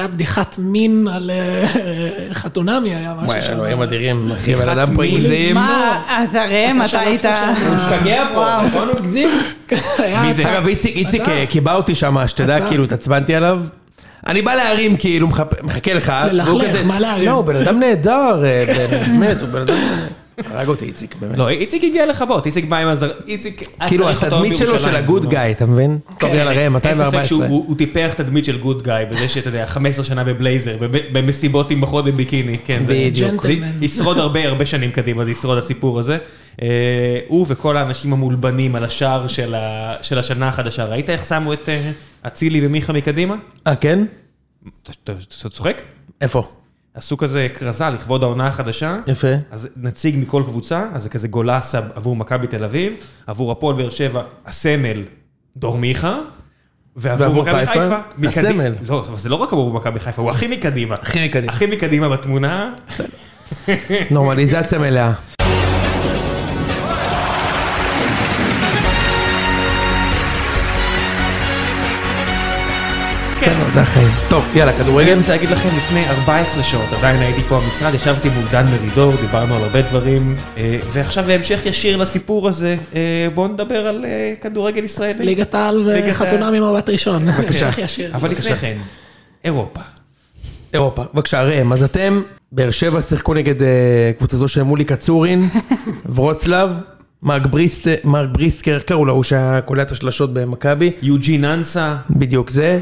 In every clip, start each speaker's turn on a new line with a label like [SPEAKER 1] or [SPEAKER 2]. [SPEAKER 1] היה בדיחת מין על אה, חתונמי, היה משהו
[SPEAKER 2] וואי,
[SPEAKER 1] שם.
[SPEAKER 2] אלוהים אדירים, אחי, בן אדם
[SPEAKER 1] חתמי.
[SPEAKER 2] פה הגזים.
[SPEAKER 3] לא.
[SPEAKER 4] מה, אתה ראה, אתה היית...
[SPEAKER 2] הוא השתגע פה, נכון הוא הגזים?
[SPEAKER 1] היה
[SPEAKER 2] מי זה?
[SPEAKER 1] הצעה-
[SPEAKER 2] אגב, איציק, איציק
[SPEAKER 1] אתה.
[SPEAKER 2] אה, קיבע אותי שם, שתדע,
[SPEAKER 1] אתה.
[SPEAKER 2] כאילו, התעצבנתי עליו. אני בא להרים, כאילו, מחפ- מחכה לך.
[SPEAKER 1] ללכלך,
[SPEAKER 2] והוא כזה-
[SPEAKER 1] מה להרים?
[SPEAKER 2] לא, הוא בן אדם נהדר, אה, באמת, הוא בן אדם... הרג אותי, איציק, באמת.
[SPEAKER 3] לא, איציק הגיע לחברות, איציק בא עם הזר... איציק... היה
[SPEAKER 2] כאילו,
[SPEAKER 3] צריך אותו
[SPEAKER 2] התדמית שלו של
[SPEAKER 3] בירושלים. לא.
[SPEAKER 2] הגוד גאי, אתה מבין? טוב, יאללה, ראם,
[SPEAKER 3] אין ספק
[SPEAKER 2] 214.
[SPEAKER 3] שהוא הוא טיפח תדמית של גוד גאי, בזה שאתה יודע, 15 שנה בבלייזר, בב- במסיבות עם בחור בביקיני, כן. זה-
[SPEAKER 2] בדיוק.
[SPEAKER 3] זה
[SPEAKER 1] ג'נטלמן.
[SPEAKER 3] ישרוד הרבה הרבה שנים קדימה, זה ישרוד הסיפור הזה. אה, הוא וכל האנשים המולבנים על השער של ה- של השנה החדשה. ראית איך שמו את אה, אצילי ומיכה מקדימה?
[SPEAKER 2] אה, כן?
[SPEAKER 3] אתה- אתה אתה צוחק?
[SPEAKER 2] איפה?
[SPEAKER 3] עשו כזה כרזה לכבוד העונה החדשה.
[SPEAKER 2] יפה.
[SPEAKER 3] אז נציג מכל קבוצה, אז זה כזה גולס עבור מכבי תל אביב, עבור הפועל באר שבע, הסמל, דור מיכה,
[SPEAKER 2] ועבור
[SPEAKER 3] ועבור מכבי
[SPEAKER 2] חיפה?
[SPEAKER 3] חיפה, מקדי-
[SPEAKER 2] הסמל.
[SPEAKER 3] לא, אבל זה לא רק עבור מכבי חיפה, הוא הכי מקדימה.
[SPEAKER 2] הכי מקדימה.
[SPEAKER 3] הכי מקדימה בתמונה.
[SPEAKER 2] נורמליזציה מלאה.
[SPEAKER 4] כן.
[SPEAKER 2] כן, זה החיים. טוב, יאללה,
[SPEAKER 3] רגע, אני
[SPEAKER 2] כדורגל.
[SPEAKER 3] רוצה להגיד לכם, לפני 14 שעות עדיין הייתי פה במשרד, ישבתי מול דן מרידור, דיברנו על הרבה דברים, אה, ועכשיו בהמשך ישיר לסיפור הזה, אה, בואו נדבר על אה, כדורגל ישראלי.
[SPEAKER 1] ליגת העל
[SPEAKER 3] ליגת
[SPEAKER 1] וחתונמי מבט ראשון. המשך ישיר.
[SPEAKER 3] אבל לפני כן, אירופה.
[SPEAKER 2] אירופה. בבקשה, ראם, אז אתם, באר שבע שיחקו נגד אה, קבוצתו של מולי קצורין, ורוצלב, מרק בריסט- מרק בריסקר, קראו לו, הוא שהיה קולע את השלשות במכבי,
[SPEAKER 3] יוג'ין אנסה,
[SPEAKER 2] בדיוק זה,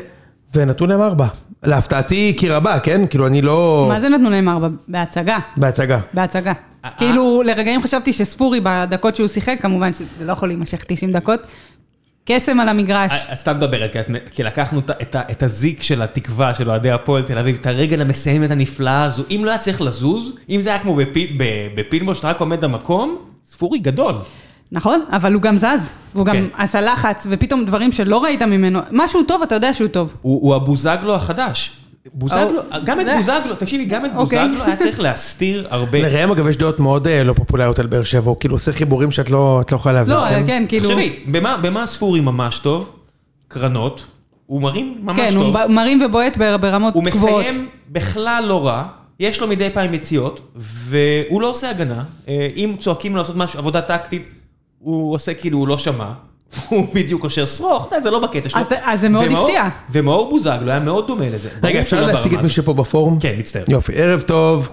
[SPEAKER 2] ונתנו להם ארבע. להפתעתי כי רבה, כן? כאילו, אני לא...
[SPEAKER 4] מה זה נתנו להם ארבע? בהצגה.
[SPEAKER 2] בהצגה.
[SPEAKER 4] בהצגה.
[SPEAKER 3] אה,
[SPEAKER 4] כאילו, לרגעים חשבתי שספורי בדקות שהוא שיחק, כמובן שזה לא יכול להימשך 90 דקות, קסם על המגרש.
[SPEAKER 3] אז אה, סתם מדברת, כי את- כי לקחנו את ה- את ה- את הזיק של התקווה של אוהדי הפועל תל אביב, את הרגל המסיימת הנפלאה הזו. אם לא היה צריך לזוז, אם זה היה כמו בפי- ב- בפינבול שאתה רק עומד במקום, ספורי גדול.
[SPEAKER 4] נכון, אבל הוא גם זז, והוא גם
[SPEAKER 3] כן.
[SPEAKER 4] עשה לחץ, ופתאום דברים שלא ראית ממנו, משהו טוב, אתה יודע שהוא טוב.
[SPEAKER 3] הוא הוא הבוזגלו החדש. בוזגלו,
[SPEAKER 4] אה,
[SPEAKER 3] גם את
[SPEAKER 4] אה.
[SPEAKER 3] בוזגלו, תקשיבי, גם את
[SPEAKER 4] אוקיי.
[SPEAKER 3] בוזגלו היה צריך להסתיר הרבה.
[SPEAKER 2] לראם אגב יש דעות מאוד אה, לא פופולריות על באר שבע, הוא כאילו עושה חיבורים שאת לא את לא יכולה להבין.
[SPEAKER 4] לא, כן, כאילו...
[SPEAKER 3] תחשבי, במה- במה ספורי ממש טוב? קרנות. הוא מרים ממש
[SPEAKER 4] כן, הוא
[SPEAKER 3] טוב.
[SPEAKER 4] ב- מרים ובועט ב- ברמות
[SPEAKER 3] הוא
[SPEAKER 4] גבוהות.
[SPEAKER 3] מסיים בכלל לא רע, יש לו מדי פעם יציאות, והוא לא עושה הגנה. אה, אם צועקים לו לעשות משהו, עבודה טקטית, הוא עושה כאילו הוא לא שמע. הוא בדיוק קושר שרוך, אתה יודע, זה לא בקטע שלו.
[SPEAKER 4] אז- אז זה מאוד
[SPEAKER 3] ומאור-
[SPEAKER 4] הפתיע.
[SPEAKER 3] ומאור בוזגלו היה מאוד דומה לזה. ברור
[SPEAKER 2] רגע, אפשר
[SPEAKER 3] שהוא לא
[SPEAKER 2] להציג את
[SPEAKER 3] ברמה
[SPEAKER 2] מי
[SPEAKER 3] הזאת.
[SPEAKER 2] שפה בפורום?
[SPEAKER 3] כן, מצטער.
[SPEAKER 2] יופי, ערב טוב,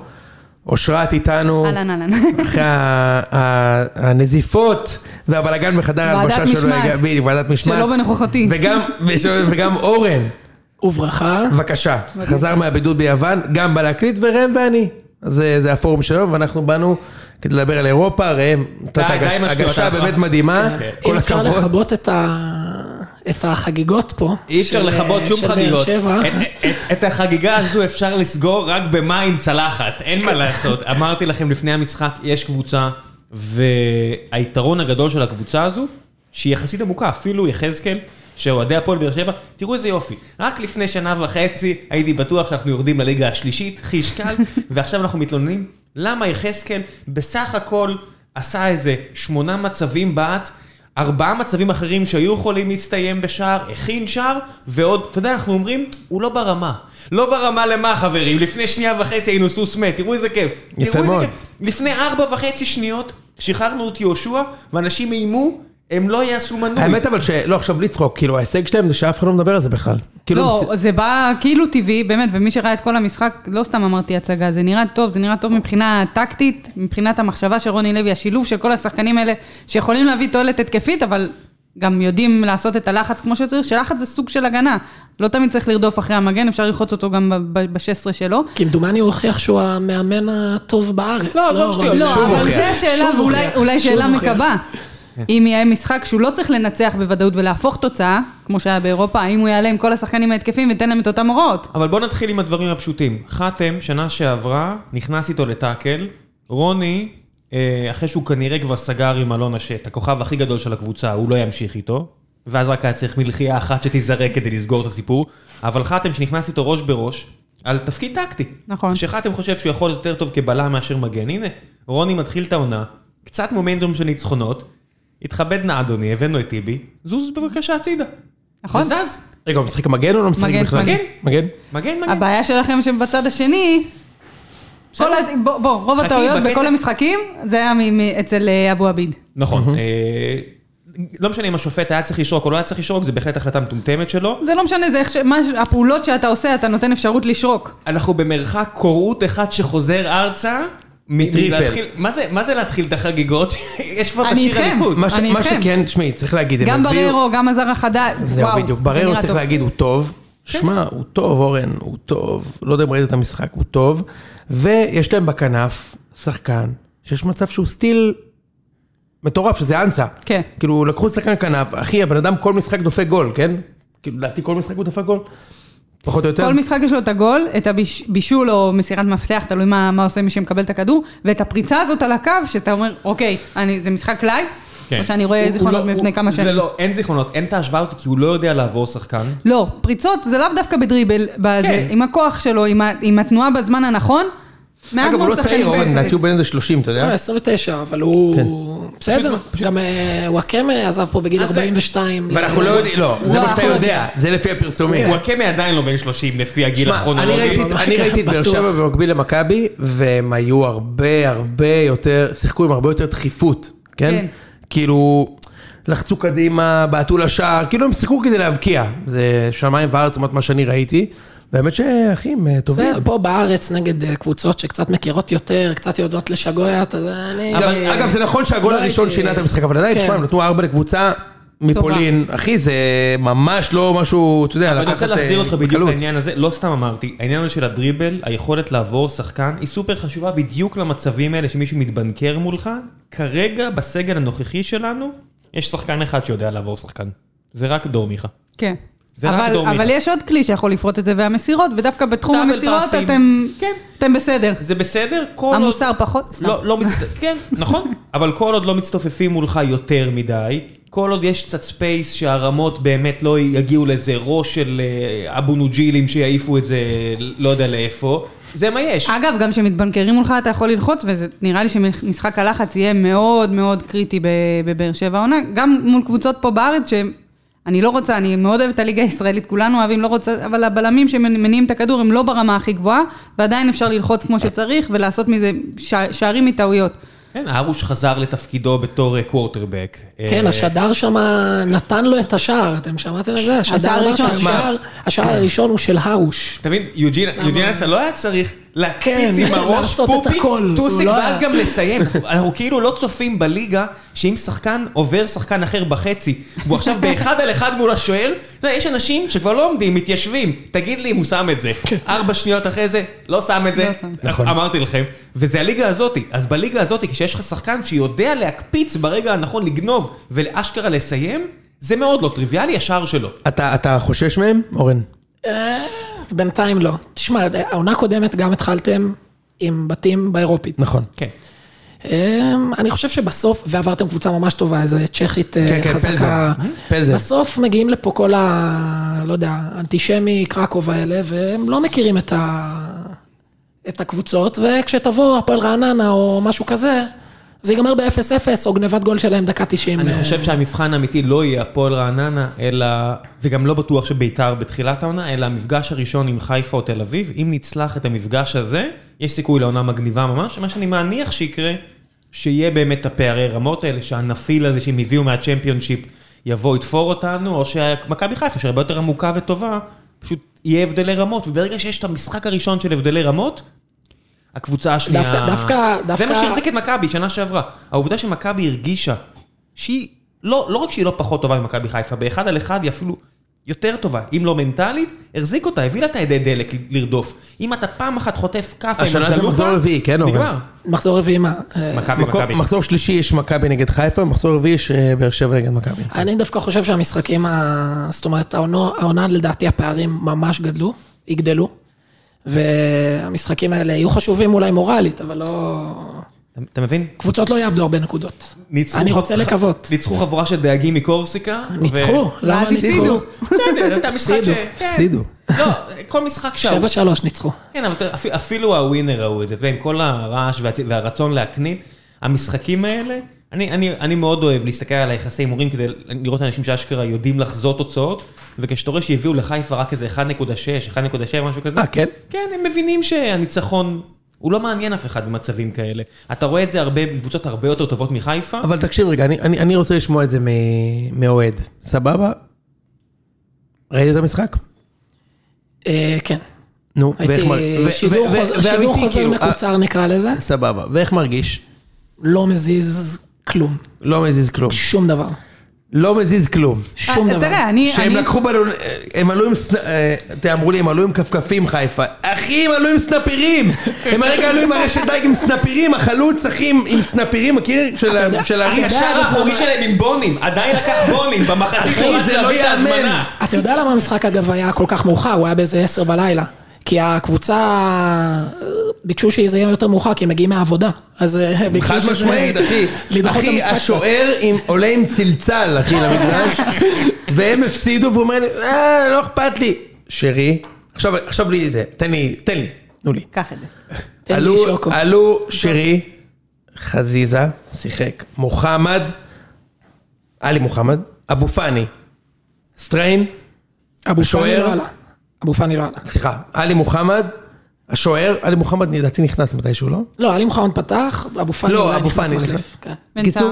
[SPEAKER 2] אושרת איתנו.
[SPEAKER 4] אהלן, אהלן.
[SPEAKER 2] אחרי ה- ה- הנזיפות והבלאגן בחדר
[SPEAKER 4] ועדת
[SPEAKER 2] ההלבשה שלו.
[SPEAKER 4] משמעת.
[SPEAKER 2] הגיע- בדיוק, ועדת משמעת.
[SPEAKER 4] שלא בנוכחותי.
[SPEAKER 2] וגם- וש- וגם אורן,
[SPEAKER 1] וברכה.
[SPEAKER 2] בבקשה, חזר מהבידוד ביוון, גם בא להקליט, וראם ואני. אז זה זה הפורום שלנו, ואנחנו באנו כדי לדבר על אירופה, ראם, נתת
[SPEAKER 3] די עם
[SPEAKER 2] הגש-
[SPEAKER 3] השטויות כן.
[SPEAKER 2] הגשה
[SPEAKER 3] שלך.
[SPEAKER 2] באמת מדהימה.
[SPEAKER 1] אם
[SPEAKER 2] כל
[SPEAKER 1] אפשר
[SPEAKER 2] הכבוד.
[SPEAKER 1] לכבות את ה- את החגיגות פה.
[SPEAKER 3] אי אפשר
[SPEAKER 1] של- אה,
[SPEAKER 3] לכבות שום
[SPEAKER 1] של באר
[SPEAKER 3] חגיגות.
[SPEAKER 1] שבע.
[SPEAKER 3] את- את- את החגיגה הזו אפשר לסגור רק במים צלחת, אין מה לעשות. אמרתי לכם לפני המשחק, יש קבוצה, והיתרון הגדול של הקבוצה הזו, שהיא יחסית עמוקה, אפילו יחזקאל, שאוהדי הפועל באר שבע, תראו איזה יופי, רק לפני שנה וחצי הייתי בטוח שאנחנו יורדים לליגה השלישית, חיש קל, ועכשיו אנחנו מתלוננים, למה יחזקאל בסך הכל עשה איזה שמונה מצבים בעט, ארבעה מצבים אחרים שהיו יכולים להסתיים בשער, הכין שער, ועוד, אתה יודע, אנחנו אומרים, הוא לא ברמה. לא ברמה למה, חברים? לפני שנייה וחצי היינו סוס מת, תראו איזה כיף.
[SPEAKER 2] יפה
[SPEAKER 3] תראו איזה
[SPEAKER 2] מאוד.
[SPEAKER 3] כיף. לפני ארבע וחצי שניות שחררנו את יהושע, ואנשים איימו, הם לא יעשו מנוי.
[SPEAKER 2] האמת אבל שלא עכשיו בלי צחוק, כאילו ההישג שלהם זה שאף אחד לא מדבר על זה בכלל. כאילו,
[SPEAKER 4] לא, זה בא כאילו טבעי, באמת, ומי שראה את כל המשחק, לא סתם אמרתי הצגה, זה נראה טוב, זה נראה טוב מבחינה טקטית, מבחינת המחשבה של רוני לוי, השילוב של כל השחקנים האלה, שיכולים להביא תועלת התקפית, אבל גם יודעים לעשות את הלחץ כמו שצריך, שלחץ זה סוג של הגנה. לא תמיד צריך לרדוף אחרי המגן, אפשר ללחוץ אותו גם ב-16 שלו.
[SPEAKER 1] כמדומני הוא הוכיח שהוא המאמן הטוב בארץ.
[SPEAKER 3] לא, עזוב שטויות.
[SPEAKER 1] רוני.
[SPEAKER 4] לא,
[SPEAKER 2] שוב
[SPEAKER 4] אבל
[SPEAKER 2] הוכיח.
[SPEAKER 4] זה השאלה,
[SPEAKER 1] שוב
[SPEAKER 4] ואולי
[SPEAKER 1] הוכיח.
[SPEAKER 4] אולי
[SPEAKER 1] שוב
[SPEAKER 4] שאלה
[SPEAKER 1] הוכיח.
[SPEAKER 4] מקבה. אם יהיה משחק שהוא לא צריך לנצח בוודאות ולהפוך תוצאה, כמו שהיה באירופה, האם הוא יעלה עם כל השחקנים ההתקפים וייתן להם את אותם הוראות?
[SPEAKER 3] אבל בואו נתחיל עם הדברים הפשוטים. חתם, שנה שעברה, נכנס איתו לטאקל. רוני, אה, אחרי שהוא כנראה כבר סגר עם אלונה, שאת הכוכב הכי גדול של הקבוצה, הוא לא ימשיך איתו. ואז רק היה צריך מלחייה אחת שתיזרק כדי לסגור את הסיפור. אבל חתם שנכנס איתו ראש בראש, על תפקיד טקטי.
[SPEAKER 4] נכון.
[SPEAKER 3] שחתם חושב שהוא יכול יותר טוב כבלם מאשר מגן. הנה, רוני מתחיל את העונה, קצת מומנטום של ניצחונות. התכבד נא אדוני, הבאנו את טיבי, זוז בבקשה הצידה.
[SPEAKER 4] נכון.
[SPEAKER 3] זה זז.
[SPEAKER 2] רגע, הוא משחק מגן או לא משחק
[SPEAKER 4] מגן
[SPEAKER 2] בכלל?
[SPEAKER 4] שמאלי.
[SPEAKER 2] מגן?
[SPEAKER 3] מגן, מגן.
[SPEAKER 4] הבעיה שלכם שבצד השני,
[SPEAKER 3] בסדר.
[SPEAKER 4] כל ה- בוא, בוא, רוב
[SPEAKER 3] חכי,
[SPEAKER 4] הטעויות
[SPEAKER 3] בקצב-
[SPEAKER 4] בכל המשחקים, זה היה מ- מ- אצל אה, אבו עביד.
[SPEAKER 3] נכון. אה, לא משנה אם השופט היה צריך לשרוק או לא היה צריך לשרוק, זה בהחלט החלטה מטומטמת שלו.
[SPEAKER 4] זה לא משנה, זה איך ש... מה ש- הפעולות שאתה עושה, אתה נותן אפשרות לשרוק.
[SPEAKER 3] אנחנו במרחק קורות אחד שחוזר ארצה. מ-
[SPEAKER 2] מטריפל.
[SPEAKER 3] מלהתחיל- מה זה- מה זה להתחיל את החגיגות? יש פה את
[SPEAKER 4] אני
[SPEAKER 3] השיר
[SPEAKER 4] איתכם.
[SPEAKER 3] אליפות.
[SPEAKER 2] מה ש-
[SPEAKER 4] אני
[SPEAKER 2] מה
[SPEAKER 4] איתכם.
[SPEAKER 2] שכן, תשמעי, צריך להגיד, הם
[SPEAKER 4] גם
[SPEAKER 2] הביאו-
[SPEAKER 4] בררו, גם הזר החדש,
[SPEAKER 2] זהו,
[SPEAKER 4] וואו,
[SPEAKER 2] בדיוק.
[SPEAKER 4] זה
[SPEAKER 2] בררו
[SPEAKER 4] נראה
[SPEAKER 2] צריך
[SPEAKER 4] טוב. כן.
[SPEAKER 2] להגיד, הוא טוב. שמע, הוא טוב, אורן, הוא טוב. לא יודע אם ראית את המשחק, הוא טוב. ויש להם בכנף שחקן, שיש מצב שהוא סטיל מטורף, שזה אנסה.
[SPEAKER 4] כן.
[SPEAKER 2] כאילו, לקחו שחקן כנף, אחי, הבן אדם כל משחק דופק גול, כן? כאילו, לדעתי כל משחק הוא דופק גול. פחות או יותר.
[SPEAKER 4] כל משחק יש לו את הגול, את הבישול או מסירת מפתח, תלוי מה, מה עושה מי שמקבל את הכדור, ואת הפריצה הזאת על הקו, שאתה אומר, אוקיי, אני, זה משחק לייב,
[SPEAKER 3] כן.
[SPEAKER 4] או שאני רואה
[SPEAKER 3] הוא-
[SPEAKER 4] זיכרונות
[SPEAKER 3] הוא לא-
[SPEAKER 4] מלפני
[SPEAKER 3] הוא-
[SPEAKER 4] כמה שנים.
[SPEAKER 3] לא, לא, אין זיכרונות, אין את ההשוואה הזאת, כי הוא לא יודע לעבור שחקן.
[SPEAKER 4] לא, פריצות זה לאו דווקא בדריבל, בזה,
[SPEAKER 3] כן.
[SPEAKER 4] עם הכוח שלו, עם, ה, עם התנועה בזמן הנכון. מעט
[SPEAKER 2] אגב, הוא
[SPEAKER 4] מאוד
[SPEAKER 2] לא
[SPEAKER 4] שחקנים
[SPEAKER 2] צעיר, אורן,
[SPEAKER 4] בעצם.
[SPEAKER 2] לדעתי הוא בן איזה 30, אתה יודע?
[SPEAKER 1] אה, 29, אבל
[SPEAKER 2] כן.
[SPEAKER 1] הוא... בסדר, גם אה, וואקמה עזב פה בגיל אה, 42.
[SPEAKER 2] ואנחנו לא יודעים, לא, זה
[SPEAKER 4] לא,
[SPEAKER 2] מה שאתה
[SPEAKER 4] אנחנו לא
[SPEAKER 2] יודע, זה לפי הפרסומים.
[SPEAKER 3] וואקמה עדיין לא בן 30 לפי הגיל לא
[SPEAKER 2] שמע, אני
[SPEAKER 3] הכרונולוגי.
[SPEAKER 2] ראיתי את-
[SPEAKER 1] בטוח.
[SPEAKER 2] אני ראיתי את באר שבע במקביל למכבי, והם היו הרבה הרבה יותר, שיחקו עם הרבה יותר דחיפות, כן?
[SPEAKER 4] כן.
[SPEAKER 2] כאילו, לחצו קדימה, בעטו לשער, כאילו הם שיחקו כדי להבקיע. זה שמיים וארץ, לעומת מה שאני ראיתי. והאמת שאחי, הם אה, טובים.
[SPEAKER 1] בסדר, פה בארץ נגד אה, קבוצות שקצת מכירות יותר, קצת יודעות לשגע, אתה יודע, אני...
[SPEAKER 2] גם-
[SPEAKER 1] אה,
[SPEAKER 2] אגב, זה נכון שהגול
[SPEAKER 1] לא
[SPEAKER 2] הראשון
[SPEAKER 1] הייתי-
[SPEAKER 2] שינה את המשחק, אבל עדיין,
[SPEAKER 1] כן.
[SPEAKER 2] תשמע, לא- הם נתנו ארבע לקבוצה מפולין. אחי, זה ממש לא משהו, אתה יודע,
[SPEAKER 3] אבל אני רוצה
[SPEAKER 2] לקחת, אה,
[SPEAKER 3] להחזיר אותך בדיוק
[SPEAKER 2] בקלות.
[SPEAKER 3] לעניין הזה, לא סתם אמרתי, העניין הזה של הדריבל, היכולת לעבור שחקן, היא סופר חשובה בדיוק למצבים האלה שמישהו מתבנקר מולך. כרגע, בסגל הנוכחי שלנו, יש שחקן אחד שיודע לעבור שחקן. זה רק דור מיכה.
[SPEAKER 4] כן.
[SPEAKER 3] זה רק
[SPEAKER 4] אבל,
[SPEAKER 3] דור מיכה.
[SPEAKER 4] אבל יש עוד כלי שיכול לפרוט את זה, והמסירות, ודווקא בתחום
[SPEAKER 3] דאבל
[SPEAKER 4] המסירות
[SPEAKER 3] פאסים.
[SPEAKER 4] אתם,
[SPEAKER 3] כן.
[SPEAKER 4] אתם בסדר.
[SPEAKER 3] זה בסדר, כל עוד...
[SPEAKER 4] המוסר פחות, סתם.
[SPEAKER 3] לא, לא מצט... כן, נכון. אבל כל עוד לא מצטופפים מולך יותר מדי, כל עוד יש קצת ספייס שהרמות באמת לא יגיעו לאיזה ראש של אה, אבו נוג'ילים שיעיפו את זה לא יודע לאיפה, זה מה יש.
[SPEAKER 4] אגב, גם כשמתבנקרים מולך אתה יכול ללחוץ, ונראה לי שמשחק הלחץ יהיה מאוד מאוד קריטי ב- בבאר שבע העונה, גם מול קבוצות פה בארץ, שאני לא רוצה, אני מאוד אוהבת את הליגה הישראלית, כולנו אוהבים, לא רוצה, אבל הבלמים שמניעים את הכדור הם לא ברמה הכי גבוהה, ועדיין אפשר ללחוץ כמו שצריך ולעשות מזה ש- שערים מטעויות.
[SPEAKER 3] כן, ארוש חזר לתפקידו בתור אה, קוורטרבק.
[SPEAKER 1] כן,
[SPEAKER 3] אה,
[SPEAKER 1] השדר שם נתן לו את השער, אתם שמעתם את זה? השדר
[SPEAKER 4] הראשון.
[SPEAKER 1] הראשון, השער
[SPEAKER 2] כן.
[SPEAKER 1] הראשון הוא של הרוש.
[SPEAKER 3] אתה מבין, יוג'ין יוג'ין אצה לא היה צריך להקפיץ
[SPEAKER 1] כן,
[SPEAKER 3] עם הראש
[SPEAKER 1] לעשות את
[SPEAKER 3] פופי,
[SPEAKER 1] הכל. הוא
[SPEAKER 3] טוסיק,
[SPEAKER 1] לא
[SPEAKER 3] ואז
[SPEAKER 1] היה-
[SPEAKER 3] גם לסיים. אנחנו- אנחנו כאילו לא צופים בליגה שאם שחקן עובר שחקן אחר בחצי, והוא עכשיו באחד על אחד מול השוער, אתה יודע, יש אנשים שכבר לא עומדים, מתיישבים. תגיד לי אם הוא שם את זה.
[SPEAKER 1] כן.
[SPEAKER 3] ארבע שניות אחרי זה, לא שם את זה.
[SPEAKER 4] לא שם.
[SPEAKER 2] נכון.
[SPEAKER 3] אמרתי לכם. וזה הליגה הזאתי. אז בליגה הזאתי, כשיש לך שחקן שיודע להקפיץ ברגע הנכון, לגנוב ולאשכרה לסיים, זה מאוד לא טריוויאלי, השער שלו.
[SPEAKER 2] אתה אתה חושש מהם, אורן?
[SPEAKER 1] בינתיים לא. תשמע, העונה הקודמת גם התחלתם עם בתים באירופית.
[SPEAKER 2] נכון.
[SPEAKER 3] כן.
[SPEAKER 1] אמ, אני חושב שבסוף, ועברתם קבוצה ממש טובה, איזה צ'כית אה,
[SPEAKER 2] כן, כן,
[SPEAKER 1] חזקה.
[SPEAKER 2] פלזן. פלזן.
[SPEAKER 1] בסוף מגיעים לפה כל ה... לא יודע, אנטישמי קרקוב האלה, והם לא מכירים את ה... את הקבוצות, וכשתבוא הפועל רעננה או משהו כזה, זה ייגמר ב-0-0 או גנבת גול שלהם דקה 90.
[SPEAKER 3] אני
[SPEAKER 1] אה,
[SPEAKER 3] חושב שהמבחן האמיתי לא יהיה הפועל רעננה, אלא, וגם לא בטוח שביתר בתחילת העונה, אלא המפגש הראשון עם חיפה או תל אביב. אם נצלח את המפגש הזה, יש סיכוי לעונה מגניבה ממש. מה שאני מניח שיקרה, שיהיה באמת את הפערי רמות האלה, שהנפיל הזה שהם הביאו מהצ'מפיונשיפ יבוא, יתפור אותנו, או שמכבי חיפה, שהרבה יותר עמוקה וטובה, פשוט יהיה הבדלי רמות, וברגע שיש את המשחק הראשון של הבדלי רמות, הקבוצה השנייה...
[SPEAKER 1] דווקא- דווקא-
[SPEAKER 3] זה מה
[SPEAKER 1] דווקא-
[SPEAKER 3] שהחזיק את מכבי שנה שעברה. העובדה שמכבי הרגישה שהיא, לא, לא רק שהיא לא פחות טובה ממכבי חיפה, באחד על אחד היא אפילו יותר טובה, אם לא מנטלית, החזיק אותה, הביא לה את הידי דלק ל- לרדוף. אם אתה פעם אחת חוטף כאפה עם
[SPEAKER 2] השנה זה
[SPEAKER 3] זלופה,
[SPEAKER 2] מחזור רביעי, כן, אורן?
[SPEAKER 3] נגמר.
[SPEAKER 1] מחזור רביעי מה? אה,
[SPEAKER 3] מכבי,
[SPEAKER 2] מקום-
[SPEAKER 3] מכבי.
[SPEAKER 2] מחזור שלישי יש מכבי נגד חיפה, מחזור רביעי יש אה, באר שבע נגד מכבי.
[SPEAKER 1] אני דווקא חושב שהמשחקים, ה... זאת אומרת, העונה, העונה לדעתי הפערים ממש גדלו, יגדלו, והמשחקים האלה יהיו חשובים אולי מורלית, אבל לא...
[SPEAKER 3] אתה- אתה מבין?
[SPEAKER 1] קבוצות לא יאבדו הרבה נקודות.
[SPEAKER 3] ניצחו
[SPEAKER 1] אני
[SPEAKER 3] חב-
[SPEAKER 1] רוצה לקוות.
[SPEAKER 3] ניצחו חבורה של דייגים מקורסיקה. ו-
[SPEAKER 1] ניצחו, למה
[SPEAKER 4] ואז
[SPEAKER 1] ניצחו?
[SPEAKER 4] הפסידו.
[SPEAKER 3] בסדר, אתה משחק ש...
[SPEAKER 1] הפסידו,
[SPEAKER 3] כן.
[SPEAKER 2] הפסידו.
[SPEAKER 3] לא, כל משחק שם.
[SPEAKER 1] 7-3 ניצחו.
[SPEAKER 3] כן, אבל אתה- אפי- אפילו הווינר ראו את זה, אתה יודע, עם כל הרעש והצ- והרצון להקנית, המשחקים האלה, אני, אני, אני מאוד אוהב להסתכל על היחסי הימורים כדי לראות אנשים שאשכרה יודעים לחזות תוצאות, וכשאתה רואה שהביאו לחיפה רק איזה 1.6, 1.7, משהו כזה,
[SPEAKER 2] אה, כן?
[SPEAKER 3] כן, הם מבינים שהניצחון, הוא לא מעניין אף אחד במצבים כאלה. אתה רואה את זה הרבה, בקבוצות הרבה יותר טובות מחיפה,
[SPEAKER 2] אבל תקשיב רגע, אני, אני, אני רוצה לשמוע את זה מ- מאוהד. סבבה? ראית את המשחק?
[SPEAKER 1] אה, כן.
[SPEAKER 2] נו, ואיך
[SPEAKER 1] הייתי
[SPEAKER 2] מרגיש?
[SPEAKER 1] שידור חוז- שידור חוזר
[SPEAKER 2] כאילו,
[SPEAKER 1] מקוצר נקרא לזה,
[SPEAKER 2] אה, סבבה, ואיך מרגיש?
[SPEAKER 1] לא מזיז כלום.
[SPEAKER 2] לא מזיז כלום.
[SPEAKER 1] שום דבר.
[SPEAKER 2] לא מזיז כלום.
[SPEAKER 1] שום
[SPEAKER 4] אה,
[SPEAKER 1] דבר.
[SPEAKER 4] תראה, אני...
[SPEAKER 2] שהם
[SPEAKER 4] אני-
[SPEAKER 2] לקחו בלון, הם עלו עם, סנ- אה, אתם אמרו לי, הם עלו עם כפכפים חיפה. אחי, הם עלו עם סנפירים! הם הרגע עלו עם הרשת דייג עם סנפירים, החלוץ, אחי, עם- עם סנפירים, מכיר? של ה-
[SPEAKER 1] יודע-
[SPEAKER 2] של
[SPEAKER 1] אתה
[SPEAKER 2] הרגע.
[SPEAKER 1] יודע,
[SPEAKER 3] הקשר האחורי שלהם עם בונים, עדיין לקח בונים, במחצית
[SPEAKER 2] אחי,
[SPEAKER 3] הוא רץ
[SPEAKER 2] זה לא
[SPEAKER 3] להביא את
[SPEAKER 2] ייאמן.
[SPEAKER 3] ההזמנה.
[SPEAKER 1] אתה יודע למה המשחק אגב היה כל כך מאוחר? הוא היה באיזה עשר בלילה. כי הקבוצה... אה, ביקשו שזה יהיה יותר מאוחר, כי הם מגיעים מהעבודה. אז אה, ביקשו
[SPEAKER 2] חד
[SPEAKER 1] שזה...
[SPEAKER 2] משמעית, אחי.
[SPEAKER 1] לדחות את
[SPEAKER 2] אחי,
[SPEAKER 1] המשחק קצת.
[SPEAKER 2] השוער עם- עולה עם צלצל, אחי, למגרש, והם הפסידו, והוא אומר לי, אה, לא אכפת לי. שרי, עכשיו, עכשיו בלי זה, תן לי, תן לי, תנו לי.
[SPEAKER 4] קח את זה.
[SPEAKER 1] תן לי
[SPEAKER 2] עלו-
[SPEAKER 1] שוקו.
[SPEAKER 2] עלו שרי, חזיזה, שיחק, מוחמד, עלי מוחמד, אבו פאני, סטריין,
[SPEAKER 1] אבו פאני
[SPEAKER 2] השוער?
[SPEAKER 1] לא עלה. אבו פאני לא עלה.
[SPEAKER 2] סליחה, עלי מוחמד, השוער, עלי מוחמד לדעתי נכנס מתישהו, לא?
[SPEAKER 1] לא, עלי מוחמד פתח, אבו פאני
[SPEAKER 2] לא,
[SPEAKER 1] אולי
[SPEAKER 2] אבו
[SPEAKER 1] נכנס
[SPEAKER 2] פאני
[SPEAKER 1] מחליף.
[SPEAKER 2] נכנס.
[SPEAKER 1] כן.
[SPEAKER 4] בן
[SPEAKER 2] קיצור,
[SPEAKER 4] סער.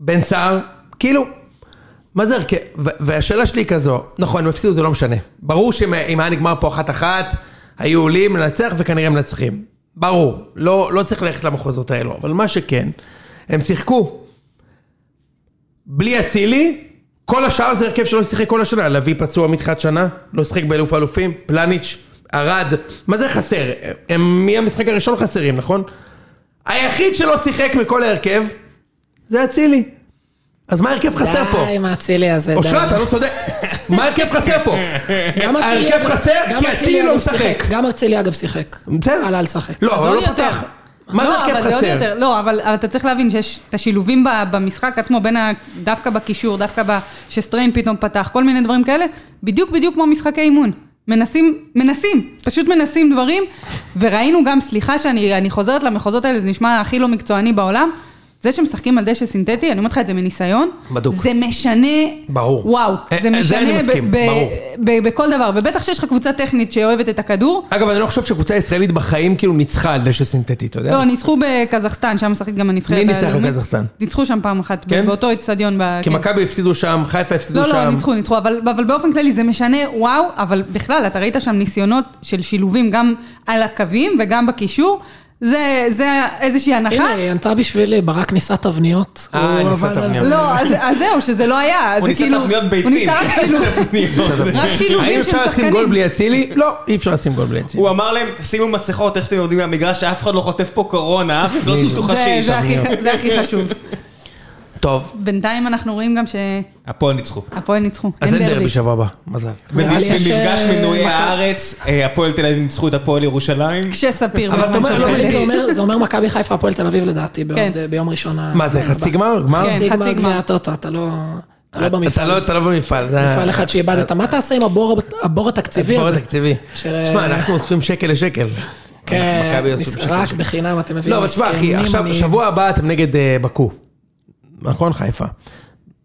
[SPEAKER 2] בן סער, כאילו, מה זה הרכב, ו- והשאלה שלי היא כזו, נכון, הם הפסידו זה לא משנה. ברור שאם היה נגמר פה אחת-אחת, היו עולים לנצח וכנראה מנצחים. ברור, לא, לא צריך ללכת למחוזות האלו, אבל מה שכן, הם שיחקו. בלי אצילי, כל השאר זה הרכב שלא שיחק כל השנה. לביא פצוע מתחילת שנה, לא שיחק באלוף האלופים, פלניץ', ארד, מה זה חסר? הם מהמשחק הראשון חסרים, נכון? היחיד שלא שיחק מכל ההרכב, זה אצילי. אז מה ההרכב חסר פה?
[SPEAKER 1] די עם האצילי הזה, די.
[SPEAKER 2] אושרת, אתה לא צודק. מה ההרכב חסר פה?
[SPEAKER 1] גם אצילי,
[SPEAKER 2] ההרכב
[SPEAKER 1] אגב-
[SPEAKER 2] חסר
[SPEAKER 1] גם
[SPEAKER 2] כי אצילי לא
[SPEAKER 1] אגב
[SPEAKER 2] משחק.
[SPEAKER 1] גם אצילי אגב שיחק.
[SPEAKER 2] בסדר.
[SPEAKER 1] עלה לשחק.
[SPEAKER 2] לא, אבל
[SPEAKER 4] עוד
[SPEAKER 2] הוא לא
[SPEAKER 4] יותר.
[SPEAKER 2] פתח. מה זה
[SPEAKER 4] לא, אבל
[SPEAKER 2] הרכב
[SPEAKER 4] עוד
[SPEAKER 2] חסר?
[SPEAKER 4] יותר. לא, אבל אבל אתה צריך להבין שיש את השילובים ב- במשחק עצמו, בין ה... דווקא בקישור, דווקא ב... שסטריין פתאום פתח, כל מיני דברים כאלה, בדיוק בדיוק כמו משחקי אימון. מנסים, מנסים, פשוט מנסים דברים, וראינו גם, סליחה שאני אני חוזרת למחוזות האלה, זה נשמע הכי לא מקצועני בעולם, זה שמשחקים על דשא סינתטי, אני אומרת לך את זה מניסיון,
[SPEAKER 2] בדוק.
[SPEAKER 4] זה משנה,
[SPEAKER 2] ברור.
[SPEAKER 4] וואו,
[SPEAKER 2] אה,
[SPEAKER 4] זה
[SPEAKER 2] אה, זה
[SPEAKER 4] משנה
[SPEAKER 2] אני
[SPEAKER 4] ב-
[SPEAKER 2] מסכים,
[SPEAKER 4] ב-
[SPEAKER 2] ברור.
[SPEAKER 4] ב- בכל דבר, ובטח שיש לך קבוצה טכנית שאוהבת את הכדור,
[SPEAKER 2] אגב, אני לא חושב שקבוצה ישראלית בחיים כאילו ניצחה על דשא סינתטי, אתה יודע?
[SPEAKER 4] לא, ניצחו בקזחסטן, שם משחקת גם הנבחרת
[SPEAKER 2] מי ניצח בקזחסטן?
[SPEAKER 4] ניצחו שם פעם אחת,
[SPEAKER 2] כן?
[SPEAKER 4] כן? באותו אצטדיון. ב...
[SPEAKER 2] כי
[SPEAKER 4] כן.
[SPEAKER 2] מכבי הפסידו שם, חיפה הפסידו
[SPEAKER 4] לא,
[SPEAKER 2] שם.
[SPEAKER 4] לא, ניצחו, ניצחו, אבל, אבל באופן כללי זה משנה, וואו, אבל בכלל, אתה ראית שם ניסיונות של שילובים גם על הקווים וגם בקישור, זה, זה איזושהי הנחה.
[SPEAKER 1] הנה, היא ענתה בשבילי, ברק ניסה תבניות.
[SPEAKER 2] אה,
[SPEAKER 1] הוא
[SPEAKER 2] ניסה
[SPEAKER 1] עבד על זה.
[SPEAKER 2] תבניות.
[SPEAKER 4] לא, אז, אז זהו, שזה לא היה,
[SPEAKER 3] הוא
[SPEAKER 4] זה
[SPEAKER 3] ניסה
[SPEAKER 4] כאילו...
[SPEAKER 3] תבניות
[SPEAKER 4] הוא
[SPEAKER 3] ביצים.
[SPEAKER 4] ניסה רק שילוב, רק
[SPEAKER 2] האם
[SPEAKER 4] שילובים של
[SPEAKER 2] אפשר לשים
[SPEAKER 4] כאילו, שחקנים.
[SPEAKER 2] גול בלי אצילי? לא, אי אפשר לשים גול בלי אצילי.
[SPEAKER 3] הוא אמר להם, שימו מסכות, איך שאתם יורדים מהמגרש, שאף אחד לא חוטף פה קורונה, אף אחד לא תשתו
[SPEAKER 4] זה,
[SPEAKER 3] חשיש.
[SPEAKER 4] זה, הכי, ח- זה הכי חשוב.
[SPEAKER 2] טוב,
[SPEAKER 4] בינתיים אנחנו רואים גם שהפועל
[SPEAKER 3] הפועל ניצחו.
[SPEAKER 4] ניצחו,
[SPEAKER 2] אז אין דרבי שבוע הבא, מזל.
[SPEAKER 1] נראה לי יש,
[SPEAKER 3] במפגש
[SPEAKER 1] אה,
[SPEAKER 3] מנויי
[SPEAKER 1] מכבי-
[SPEAKER 3] הארץ, אה, הפועל תל אביב ניצחו את הפועל ירושלים.
[SPEAKER 4] כשספיר.
[SPEAKER 2] אבל אתה
[SPEAKER 4] בזמן
[SPEAKER 2] אומר,
[SPEAKER 4] של
[SPEAKER 2] לא,
[SPEAKER 4] חלק.
[SPEAKER 1] אבל זה אומר- זה אומר מכבי חיפה, הפועל תל אביב לדעתי, בעוד- אה,
[SPEAKER 4] כן.
[SPEAKER 1] ביום ראשון. ה-
[SPEAKER 2] מה זה,
[SPEAKER 1] הבא.
[SPEAKER 2] חצי גמר? גמר?
[SPEAKER 4] כן.
[SPEAKER 1] חצי גמר
[SPEAKER 4] חצי גמר.
[SPEAKER 1] גביע הטוטו, אתה לא אתה לא
[SPEAKER 2] אתה
[SPEAKER 1] במפעל.
[SPEAKER 2] לא- אתה לא במפעל. זה-
[SPEAKER 1] מפעל אחד שאיבדת. מה תעשה עם הבור הבור התקציבי
[SPEAKER 2] בור
[SPEAKER 1] הזה?
[SPEAKER 2] התקציבי.
[SPEAKER 1] של- אה,
[SPEAKER 2] תשמע, אנחנו אוספים שקל לשקל. אנחנו
[SPEAKER 1] כן,
[SPEAKER 2] מכבי אוספים שקל
[SPEAKER 1] רק
[SPEAKER 2] לשקל.
[SPEAKER 1] בחינם אתם מבינים.
[SPEAKER 2] לא, אבל תשמע, אחי,
[SPEAKER 1] מסכנים,
[SPEAKER 2] עכשיו,
[SPEAKER 1] אני-
[SPEAKER 2] שבוע הבא אתם נגד אה, בקו. נכון, חיפה.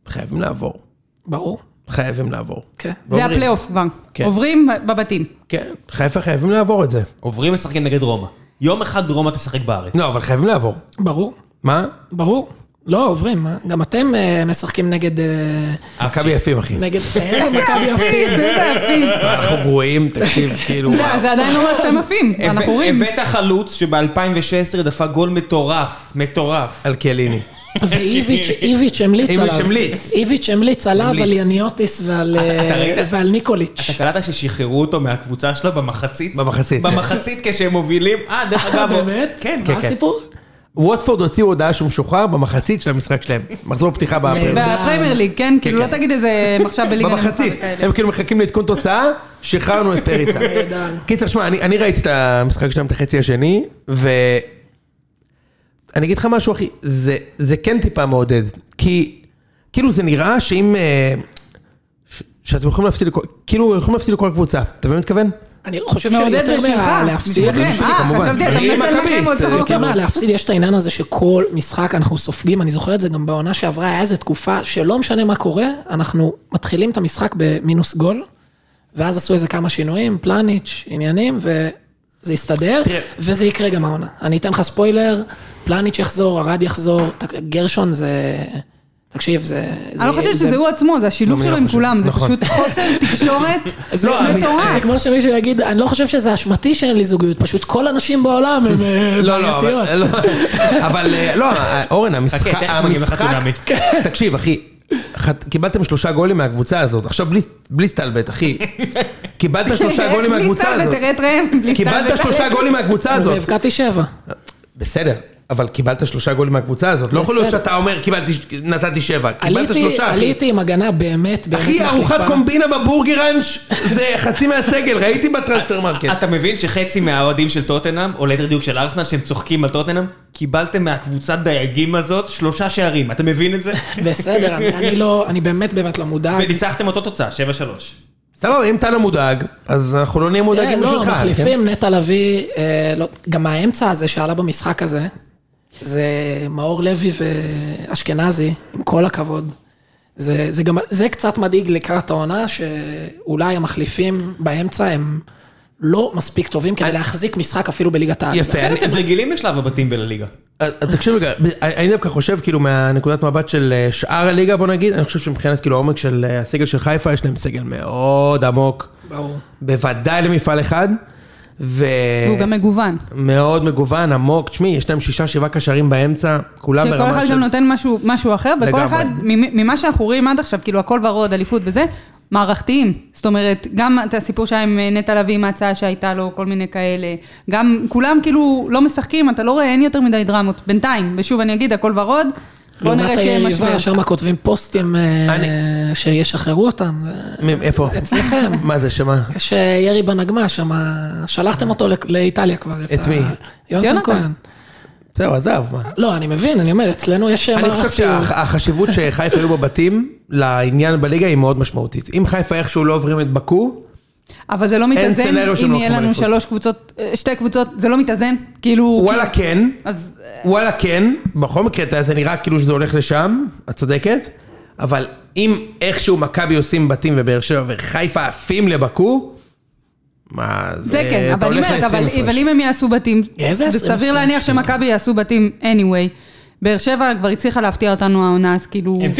[SPEAKER 2] חייבים לעבור.
[SPEAKER 1] ברור,
[SPEAKER 2] חייבים לעבור.
[SPEAKER 1] כן.
[SPEAKER 4] זה
[SPEAKER 2] ואומרים-
[SPEAKER 4] הפלייאוף כבר.
[SPEAKER 2] כן.
[SPEAKER 4] עוברים ב- בבתים.
[SPEAKER 2] כן, חיפה חייבים לעבור את זה.
[SPEAKER 3] עוברים משחקים נגד רומא. יום אחד רומא תשחק בארץ.
[SPEAKER 2] לא, אבל חייבים לעבור.
[SPEAKER 1] ברור,
[SPEAKER 2] מה?
[SPEAKER 1] ברור. לא, עוברים. אה? גם אתם אה, משחקים נגד... אה,
[SPEAKER 2] מכבי יפים, אחי.
[SPEAKER 1] נגד... אה, מכבי יפים.
[SPEAKER 4] זה יפים.
[SPEAKER 2] אנחנו גרועים, תקשיב, כאילו...
[SPEAKER 4] זה- זה עדיין לא אומר שאתם עפים, אנחנו
[SPEAKER 3] הבא-
[SPEAKER 4] רואים.
[SPEAKER 3] הבאת חלוץ שב-2016 דפק גול מטורף, מטורף.
[SPEAKER 2] על קיאליני.
[SPEAKER 1] ואיביץ' איביץ' המליץ
[SPEAKER 2] איביץ'
[SPEAKER 1] עליו.
[SPEAKER 2] המליץ.
[SPEAKER 1] איביץ' המליץ עליו,
[SPEAKER 3] המליץ.
[SPEAKER 1] על יניוטיס ועל,
[SPEAKER 3] אתה
[SPEAKER 1] אה,
[SPEAKER 3] ראית?
[SPEAKER 1] ועל ניקוליץ'.
[SPEAKER 3] אתה קלטת ששחררו אותו מהקבוצה שלו במחצית?
[SPEAKER 2] במחצית.
[SPEAKER 3] במחצית כשהם מובילים. אה, דרך
[SPEAKER 1] אה,
[SPEAKER 3] אגב...
[SPEAKER 1] באמת?
[SPEAKER 3] כן.
[SPEAKER 1] מה
[SPEAKER 2] כן.
[SPEAKER 1] הסיפור?
[SPEAKER 2] ווטפורד הוציאו הודעה שהוא משוחרר במחצית של המשחק שלהם. מחזור פתיחה באפריל.
[SPEAKER 1] ב-
[SPEAKER 4] בפריימר ליג, כן? כאילו לא תגיד איזה עכשיו בליגה נמוכה
[SPEAKER 2] במחצית.
[SPEAKER 4] וכאלה.
[SPEAKER 2] הם כאילו מחכים לעדכון תוצאה, שחררנו את פריצה.
[SPEAKER 1] נהדר.
[SPEAKER 2] קיצר, שמע, אני אני ראיתי את המשחק שלהם, את החצי השני, ו... אני אגיד לך משהו, אחי, זה- זה כן טיפה מעודד. כי כאילו זה נראה שאם... אה, ש- שאתם יכולים להפסיד לכל... כאילו, יכולים להפסיד לכל קבוצה. אתה מבין מה אני מתכוון?
[SPEAKER 1] אני חושב
[SPEAKER 4] מעודד
[SPEAKER 1] שיותר
[SPEAKER 4] בשבילך,
[SPEAKER 1] מה להפסיד.
[SPEAKER 4] בשבילכם.
[SPEAKER 2] בשבילי,
[SPEAKER 4] אה,
[SPEAKER 2] כמובן.
[SPEAKER 4] חשבתי,
[SPEAKER 2] אני
[SPEAKER 4] אתה מזל לכם
[SPEAKER 2] מכביסט,
[SPEAKER 4] אותו.
[SPEAKER 2] יותר
[SPEAKER 1] יותר מה להפסיד, יש את העניין הזה שכל משחק אנחנו סופגים, אני זוכר את זה גם בעונה שעברה, היה איזו תקופה שלא משנה מה קורה, אנחנו מתחילים את המשחק במינוס גול, ואז עשו איזה כמה שינויים, פלניץ', עניינים, וזה יסתדר,
[SPEAKER 2] תראה.
[SPEAKER 1] וזה יקרה גם העונה. אני אתן לך ספוילר, פלניץ' יחזור, ארד יחזור, ת- גרשון זה... תקשיב, זה...
[SPEAKER 4] אני לא
[SPEAKER 1] זה-
[SPEAKER 4] חושבת
[SPEAKER 1] זה-
[SPEAKER 4] שזה הוא עצמו, זה השילוב
[SPEAKER 2] לא,
[SPEAKER 4] שלו
[SPEAKER 2] אני
[SPEAKER 4] עם
[SPEAKER 2] לא חושב.
[SPEAKER 4] כולם, זה
[SPEAKER 2] נכון. לא,
[SPEAKER 4] פשוט חוסר תקשורת
[SPEAKER 1] זה- לא, זה
[SPEAKER 4] מטורף.
[SPEAKER 1] כמו שמישהו יגיד, אני לא חושב שזה אשמתי שאין לי זוגיות, פשוט כל הנשים בעולם הם אה,
[SPEAKER 2] לא, לא,
[SPEAKER 1] בעייתיות.
[SPEAKER 2] אבל- לא, אבל אה, לא, אה, אורן, המשחק,
[SPEAKER 3] חכה, תכף מגיעים
[SPEAKER 2] המשחק,
[SPEAKER 3] לחתונמי.
[SPEAKER 2] תקשיב אחי, חת- קיבלתם שלושה גולים מהקבוצה הזאת, עכשיו בלי- בלי סטלבט אחי, קיבלת שלושה גולים
[SPEAKER 4] בלי
[SPEAKER 2] מהקבוצה
[SPEAKER 4] סטלבט,
[SPEAKER 2] הזאת,
[SPEAKER 4] תראה את ראם, בלי
[SPEAKER 2] קיבלת
[SPEAKER 4] סטלבט.
[SPEAKER 2] שלושה גולים מהקבוצה הזאת,
[SPEAKER 1] והבקעתי שבע.
[SPEAKER 2] בסדר, אבל קיבלת שלושה גולים מהקבוצה הזאת, לא יכול להיות
[SPEAKER 1] בסדר.
[SPEAKER 2] שאתה אומר קיבלתי, ש- נתתי שבע, קיבלת
[SPEAKER 1] עליתי,
[SPEAKER 2] שלושה אחי.
[SPEAKER 1] עליתי עם הגנה באמת, באמת
[SPEAKER 2] אחי, ארוחת
[SPEAKER 1] מחליפה.
[SPEAKER 2] קומבינה בבורגראנץ' זה חצי מהסגל, ראיתי בטרנספר מרקט.
[SPEAKER 3] אתה מבין שחצי מהאוהדים של טוטנאם, או ליתר דיוק של ארסנל, שהם צוחקים על טוטנאם, קיבלתם מהקבוצת דייגים הזאת שלושה שערים, אתה מבין את זה?
[SPEAKER 1] בסדר, אני, אני לא, אני באמת באמת לא מודאג.
[SPEAKER 3] וניצחתם אותו תוצאה, 7-3.
[SPEAKER 2] סבבה, אם אתה לא מודאג, אז אנחנו לא נהיה
[SPEAKER 1] כן,
[SPEAKER 2] מודאגים
[SPEAKER 1] לא,
[SPEAKER 2] בשבילך. כן?
[SPEAKER 1] מחליפים, נטע לביא, אה, לא, גם האמצע הזה שעלה במשחק הזה, זה מאור לוי ואשכנזי, עם כל הכבוד. זה, זה, גם, זה קצת מדאיג לקראת העונה, שאולי המחליפים באמצע הם לא מספיק טובים כדי להחזיק משחק אפילו בליגת העל.
[SPEAKER 2] יפה, אני-
[SPEAKER 3] בסדר, אתם רגילים לשלב הבתים בלליגה.
[SPEAKER 2] אז אז אה, תקשיב רגע, אני- אני דווקא חושב כאילו מהנקודת מבט של אה, שאר הליגה בוא נגיד, אני חושב שמבחינת כאילו העומק של אה, הסגל של חיפה יש להם סגל מאוד עמוק,
[SPEAKER 1] ברור.
[SPEAKER 2] בוודאי למפעל אחד, ו...
[SPEAKER 4] והוא גם מגוון.
[SPEAKER 2] מאוד מגוון, עמוק, תשמעי, יש להם שישה שבעה קשרים באמצע, כולם
[SPEAKER 4] שכל
[SPEAKER 2] ברמה
[SPEAKER 4] אחד
[SPEAKER 2] של...
[SPEAKER 4] גם נותן משהו- משהו אחר, וכל
[SPEAKER 2] לא לגמרי.
[SPEAKER 4] אחד, ממ- ממה שאנחנו רואים עד עכשיו, כאילו הכל ורוד, אליפות וזה, מערכתיים. זאת אומרת, גם את הסיפור שהיה עם אה, נטע לביא, עם ההצעה שהייתה לו, כל מיני כאלה. גם כולם כאילו לא משחקים, אתה לא רואה, אין יותר מדי דרמות, בינתיים. ושוב, אני אגיד, הכל ורוד, בוא נראה שיהיה
[SPEAKER 1] לעומת היריבה,
[SPEAKER 4] משבר.
[SPEAKER 1] שם כותבים פוסטים אה,
[SPEAKER 2] אני-
[SPEAKER 1] שישחררו אותם. זה-
[SPEAKER 2] מ- איפה?
[SPEAKER 1] אצלכם.
[SPEAKER 2] מה זה, שמה?
[SPEAKER 1] יש אה, ירי בנגמ"ש, שם אה, שלחתם אותו לק- לאיטליה כבר.
[SPEAKER 2] את
[SPEAKER 1] ה-
[SPEAKER 2] מי?
[SPEAKER 1] יונתן
[SPEAKER 4] יונתן.
[SPEAKER 1] כהן.
[SPEAKER 2] זהו, עזב, מה?
[SPEAKER 1] לא, אני מבין, אני אומר, אצלנו יש אה,
[SPEAKER 2] אני חושב שהחשיבות שחיפה היו בבתים לעניין בליגה היא מאוד משמעותית. אם חיפה איכשהו לא עוברים את בקו,
[SPEAKER 4] אבל זה לא מתאזן,
[SPEAKER 2] סצנריו שהם
[SPEAKER 4] אם
[SPEAKER 2] לא
[SPEAKER 4] יהיה
[SPEAKER 2] לוקחים
[SPEAKER 4] לנו
[SPEAKER 2] אליפות.
[SPEAKER 4] שלוש קבוצות, אה, שתי קבוצות, זה לא מתאזן, כאילו...
[SPEAKER 2] וואלה
[SPEAKER 4] כאילו-
[SPEAKER 2] כן,
[SPEAKER 4] אז
[SPEAKER 2] וואלה כן, בכל מקרה אתה- זה נראה כאילו שזה הולך לשם, את צודקת, אבל אם איכשהו מכבי עושים בתים ובאר שבע וחיפה עפים לבקו, מה זה,
[SPEAKER 4] זה כן,
[SPEAKER 2] אה, אתה
[SPEAKER 4] אבל אני
[SPEAKER 2] הולך
[SPEAKER 4] אומרת,
[SPEAKER 2] ל-עשרים
[SPEAKER 4] אבל,
[SPEAKER 2] הפרש.
[SPEAKER 4] אבל אם הם יעשו בתים,
[SPEAKER 1] איזה
[SPEAKER 4] זה
[SPEAKER 1] עשרים
[SPEAKER 4] סביר
[SPEAKER 1] הפרש?
[SPEAKER 4] להניח שמכבי יעשו בתים anyway. באר שבע כבר הצליחה להפתיע אותנו העונה, אז כאילו...
[SPEAKER 3] הם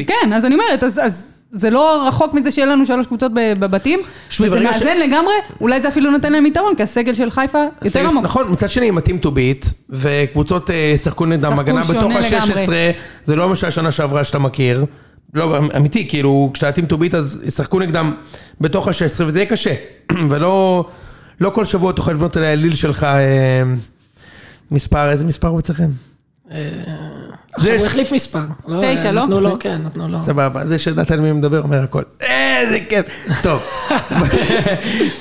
[SPEAKER 3] 50-50.
[SPEAKER 4] כן, אז אני אומרת, אז, אז זה לא רחוק מזה שיהיה לנו שלוש קבוצות ב- בבתים,
[SPEAKER 2] שמי,
[SPEAKER 4] וזה
[SPEAKER 2] ברגע ש-
[SPEAKER 4] מאזן לגמרי, אולי זה אפילו נותן להם יתרון, כי הסגל של חיפה יותר
[SPEAKER 2] סגל-
[SPEAKER 4] עמוק.
[SPEAKER 2] נכון, מצד שני הם מתאים to beat, וקבוצות אה, שחקו נגדם
[SPEAKER 4] שחקו
[SPEAKER 2] הגנה בתוך
[SPEAKER 4] שונה
[SPEAKER 2] ה-16,
[SPEAKER 4] לגמרי.
[SPEAKER 2] זה לא מה שהשנה שעברה שאתה מכיר. לא, אמיתי, כאילו, כשאתה מתאים to beat אז ישחקו נגדם בתוך ה-16, וזה יהיה קשה. ולא לא כל שבוע תוכל לבנות על האליל שלך אה, מספר, איזה מספר הוא אצלכם?
[SPEAKER 1] עכשיו
[SPEAKER 2] זה-
[SPEAKER 1] הוא החליף מספר.
[SPEAKER 4] תשע, לא?
[SPEAKER 1] נתנו לו, כן, נתנו לו.
[SPEAKER 2] סבבה, זה שידעת על מי מדבר אומר הכל. איזה כיף. טוב.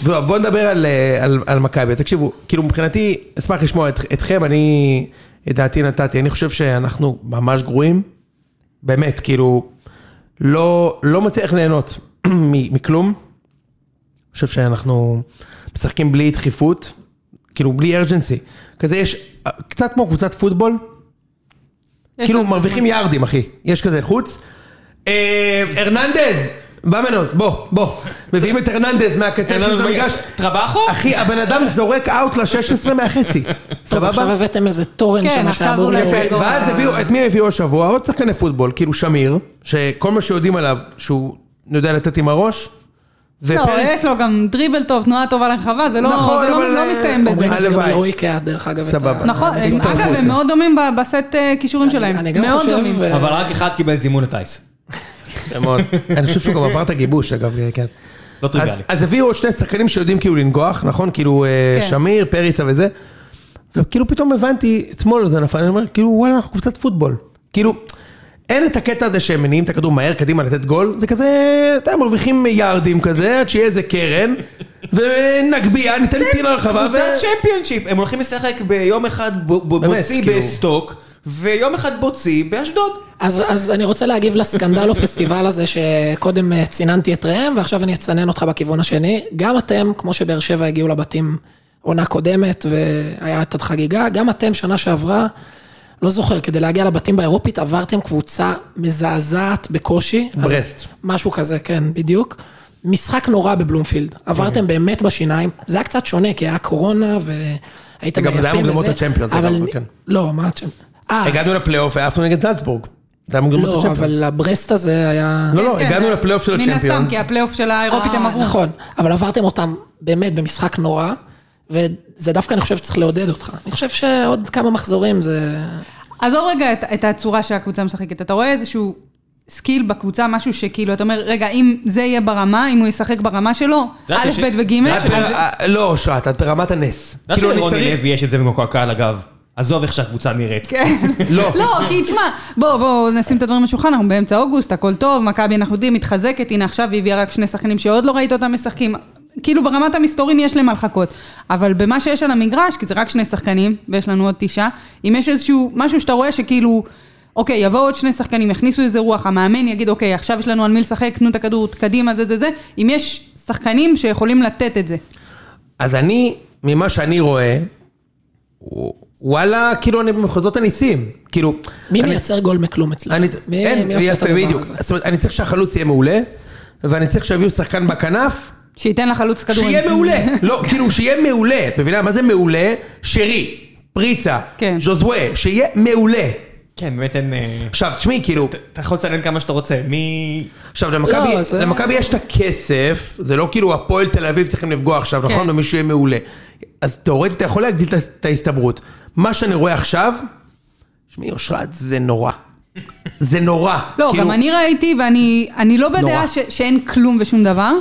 [SPEAKER 2] טוב, בואו נדבר על, אה, על, על מכבי. תקשיבו, כאילו מבחינתי, אשמח לשמוע את, אתכם, אני את דעתי נתתי. אני חושב שאנחנו ממש גרועים. באמת, כאילו, לא, לא מצליח ליהנות מ- מכלום. אני חושב שאנחנו משחקים בלי דחיפות, כאילו בלי ארג'נסי. כזה יש, אה, קצת כמו קבוצת פוטבול,
[SPEAKER 4] יש
[SPEAKER 2] כאילו
[SPEAKER 4] לנו-
[SPEAKER 2] מרוויחים יארדים אחי, יש כזה חוץ. אה, הרננדז, במנוס, בוא, בוא. מביאים את הרננדז מהקצה של
[SPEAKER 3] לא
[SPEAKER 2] המגרש.
[SPEAKER 3] טרבחו?
[SPEAKER 2] אחי, הבן אדם זורק אאוט ל-16 מהחצי,
[SPEAKER 1] טוב, עכשיו
[SPEAKER 2] סבבה?
[SPEAKER 1] הבאתם איזה תורן
[SPEAKER 4] כן,
[SPEAKER 1] שם
[SPEAKER 4] עכשיו
[SPEAKER 1] שאמור
[SPEAKER 4] אולי
[SPEAKER 1] להוריד.
[SPEAKER 4] פלגו.
[SPEAKER 2] ואז הביאו, את מי הביאו השבוע? עוד שחקני פוטבול, כאילו שמיר, שכל מה שיודעים עליו, שהוא יודע לתת עם הראש.
[SPEAKER 4] לא,
[SPEAKER 2] ופרץ-
[SPEAKER 4] יש לו גם דריבל טוב, תנועה טובה לרחבה, זה לא,
[SPEAKER 2] נכון,
[SPEAKER 4] זה
[SPEAKER 2] אבל,
[SPEAKER 4] לא,
[SPEAKER 2] אה,
[SPEAKER 4] לא מסתיים בזה.
[SPEAKER 1] אומרים את זה גם
[SPEAKER 2] הלוואי.
[SPEAKER 1] על אוריקה, דרך אגב. את
[SPEAKER 2] סבבה.
[SPEAKER 1] ה-
[SPEAKER 4] נכון, הם-
[SPEAKER 1] ההתערבות.
[SPEAKER 4] אגב, הם מאוד דומים ב- בסט אה, כישורים שלהם.
[SPEAKER 1] אני גם
[SPEAKER 4] מאוד
[SPEAKER 1] חושב,
[SPEAKER 4] דומים. כן,
[SPEAKER 1] אה,
[SPEAKER 3] אבל רק אחד קיבל זימון לטייס.
[SPEAKER 2] מאוד. אני חושב שהוא גם עבר את הגיבוש, אגב, כן.
[SPEAKER 3] לא
[SPEAKER 2] אז-
[SPEAKER 3] טריוויאלי.
[SPEAKER 2] אז הביאו עוד שני שחקנים שיודעים כאילו לנגוח, נכון? כאילו אה,
[SPEAKER 4] כן.
[SPEAKER 2] שמיר, פריצה וזה. וכאילו פתאום הבנתי, אתמול זה נפל, אני אומר, כאילו וואלה, אנחנו קבוצת פוטבול. כאילו, אין את הקטע הזה שהם מניעים את הכדור מהר קדימה לתת גול, זה כזה, אתה יודע, מרוויחים יארדים כזה, עד שיהיה איזה קרן, ונגביה,
[SPEAKER 4] כן,
[SPEAKER 2] ניתן טיל לרחבה.
[SPEAKER 3] קבוצת צ'מפיונשיפ, הם הולכים לשחק ביום אחד ב- ב-
[SPEAKER 2] באמת,
[SPEAKER 3] מוציא
[SPEAKER 2] כאילו-
[SPEAKER 3] בסטוק, ויום אחד בוצי באשדוד.
[SPEAKER 1] אז, אז אני רוצה להגיב לסקנדל או פסטיבל הזה שקודם אה, ציננתי את ראם, ועכשיו אני אצנן אותך בכיוון השני. גם אתם, כמו שבאר שבע הגיעו לבתים עונה קודמת והיה את החגיגה, גם אתם שנה שעברה, לא זוכר, כדי להגיע לבתים באירופית עברתם קבוצה מזעזעת בקושי.
[SPEAKER 2] ברסט.
[SPEAKER 1] משהו כזה, כן, בדיוק. משחק נורא בבלומפילד, עברתם באמת בשיניים, זה היה קצת שונה, כי היה קורונה והייתם עייפים
[SPEAKER 2] אגב, זה
[SPEAKER 1] וזה.
[SPEAKER 2] היה מוקדמות הצ'מפיונס,
[SPEAKER 1] אבל-
[SPEAKER 2] אגב, כן.
[SPEAKER 1] לא, מה הצ'מפיונס? אה,
[SPEAKER 2] הגענו לפלייאוף ועפנו נגד זלצבורג. זה היה מוקדמות
[SPEAKER 1] לא,
[SPEAKER 2] הצ'מפיונס.
[SPEAKER 1] אבל הברסט הזה היה...
[SPEAKER 2] לא, לא,
[SPEAKER 4] כן,
[SPEAKER 2] הגענו
[SPEAKER 4] זה-
[SPEAKER 2] לפלייאוף של
[SPEAKER 4] מן הסתם,
[SPEAKER 2] הצ'מפיונס.
[SPEAKER 4] כי הפלייאוף של האירופית הם
[SPEAKER 1] אה,
[SPEAKER 4] לא, עברו.
[SPEAKER 1] נכון, אבל עברתם אותם באמת במשחק נורא, וזה דווקא, אני חושב שצריך לעודד אותך. אני חושב שעוד כמה מחזורים זה...
[SPEAKER 4] עזוב רגע את, את הצורה שהקבוצה משחקת. אתה רואה איזשהו סקיל בקבוצה, משהו שכאילו, אתה אומר, רגע, אם זה יהיה ברמה, אם הוא ישחק ברמה שלו,
[SPEAKER 3] יודעת
[SPEAKER 4] א',
[SPEAKER 3] ש-
[SPEAKER 4] ב' וג',
[SPEAKER 3] את יודעת
[SPEAKER 2] את בר- לא, שעת, את ברמת הנס. כאילו,
[SPEAKER 3] אתה יודע שלרוני לוי יש את זה במקום הקהל אגב. עזוב איך שהקבוצה נראית.
[SPEAKER 4] כן.
[SPEAKER 2] לא.
[SPEAKER 4] לא, כי תשמע, בואו בוא, נשים את הדברים על השולחן, אנחנו באמצע אוגוסט, הכל טוב, מכבי אנחנו יודעים, מתחזקת, הנה עכשיו היא הביאה רק שני שחקנים שעוד לא ראית אותם משחקים. כאילו ברמת המסתורין יש להם מה לחכות. אבל במה שיש על המגרש, כי זה רק שני שחקנים, ויש לנו עוד תשעה, אם יש איזשהו משהו שאתה רואה שכאילו, אוקיי, יבואו עוד שני שחקנים, יכניסו איזה רוח, המאמן יגיד, אוקיי, עכשיו יש לנו על מי לשחק, תנו את הכדור קדימה, זה זה זה, אם יש שחקנים שיכולים לתת את זה.
[SPEAKER 2] אז אני, ממה שאני רואה, וואלה, כאילו אני במחוזות הניסים. כאילו...
[SPEAKER 1] מי
[SPEAKER 2] אני-
[SPEAKER 1] מייצר גול מכלום אצלך?
[SPEAKER 2] אני,
[SPEAKER 1] מי-
[SPEAKER 2] אין,
[SPEAKER 1] מי עושה את
[SPEAKER 2] יעשה
[SPEAKER 1] הדבר
[SPEAKER 2] בדיוק.
[SPEAKER 1] הזה?
[SPEAKER 2] זאת אומרת, אני צריך שהחלוץ יהיה מעולה, ואני צריך שיביאו שחקן בכנף,
[SPEAKER 4] שייתן לחלוץ כדורים.
[SPEAKER 2] שיהיה מעולה. לא, כאילו, שיהיה מעולה. את מבינה? מה זה מעולה? שרי, פריצה,
[SPEAKER 4] כן.
[SPEAKER 2] ז'וזווה, שיהיה מעולה.
[SPEAKER 3] כן, באמת אין... אה,
[SPEAKER 2] עכשיו, תשמעי, כאילו,
[SPEAKER 3] אתה יכול לצנן כמה שאתה רוצה. מי...
[SPEAKER 2] עכשיו, למכבי
[SPEAKER 1] לא, זה-
[SPEAKER 2] למכבי יש את הכסף, זה לא כאילו הפועל תל אביב צריכים לפגוע עכשיו,
[SPEAKER 4] כן.
[SPEAKER 2] נכון? ומישהו יהיה מעולה. אז תאורטית אתה יכול להגדיל את ה- את ההסתברות. מה שאני רואה עכשיו, שמי אושרת, זה נורא. זה נורא.
[SPEAKER 4] לא,
[SPEAKER 2] כאילו-
[SPEAKER 4] גם אני ראיתי, ואני אני לא
[SPEAKER 2] נורא.
[SPEAKER 4] בדעה ש, שאין כלום ושום דבר,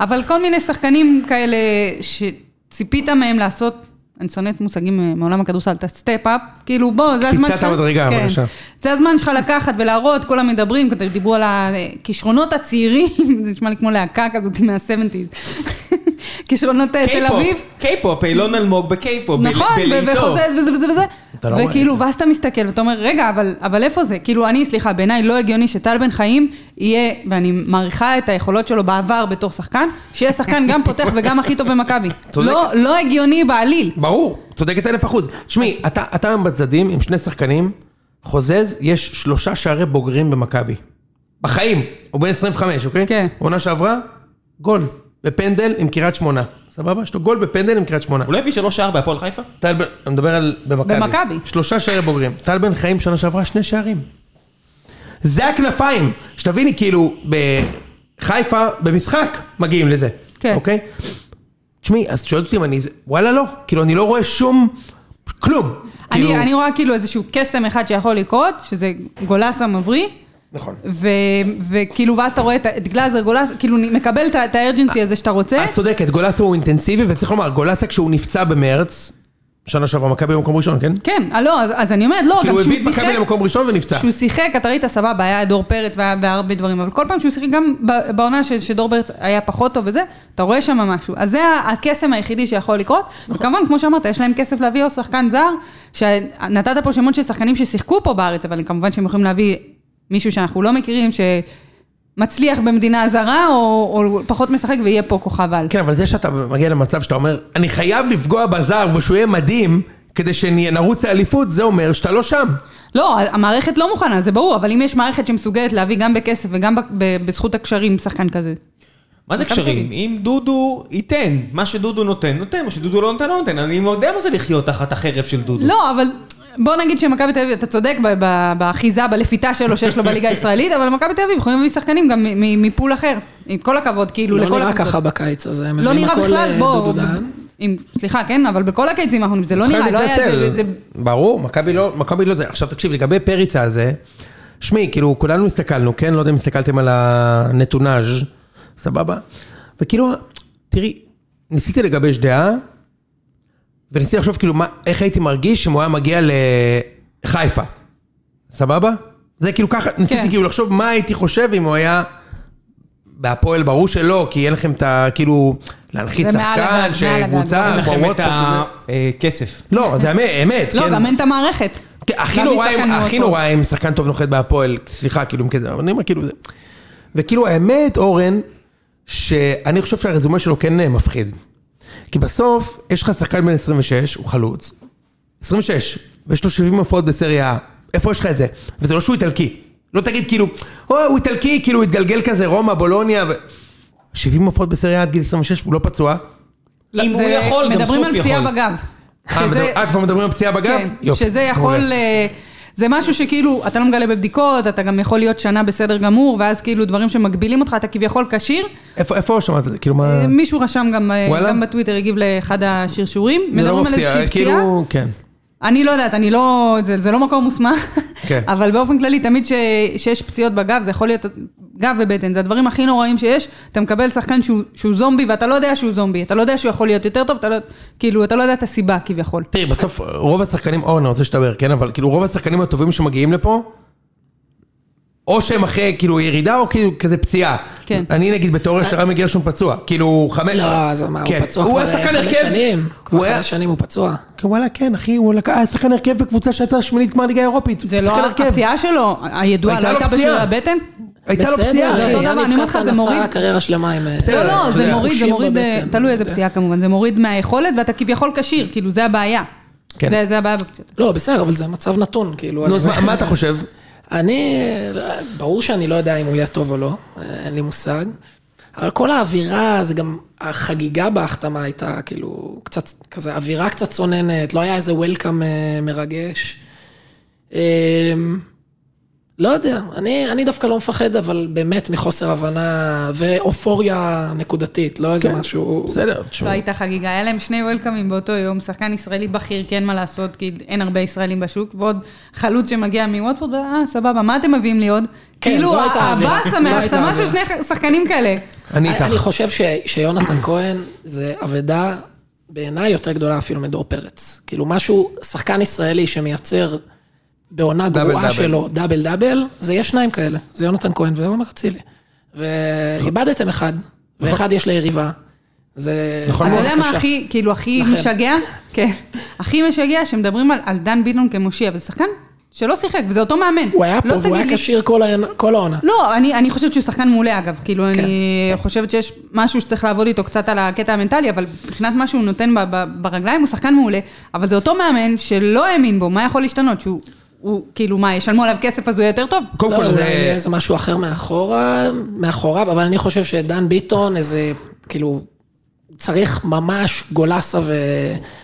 [SPEAKER 4] אבל כל מיני שחקנים כאלה שציפית מהם לעשות, אני שונאת מושגים אה, מעולם הכדורסל, את הסטפ-אפ, כאילו בוא, זה הזמן שלך...
[SPEAKER 2] קפיצת המדרגה,
[SPEAKER 4] כן.
[SPEAKER 2] בבקשה.
[SPEAKER 4] זה הזמן שלך לקחת ולהראות, כולם מדברים, כת- דיברו על הכישרונות הצעירים, זה נשמע לי כמו להקה כזאת מה-70's. כישרונות אה, תל
[SPEAKER 3] קיי-פופ.
[SPEAKER 4] אביב.
[SPEAKER 3] קיי-פופ, אילון אלמוג בקיי-פופ. ב-
[SPEAKER 4] נכון, ב-
[SPEAKER 3] בלעיתו.
[SPEAKER 4] וחוזז וזה וזה וזה.
[SPEAKER 2] אתה לא רואה
[SPEAKER 4] וכאילו,
[SPEAKER 2] את זה.
[SPEAKER 4] ואז אתה מסתכל ואתה אומר, רגע, אבל, אבל איפה זה? כאילו, אני, סליחה, בעיניי לא הגיוני שטל בן חיים יהיה, ואני מעריכה את היכולות שלו בעבר בתור שחקן, שיהיה שחקן גם פותח וגם הכי טוב במכבי.
[SPEAKER 2] צודק.
[SPEAKER 4] לא, לא הגיוני בעליל.
[SPEAKER 2] ברור, צודקת אלף אחוז. תשמעי, אתה, אתה היום בצדדים עם שני שחקנים, חוזז, יש שלושה שערי בוגרים במכבי. בחיים, הוא בן 25, אוקיי?
[SPEAKER 4] כן.
[SPEAKER 2] עונה שעברה, גול, בפנדל עם קריית שמונה. סבבה? יש לו גול בפנדל עם קריית שמונה.
[SPEAKER 3] הוא לא הביא שלוש שער בהפועל חיפה?
[SPEAKER 2] טל בן, אני מדבר על במכבי.
[SPEAKER 4] במכבי.
[SPEAKER 2] שלושה שערי בוגרים. טל בן חיים שנה שעברה שני שערים. זה הכנפיים, שתביני, כאילו, בחיפה, במשחק, מגיעים לזה.
[SPEAKER 4] כן.
[SPEAKER 2] אוקיי? תשמעי, אז שואלת אותי אם אני... וואלה לא, כאילו, אני לא רואה שום... כלום. כאילו,
[SPEAKER 4] אני, אני רואה כאילו איזשהו קסם אחד שיכול לקרות, שזה גולסה מבריא.
[SPEAKER 2] נכון.
[SPEAKER 4] ו- וכאילו, ואז אתה רואה את- את גלאזר גולס, כאילו מקבל את ה- את הארג'נסי הזה שאתה רוצה.
[SPEAKER 2] את אה, צודקת, גולסה הוא אינטנסיבי, וצריך לומר, גולסה כשהוא נפצע במרץ, שנה שעברה, מכבי במקום ראשון, כן?
[SPEAKER 4] כן, אה, לא, אז, אז אני אומרת, לא,
[SPEAKER 2] כאילו,
[SPEAKER 4] גם
[SPEAKER 2] הוא
[SPEAKER 4] כשהוא
[SPEAKER 2] הביא את
[SPEAKER 4] שיחק...
[SPEAKER 2] מכבי למקום ראשון ונפצע.
[SPEAKER 4] כשהוא שיחק, אתה ראית סבבה, היה דור פרץ והיה והרבה דברים, אבל כל פעם שהוא שיחק, גם ב- בעונה ש- שדור פרץ היה פחות טוב וזה, אתה רואה שם משהו. אז זה ה- הקסם היחידי שיכול לקרות, וכמובן, כמו שאמרת, יש להם כסף להביא עוד שחקן זר, שנתת פה שמות של שחקנים ששיחקו פה בארץ, אבל כמובן שהם יכולים להביא מישהו שאנחנו לא מכירים, שמצליח במדינה זרה, או, או פחות משחק ויהיה פה כוכב על.
[SPEAKER 2] כן, אבל זה שאתה מגיע למצב שאתה אומר, אני חייב לפגוע בזר ושהוא יהיה מדהים, כדי שנרוץ לאליפות, זה אומר שאתה לא שם.
[SPEAKER 4] לא, המערכת לא מוכנה, זה ברור, אבל אם יש מערכת שמסוגלת להביא גם בכסף וגם ב- ב- בזכות הקשרים שחקן כזה,
[SPEAKER 3] מה זה
[SPEAKER 4] מכבי
[SPEAKER 3] קשרים?
[SPEAKER 4] תל
[SPEAKER 3] אם דודו ייתן, מה שדודו נותן, נותן, מה שדודו לא נותן, לא נותן. אני יודע מה זה לחיות תחת החרב של דודו.
[SPEAKER 4] לא, אבל בוא נגיד שמכבי תל אביב, אתה צודק ב- ב- באחיזה, בלפיתה שלו שיש לו בליגה הישראלית, אבל מכבי תל אביב יכולים להביא שחקנים גם מ- מ- מפול אחר. עם כל הכבוד, כאילו,
[SPEAKER 1] לא
[SPEAKER 4] לכל
[SPEAKER 1] נראה
[SPEAKER 4] הקבוצות.
[SPEAKER 1] ככה בקיץ הזה, הם
[SPEAKER 4] לא
[SPEAKER 1] מביאים
[SPEAKER 4] נראה
[SPEAKER 1] הכל אה,
[SPEAKER 4] בכלל, בוא...
[SPEAKER 1] לדודו דהן.
[SPEAKER 4] עם- סליחה, כן, אבל בכל הקיצים האחרונים, זה לא
[SPEAKER 2] צריכה
[SPEAKER 4] נראה, לא היה
[SPEAKER 2] להתנצל.
[SPEAKER 4] זה... זה-
[SPEAKER 2] ברור, מכבי לא, מכבי לא זה. עכשיו תקשיב, לגבי פריצה הזה, שמי, כאילו, כולנו הסתכלנו, כן? לא יודע אם הסתכלתם על הנתונאז', סבבה? וכאילו, תראי, ניסיתי לגבש דעה, וניסיתי לחשוב כאילו, מה, איך הייתי מרגיש אם הוא היה מגיע לחיפה, סבבה? זה כאילו ככה, ניסיתי
[SPEAKER 4] כן.
[SPEAKER 2] כאילו לחשוב מה הייתי חושב אם הוא היה... בהפועל ברור שלא, כי אין לכם את ה... כאילו, להנחית
[SPEAKER 4] זה מעל הגג,
[SPEAKER 2] שחקן,
[SPEAKER 4] מעל הגג.
[SPEAKER 2] שקבוצה,
[SPEAKER 3] אין
[SPEAKER 2] כמו
[SPEAKER 3] לכם את אה,
[SPEAKER 2] וואטפורד וזה.
[SPEAKER 3] הכסף.
[SPEAKER 2] לא, זה אמת, אמת,
[SPEAKER 4] לא,
[SPEAKER 2] כן.
[SPEAKER 4] גם אין את המערכת.
[SPEAKER 2] ת- הכי
[SPEAKER 4] להביא
[SPEAKER 2] נורא אם-
[SPEAKER 4] שחקן מאוד
[SPEAKER 2] הכי
[SPEAKER 4] טוב.
[SPEAKER 2] נורא אם שחקן טוב נוחת בהפועל, סליחה, כאילו, עם כזה, אבל אני אומר, כאילו, זה- וכאילו, האמת, אורן, שאני חושב שהרזומה שלו כן אה, מפחיד. כי בסוף, יש לך שחקן בן 26, הוא חלוץ, 26, ויש לו 70 הופעות בסריה A, איפה יש לך את זה? וזה לא שהוא איטלקי. לא תגיד כאילו, אוי, הוא איטלקי, כאילו, הוא התגלגל כזה, רומא, בולוניה, ו... 70 הופעות בסריה A עד גיל 26, הוא לא פצוע.
[SPEAKER 3] אם הוא
[SPEAKER 4] לא, זה-
[SPEAKER 3] יכול, גם סוף
[SPEAKER 4] מדברים על פציעה
[SPEAKER 3] יכול.
[SPEAKER 4] בגב.
[SPEAKER 2] אה, מדבר-
[SPEAKER 4] שזה-
[SPEAKER 2] אה, כבר מדברים על פציעה בגב?
[SPEAKER 4] כן,
[SPEAKER 2] יופי,
[SPEAKER 4] שזה
[SPEAKER 2] מעולה.
[SPEAKER 4] יכול... אה, זה משהו שכאילו, אתה לא מגלה בבדיקות, אתה גם יכול להיות שנה בסדר גמור, ואז כאילו דברים שמגבילים אותך, אתה כביכול כשיר.
[SPEAKER 2] איפה איפה שמעת את זה? כאילו, מה...
[SPEAKER 4] אה, מישהו רשם גם, אה,
[SPEAKER 2] וואלה?
[SPEAKER 4] גם בטוויטר, הגיב לאחד השרשורים.
[SPEAKER 2] זה לא
[SPEAKER 4] מדברים על
[SPEAKER 2] מפתיע,
[SPEAKER 4] איזושהי פציעה.
[SPEAKER 2] כאילו, כן.
[SPEAKER 4] אני לא יודעת, אני לא... זה, זה לא מקום מוסמך.
[SPEAKER 2] כן.
[SPEAKER 4] אבל באופן כללי, תמיד ש, שיש פציעות בגב, זה יכול להיות גב ובטן, זה הדברים הכי נוראים שיש. אתה מקבל שחקן שהוא, שהוא זומבי, ואתה לא יודע שהוא זומבי. אתה לא יודע שהוא יכול להיות יותר טוב, אתה לא... כאילו, אתה לא יודע את הסיבה כביכול.
[SPEAKER 2] תראי, בסוף רוב השחקנים, אורן, אני רוצה שתדבר, כן? אבל כאילו רוב השחקנים הטובים שמגיעים לפה, או שהם אחרי כאילו ירידה או כאילו כזה פציעה.
[SPEAKER 4] כן.
[SPEAKER 2] אני נגיד בתיאוריה שרמי גרשון פצוע, כאילו חמש...
[SPEAKER 1] לא, אז מה, הוא
[SPEAKER 2] כן.
[SPEAKER 1] פצוע
[SPEAKER 2] הוא
[SPEAKER 1] כבר
[SPEAKER 2] היה
[SPEAKER 1] אה,
[SPEAKER 2] שחקן
[SPEAKER 1] חמש
[SPEAKER 2] הרכב.
[SPEAKER 1] שנים.
[SPEAKER 2] הוא
[SPEAKER 1] כבר
[SPEAKER 2] היה...
[SPEAKER 1] חמש שנים הוא פצוע.
[SPEAKER 2] וואלה, כן, אחי, הוא לקח- היה שחקן הרכב בקבוצה שיצאה שמינית גמר ליגה אירופית.
[SPEAKER 4] זה לא...
[SPEAKER 2] שחקן הרכב.
[SPEAKER 4] הפציעה שלו, הידועה,
[SPEAKER 2] הייתה
[SPEAKER 4] לא
[SPEAKER 2] לו
[SPEAKER 4] הייתה
[SPEAKER 2] פציעה.
[SPEAKER 4] בשביל הבטן?
[SPEAKER 2] הייתה לו
[SPEAKER 1] בסדר,
[SPEAKER 2] פציעה,
[SPEAKER 1] אחי,
[SPEAKER 2] אחי. לא,
[SPEAKER 4] זה אותו
[SPEAKER 1] יניב
[SPEAKER 4] דבר, אני אומרת לך,
[SPEAKER 1] קטן
[SPEAKER 4] זה
[SPEAKER 1] עשה
[SPEAKER 4] מוריד.
[SPEAKER 1] קריירה שלמה עם... אה,
[SPEAKER 2] בסדר,
[SPEAKER 4] לא, לא,
[SPEAKER 2] אתה
[SPEAKER 4] זה
[SPEAKER 2] יודע,
[SPEAKER 4] מוריד, זה
[SPEAKER 1] חושים
[SPEAKER 4] מוריד,
[SPEAKER 1] בבטן,
[SPEAKER 4] ב- תלוי איזה
[SPEAKER 1] אתה יודע.
[SPEAKER 4] פציעה כמובן, זה מוריד מהיכולת ואתה כביכול כשיר, כאילו זה הבעיה.
[SPEAKER 2] כן.
[SPEAKER 4] זה- זה הבעיה בפציעות.
[SPEAKER 1] לא, בסדר, אבל זה מצב נתון, כאילו.
[SPEAKER 2] נו,
[SPEAKER 1] אז-
[SPEAKER 2] אז מה- מה אתה חושב?
[SPEAKER 1] אני, ברור שאני לא יודע אם הוא יהיה טוב או לא, אין לי מושג. אבל כל האווירה, זה גם, החגיגה בהחתמה הייתה כאילו, קצת, כזה אווירה קצת צוננת, לא היה איזה וולקאם אה, מרגש. אה, לא יודע, אני, אני דווקא לא מפחד, אבל באמת מחוסר הבנה ואופוריה נקודתית, לא איזה
[SPEAKER 2] כן.
[SPEAKER 1] משהו...
[SPEAKER 2] בסדר,
[SPEAKER 4] לא
[SPEAKER 2] תשמע.
[SPEAKER 4] הייתה חגיגה, היה להם שני וולקאמים באותו יום, שחקן ישראלי בכיר, כי אין מה לעשות, כי אין הרבה ישראלים בשוק, ועוד חלוץ שמגיע מווטפורד, אה, סבבה, מה אתם מביאים לי עוד?
[SPEAKER 1] כן,
[SPEAKER 4] כאילו,
[SPEAKER 1] זו הייתה האווירה.
[SPEAKER 4] הבאס
[SPEAKER 1] זו הייתה
[SPEAKER 4] המהחתמה של
[SPEAKER 1] האווירה.
[SPEAKER 4] שני שחקנים כאלה.
[SPEAKER 2] אני
[SPEAKER 1] לא, אני
[SPEAKER 2] איתך.
[SPEAKER 1] חושב ש, שיונתן כהן זה אבדה בעיניי יותר גדולה אפילו מדור פרץ. כאילו משהו, שחקן ישראלי שמייצר בעונה
[SPEAKER 2] דאבל,
[SPEAKER 1] גרועה
[SPEAKER 2] דאבל.
[SPEAKER 1] שלו דאבל דאבל, זה יש שניים כאלה. זה יונתן כהן ועומר אצילי. ואיבדתם אחד, ואחד יש ליריבה. זה...
[SPEAKER 2] נכון
[SPEAKER 4] אתה
[SPEAKER 2] מאוד,
[SPEAKER 4] יודע מה הכי, כאילו, הכי
[SPEAKER 1] לכן.
[SPEAKER 4] משגע? כן. הכי משגע שמדברים על- על דן בילון כמושיע, וזה שחקן שלא שיחק, וזה אותו מאמן.
[SPEAKER 1] הוא היה
[SPEAKER 4] לא
[SPEAKER 1] פה והוא
[SPEAKER 4] תגיד
[SPEAKER 1] היה
[SPEAKER 4] לי-
[SPEAKER 1] כשיר כל העונה- כל העונה.
[SPEAKER 4] לא, אני, אני חושבת שהוא שחקן מעולה אגב, כאילו כן.
[SPEAKER 1] כן.
[SPEAKER 4] אני חושבת שיש משהו שצריך לעבוד איתו קצת על הקטע המנטלי, אבל מבחינת מה שהוא נותן ב, ב, ברגליים הוא שחקן מעולה, אבל זה אותו מאמן שלא האמין בו, מה יכול להשתנות? שהוא, הוא, כאילו מה, ישלמו עליו כסף אז הוא יהיה יותר טוב?
[SPEAKER 2] קודם
[SPEAKER 1] לא,
[SPEAKER 2] כל,
[SPEAKER 1] אולי
[SPEAKER 2] זה...
[SPEAKER 1] יהיה איזה משהו אחר מאחורה, מאחוריו, אבל אני חושב שדן ביטון, איזה, כאילו, צריך ממש גולסה ו...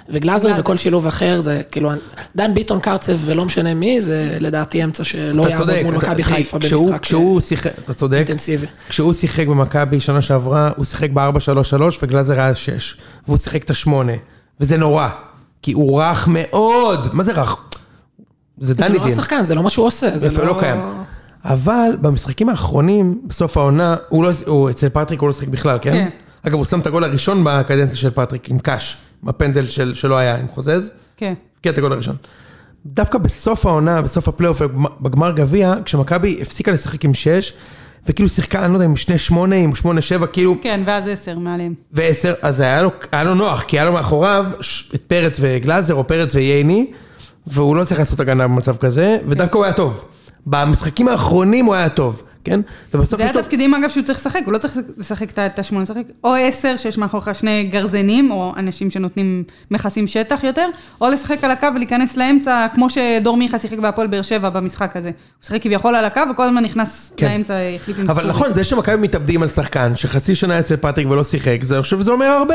[SPEAKER 1] וגלאזר
[SPEAKER 4] גלאזר.
[SPEAKER 1] וכל שילוב אחר, זה כאילו, דן ביטון, קרצב ולא משנה מי, זה לדעתי אמצע שלא
[SPEAKER 2] אתה
[SPEAKER 1] לא יעמוד
[SPEAKER 2] צודק,
[SPEAKER 1] מול
[SPEAKER 2] אתה-
[SPEAKER 1] מכבי
[SPEAKER 2] אחי,
[SPEAKER 1] חיפה
[SPEAKER 2] כשהוא-
[SPEAKER 1] במשחק אה,
[SPEAKER 2] כשהוא שיחק, אתה צודק,
[SPEAKER 1] אינטנסיבי.
[SPEAKER 2] כשהוא שיחק במכבי שנה שעברה, הוא שיחק ב-4-3-3 וגלאזר היה 6, והוא שיחק את ה-8, וזה נורא, כי הוא רך מאוד, מה זה רך? זה
[SPEAKER 1] זה
[SPEAKER 2] דני
[SPEAKER 1] לא
[SPEAKER 2] דין,
[SPEAKER 1] השחקן, זה לא מה שהוא עושה,
[SPEAKER 2] זה
[SPEAKER 1] זה
[SPEAKER 2] לא קיים. אבל במשחקים האחרונים, בסוף העונה, הוא לא, הוא, אצל פטריק הוא לא שיחק בכלל, כן?
[SPEAKER 4] כן.
[SPEAKER 2] כן. אגב, הוא שם את הגול הראשון בקדנציה של פטריק, עם קאש, עם הפנדל של, שלא היה, עם חוזז.
[SPEAKER 4] כן.
[SPEAKER 2] הבקיע את הגול הראשון. דווקא בסוף העונה, בסוף הפלייאוף, בגמר גביע, כשמכבי הפסיקה לשחק עם 6, וכאילו שיחקה, אני לא יודע, עם 2-8, עם 8-7, כאילו,
[SPEAKER 4] כן, ואז עשר מעליהם.
[SPEAKER 2] ו-10, אז היה לו, היה לו נוח, כי היה לו מאחוריו ש- את פרץ וגלאזר, או פרץ וייני, והוא לא צריך לעשות הגנה במצב כזה, ודווקא הוא היה טוב. במשחקים האחרונים הוא היה טוב, כן? ובסוף
[SPEAKER 4] זה
[SPEAKER 2] יש לו...
[SPEAKER 4] התפקידים אגב שהוא צריך לשחק, הוא לא צריך לשחק את ה- את השמונה, לשחק או עשר, שיש מאחוריך שני גרזנים, או אנשים שנותנים, מכסים שטח יותר, או לשחק על הקו ולהיכנס לאמצע, כמו שדור מיכה שיחק בהפועל באר שבע במשחק הזה. הוא שיחק כביכול על הקו, וכל הזמן נכנס
[SPEAKER 2] כן.
[SPEAKER 4] לאמצע, החליף עם
[SPEAKER 2] אבל
[SPEAKER 4] סקורי.
[SPEAKER 2] נכון, זה שמכבי מתאבדים על שחקן שחצי שנה היה אצל פטריק ולא שיחק, זה, אני חושב שזה אומר הרבה.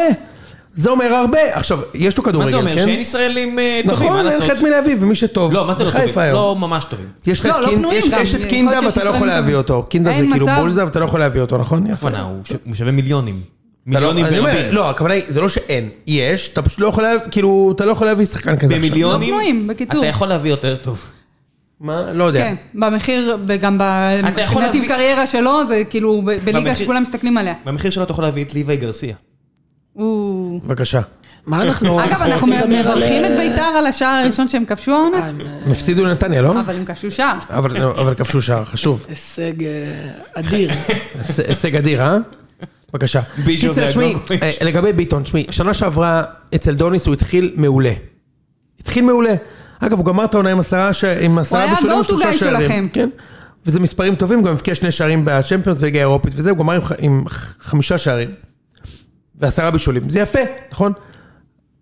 [SPEAKER 2] זה אומר הרבה. עכשיו, יש לו כדורגל,
[SPEAKER 3] מה זה
[SPEAKER 2] כן?
[SPEAKER 3] אומר? שאין ישראלים אה, טובים, מה
[SPEAKER 2] נכון, אין
[SPEAKER 3] לעשות?
[SPEAKER 2] לך את מי להביא, ומי שטוב.
[SPEAKER 3] לא, מה זה לא
[SPEAKER 2] בחיפה
[SPEAKER 3] טובים?
[SPEAKER 2] היום.
[SPEAKER 3] לא ממש טובים.
[SPEAKER 2] יש לך
[SPEAKER 4] לא,
[SPEAKER 2] את
[SPEAKER 4] לא
[SPEAKER 2] קינד-
[SPEAKER 4] פנויים
[SPEAKER 2] יש-
[SPEAKER 4] גם,
[SPEAKER 2] יש את
[SPEAKER 4] יכול
[SPEAKER 2] קינדה
[SPEAKER 4] להיות שיש
[SPEAKER 2] ואתה לא יכול
[SPEAKER 4] ישראלים
[SPEAKER 2] להביא
[SPEAKER 4] טובים.
[SPEAKER 2] אותו. קינדה זה
[SPEAKER 4] אין
[SPEAKER 2] כאילו
[SPEAKER 4] מצב.
[SPEAKER 2] בולזה ואתה לא יכול להביא אותו, נכון? יפה.
[SPEAKER 3] הכוונה, הוא ש- הוא שווה מיליונים.
[SPEAKER 2] אתה לא-
[SPEAKER 3] מיליונים
[SPEAKER 2] אני אומר,
[SPEAKER 3] ברבים.
[SPEAKER 2] לא, הכוונה היא, זה לא שאין, יש, אתה פשוט לא יכול להביא, כאילו, אתה לא יכול להביא שחקן כזה עכשיו.
[SPEAKER 3] במיליונים,
[SPEAKER 4] לא פנויים, בקיצור.
[SPEAKER 3] אתה יכול להביא יותר טוב.
[SPEAKER 2] מה? לא יודע.
[SPEAKER 4] כן, במחיר, וגם ב-
[SPEAKER 3] אתה יכול
[SPEAKER 4] בנתיב
[SPEAKER 3] להביא-
[SPEAKER 4] קריירה שלו, זה כאילו ב- בליגה
[SPEAKER 3] במחיר-
[SPEAKER 4] שכולם מסתכלים עליה.
[SPEAKER 3] במחיר שלו אתה יכול להביא את ליוואי גרסיה.
[SPEAKER 4] הוא...
[SPEAKER 2] בבקשה.
[SPEAKER 1] מה אנחנו... אה,
[SPEAKER 4] אגב, אנחנו
[SPEAKER 1] רוצים לדבר על-
[SPEAKER 4] מברכים את ביתר על השער הראשון שהם כבשו העונה,
[SPEAKER 3] אה,
[SPEAKER 2] הם הפסידו לנתניה, לא?
[SPEAKER 4] אבל הם כבשו שער.
[SPEAKER 2] אבל אבל כבשו שער, חשוב.
[SPEAKER 1] הישג אה, אדיר.
[SPEAKER 2] היש- הישג אדיר, אה? בבקשה.
[SPEAKER 3] ביז'ו
[SPEAKER 2] קיצר, תשמעי,
[SPEAKER 3] והגלוביץ'.
[SPEAKER 2] אה, לגבי ביטון, תשמעי, שנה שעברה אצל דוניס הוא התחיל מעולה. התחיל מעולה. אגב, הוא גמר את העונה עם עשרה ש- עם עשרה
[SPEAKER 4] היה
[SPEAKER 2] בישולים
[SPEAKER 4] ה-go to
[SPEAKER 2] ושלושה
[SPEAKER 4] guy
[SPEAKER 2] שערים.
[SPEAKER 4] שלכם.
[SPEAKER 2] כן. וזה מספרים טובים, גם הבקיע שני שערים בצ'מפיונס וליגה האירופית וזה, הוא גמר עם, ח- עם ח- חמישה שערים. ועשרה בישולים. זה יפה, נכון?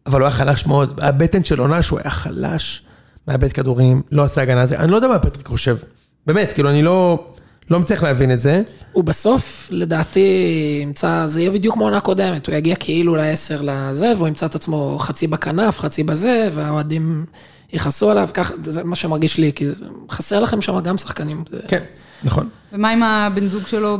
[SPEAKER 2] אבל הוא היה חלש מאוד. הבטן של עונה שהוא היה חלש, מאבד כדורים, לא עשה הגנה זה. אני לא יודע מה פטריק חושב. באמת, כאילו, אני לא, לא מצליח להבין את זה.
[SPEAKER 1] הוא בסוף, לדעתי, ימצא, זה יהיה בדיוק כמו עונה קודמת, הוא יגיע כאילו לעשר לזה, והוא ימצא את עצמו חצי בכנף, חצי בזה, והאוהדים יכעסו עליו, ככה, זה מה שמרגיש לי, כי זה- חסר לכם שם גם שחקנים. זה-
[SPEAKER 2] כן, נכון.
[SPEAKER 4] ומה עם הבן זוג שלו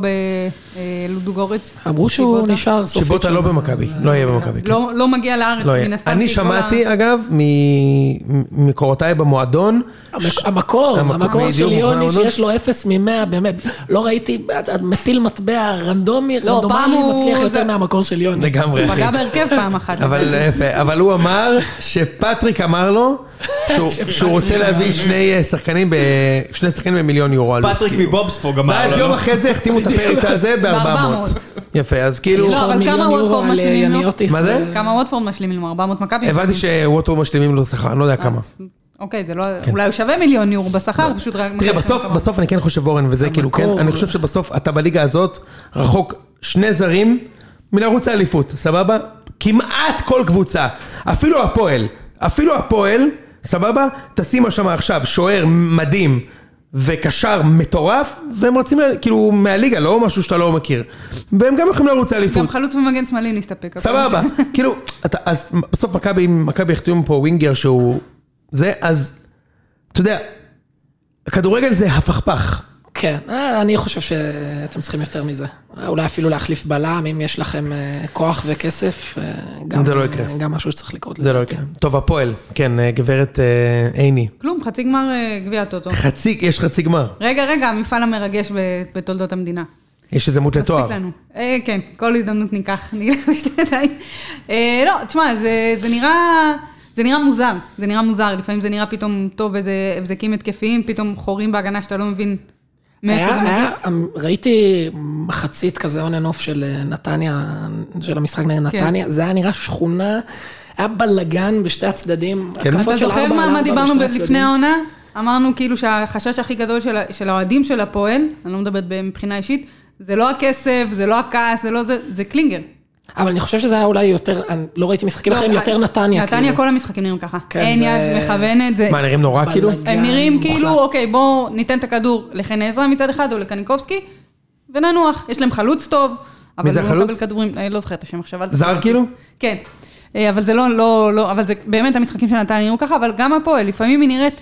[SPEAKER 4] אה, בלודוגורץ?
[SPEAKER 1] אמרו שהוא נשאר סופית.
[SPEAKER 2] שיבוטה
[SPEAKER 1] שם.
[SPEAKER 2] לא במכבי, לא יהיה במכבי. כן.
[SPEAKER 4] לא לא מגיע לארץ,
[SPEAKER 2] לא
[SPEAKER 4] מן
[SPEAKER 2] יהיה.
[SPEAKER 4] הסתם.
[SPEAKER 2] אני
[SPEAKER 4] כי כל ה-
[SPEAKER 2] שמעתי, אגב, מ- מקורותיי במועדון,
[SPEAKER 1] המק- המקור,
[SPEAKER 2] המקור,
[SPEAKER 1] המקור של
[SPEAKER 2] בדיוק,
[SPEAKER 1] יוני
[SPEAKER 2] המועדון.
[SPEAKER 1] שיש לו אפס ממאה, באמת, לא ראיתי, עד- עד מטיל מטבע רנדומי,
[SPEAKER 4] לא,
[SPEAKER 1] רנדומלי
[SPEAKER 4] פעם הוא-
[SPEAKER 1] מצליח
[SPEAKER 4] זה-
[SPEAKER 1] יותר מהמקור של יוני.
[SPEAKER 2] לגמרי,
[SPEAKER 4] הוא
[SPEAKER 2] אחי.
[SPEAKER 4] פגע בהרכב פעם אחת.
[SPEAKER 2] אבל יפה, אבל הוא אמר שפטריק אמר לו שהוא- שהוא רוצה להביא שני אה, שחקנים, ב- שני שחקנים במיליון יורו. עלות,
[SPEAKER 3] פטריק
[SPEAKER 2] כאילו.
[SPEAKER 3] מבובספוג
[SPEAKER 2] ואז
[SPEAKER 3] אמר "לא,
[SPEAKER 2] יום
[SPEAKER 3] לנו.
[SPEAKER 2] אחרי זה החתימו את הפריצה הזה ב-400.
[SPEAKER 4] ב-400.
[SPEAKER 2] יפה, אז כאילו,
[SPEAKER 1] יש לו
[SPEAKER 4] לא, אבל
[SPEAKER 1] מיליון
[SPEAKER 4] כמה
[SPEAKER 1] יורו
[SPEAKER 4] וולקוב
[SPEAKER 1] על, אה,
[SPEAKER 4] משלימים לו?
[SPEAKER 1] יניוטיס.
[SPEAKER 2] מה זה?
[SPEAKER 4] כמה וודפורד משלימים לו? 400 מכבי?
[SPEAKER 2] הבנתי שווטרו משלימים לו שכר, אני לא יודע
[SPEAKER 4] אז-
[SPEAKER 2] כמה.
[SPEAKER 4] אוקיי, זה לא... אולי הוא שווה מיליון יורו בשכר, הוא פשוט רק...
[SPEAKER 2] כן. לא. תראה, בסוף, בסוף אני כן חושב, אורן, וזה כאילו, כן,
[SPEAKER 1] המקור.
[SPEAKER 2] אני חושב שבסוף אתה בליגה הזאת רחוק שני זרים מלרוץ לאליפות, סבבה? כמעט כל קבוצה, אפילו הפועל, אפילו הפועל, סבבה? תשימו שם עכשיו שוער מדהים וקשר מטורף, והם רצים, ל- כאילו, מהליגה, לא משהו שאתה לא מכיר. והם גם יכולים לרוץ לאליפות.
[SPEAKER 4] גם חלוץ ומגן שמאלי נסתפק. הכל
[SPEAKER 2] סבבה,
[SPEAKER 4] בסדר.
[SPEAKER 2] כאילו, אתה, אז בסוף מכבי, אם מכבי יחתימו פה ווינגר שהוא זה, אז, אתה יודע, כדורגל זה הפכפך.
[SPEAKER 1] כן, אה, אני חושב שאתם צריכים יותר מזה. אולי אפילו להחליף בלם, אם יש לכם אה, כוח וכסף. אה, גם-
[SPEAKER 2] זה לא יקרה.
[SPEAKER 1] גם משהו שצריך לקרות.
[SPEAKER 2] זה לא
[SPEAKER 1] לדעתי.
[SPEAKER 2] יקרה. טוב, הפועל, כן, אה, גברת אה, עיני.
[SPEAKER 4] כלום, חצי גמר אה, גביע הטוטו.
[SPEAKER 2] חצי, יש חצי גמר.
[SPEAKER 4] רגע, רגע, המפעל המרגש ב- בתולדות המדינה.
[SPEAKER 2] יש איזה מות לתואר.
[SPEAKER 4] מספיק לנו. אה, כן, כל הזדמנות ניקח, נהיה בשתי ידיים. אה, לא, תשמע, זה, זה נראה... זה נראה מוזר, זה נראה מוזר, לפעמים זה נראה פתאום טוב איזה הבזקים התקפיים, פתאום חורים בהגנה שאתה לא מבין מאיפה זה
[SPEAKER 1] היה,
[SPEAKER 4] מגיע.
[SPEAKER 1] היה, אמ, ראיתי מחצית כזה און אנ אוף של אה, נתניה, של המשחק נגד
[SPEAKER 4] כן.
[SPEAKER 1] נתניה, זה היה נראה שכונה, היה בלאגן בשתי הצדדים.
[SPEAKER 2] כן.
[SPEAKER 1] התקפות
[SPEAKER 4] אתה
[SPEAKER 1] של
[SPEAKER 4] זוכר
[SPEAKER 1] ארבע על
[SPEAKER 4] מה, מה
[SPEAKER 1] ארבע
[SPEAKER 4] דיברנו
[SPEAKER 1] בשני
[SPEAKER 4] ב-
[SPEAKER 1] הצדדים.
[SPEAKER 4] לפני העונה? אמרנו כאילו שהחשש הכי גדול של, ה- של האוהדים של הפועל, אני לא מדברת ב- מבחינה אישית, זה לא הכסף, זה לא הכעס, זה לא זה, זה קלינגר.
[SPEAKER 1] אבל אני חושב שזה היה אולי יותר, אני לא ראיתי משחקים אחרים,
[SPEAKER 4] לא,
[SPEAKER 1] יותר נתניה.
[SPEAKER 4] נתניה,
[SPEAKER 1] כאילו.
[SPEAKER 4] כל המשחקים נראים ככה.
[SPEAKER 1] כן,
[SPEAKER 4] אין
[SPEAKER 1] זה-
[SPEAKER 4] יד מכוונת, זה...
[SPEAKER 2] מה, נראים נורא כאילו?
[SPEAKER 1] בלאגן
[SPEAKER 4] הם נראים כאילו,
[SPEAKER 1] מוחלט.
[SPEAKER 4] אוקיי, בואו ניתן את הכדור לחן עזרא מצד אחד, או לקניקובסקי, וננוח. יש להם חלוץ טוב, אבל
[SPEAKER 2] מי זה
[SPEAKER 4] הוא מקבל
[SPEAKER 2] החלוץ?
[SPEAKER 4] כדורים, אני לא זוכרת את השם עכשיו. אל תשאל
[SPEAKER 2] זר
[SPEAKER 4] אותי.
[SPEAKER 2] כאילו?
[SPEAKER 4] כן. אה, אבל זה לא, לא, לא, אבל זה באמת המשחקים של נתניה נראו ככה, אבל גם הפועל, לפעמים היא נראית,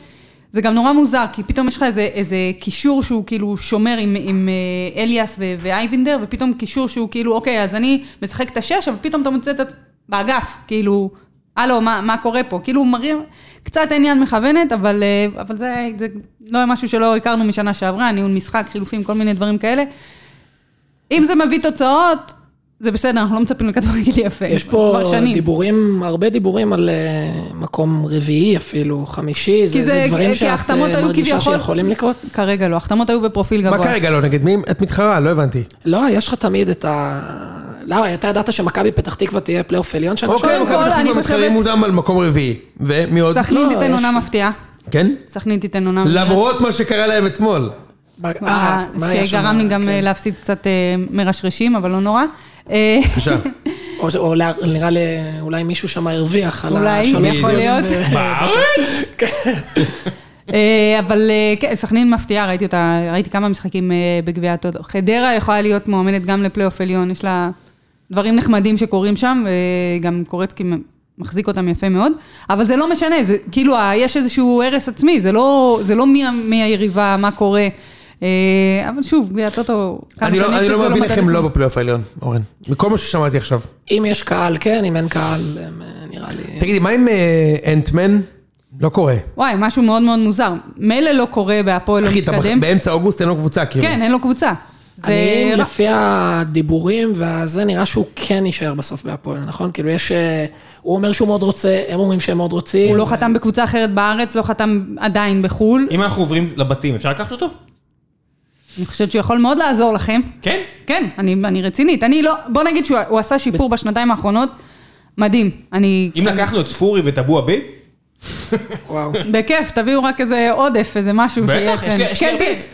[SPEAKER 4] זה גם נורא מוזר, כי פתאום יש לך איזה, איזה קישור שהוא כאילו שומר עם, עם אה, אליאס ו- ואייבינדר, ופתאום קישור שהוא כאילו, אוקיי, אז אני משחק את השש, אבל פתאום אתה מוצא את עצ... באגף, כאילו, הלו, מה, מה קורה פה? כאילו, מראים, קצת אין יד מכוונת, אבל, אה, אבל זה, זה לא משהו שלא הכרנו משנה שעברה, ניהול משחק, חילופים, כל מיני דברים כאלה. אם זה מביא תוצאות, זה בסדר, אנחנו לא מצפים לכדורגל יפה.
[SPEAKER 1] יש פה
[SPEAKER 4] כבר שנים.
[SPEAKER 1] דיבורים, הרבה דיבורים על אה, מקום רביעי אפילו, חמישי, זה,
[SPEAKER 4] כי
[SPEAKER 1] זה
[SPEAKER 4] זה-
[SPEAKER 1] דברים
[SPEAKER 4] כי
[SPEAKER 1] שאת
[SPEAKER 4] ההחתמות
[SPEAKER 1] אה,
[SPEAKER 4] היו
[SPEAKER 1] מרגישה
[SPEAKER 4] כביכול-
[SPEAKER 1] שיכולים לקרות.
[SPEAKER 4] כרגע לא, החתמות היו בפרופיל גבוה.
[SPEAKER 2] מה כרגע לא? נגד מי? את מתחרה, לא הבנתי.
[SPEAKER 1] לא, יש לך תמיד את ה... לא, אתה ידעת שמכבי פתח תקווה תהיה פלייאוף עליון שנה
[SPEAKER 2] אוקיי,
[SPEAKER 4] קודם כל,
[SPEAKER 2] מכבי פתח
[SPEAKER 4] אני
[SPEAKER 2] תקווה מתחרים
[SPEAKER 4] חושבת-
[SPEAKER 2] מודם על מקום רביעי. ומי עוד?
[SPEAKER 4] סכנין
[SPEAKER 1] לא,
[SPEAKER 4] תיתן
[SPEAKER 1] יש-
[SPEAKER 4] עונה מפתיעה.
[SPEAKER 2] כן?
[SPEAKER 4] סכנין תיתן עונה מפתיעה.
[SPEAKER 2] למרות מה שקרה להם אתמול.
[SPEAKER 1] אה, מה היה שם?
[SPEAKER 4] שגרם לי גם אה,
[SPEAKER 1] כן.
[SPEAKER 4] להפסיד קצת אה, מרשרשים, אבל לא נורא. אה,
[SPEAKER 2] בבקשה.
[SPEAKER 1] או ש- או לה- נראה לי, אולי מישהו שם הרוויח על
[SPEAKER 4] אולי,
[SPEAKER 1] השלוש
[SPEAKER 4] יכול
[SPEAKER 1] גולים
[SPEAKER 4] להיות.
[SPEAKER 1] ב-
[SPEAKER 4] אה, אבל אה, כן, סכנין מפתיעה, ראיתי אותה, ראיתי כמה משחקים אה, בגביע הטוטו. חדרה יכולה להיות מועמדת גם לפלייאוף עליון, יש לה דברים נחמדים שקורים שם, וגם קורצקי מחזיק אותם יפה מאוד, אבל זה לא משנה, זה כאילו, ה- יש איזשהו הרס עצמי, זה לא, זה לא מי, ה- מי היריבה, מה קורה. אה, אבל שוב, גביע הטוטו, כמה
[SPEAKER 2] אני
[SPEAKER 4] שאני
[SPEAKER 2] לא- אני
[SPEAKER 4] אוהבת את
[SPEAKER 2] לא
[SPEAKER 4] זה,
[SPEAKER 2] מבין איך
[SPEAKER 4] מדד
[SPEAKER 2] הם
[SPEAKER 4] את
[SPEAKER 2] לא
[SPEAKER 4] זה.
[SPEAKER 2] בפלייאוף העליון, אורן. מכל מה ששמעתי עכשיו.
[SPEAKER 1] אם יש קהל, כן, אם אין קהל, הם, אה, נראה לי...
[SPEAKER 2] תגידי, מה עם אה, אנטמן? לא קורה.
[SPEAKER 4] וואי, משהו מאוד מאוד מוזר. מילא לא קורה בהפועל לא
[SPEAKER 2] אחי, אתה
[SPEAKER 4] מתקדם.
[SPEAKER 2] בח- באמצע אוגוסט אין לו קבוצה, כאילו.
[SPEAKER 4] כן, אין לו קבוצה. זה
[SPEAKER 1] אני,
[SPEAKER 4] רע.
[SPEAKER 1] לפי הדיבורים והזה, נראה שהוא כן יישאר בסוף בהפועל, נכון? כאילו יש... אה, הוא אומר שהוא מאוד רוצה, הם אומרים שהם מאוד רוצים.
[SPEAKER 4] הוא לא חתם בקבוצה אחרת בארץ, לא חתם עדיין בחו"ל.
[SPEAKER 3] אם אנחנו עוברים לבתים, אפשר לקחת אותו?
[SPEAKER 4] אני חושבת שהוא יכול מאוד לעזור לכם.
[SPEAKER 3] כן?
[SPEAKER 4] כן, אני, אני רצינית. אני לא, בוא נגיד שהוא הוא עשה שיפור בשנתיים האחרונות, מדהים. אני...
[SPEAKER 3] אם לקחנו את ספורי ואת אבו עביד,
[SPEAKER 1] וואו.
[SPEAKER 4] בכיף, תביאו רק איזה עודף, איזה משהו שיהיה
[SPEAKER 3] בטח, יש לי-
[SPEAKER 4] אצלנו. כן,
[SPEAKER 3] יש לי הרבה.
[SPEAKER 4] קלטינס,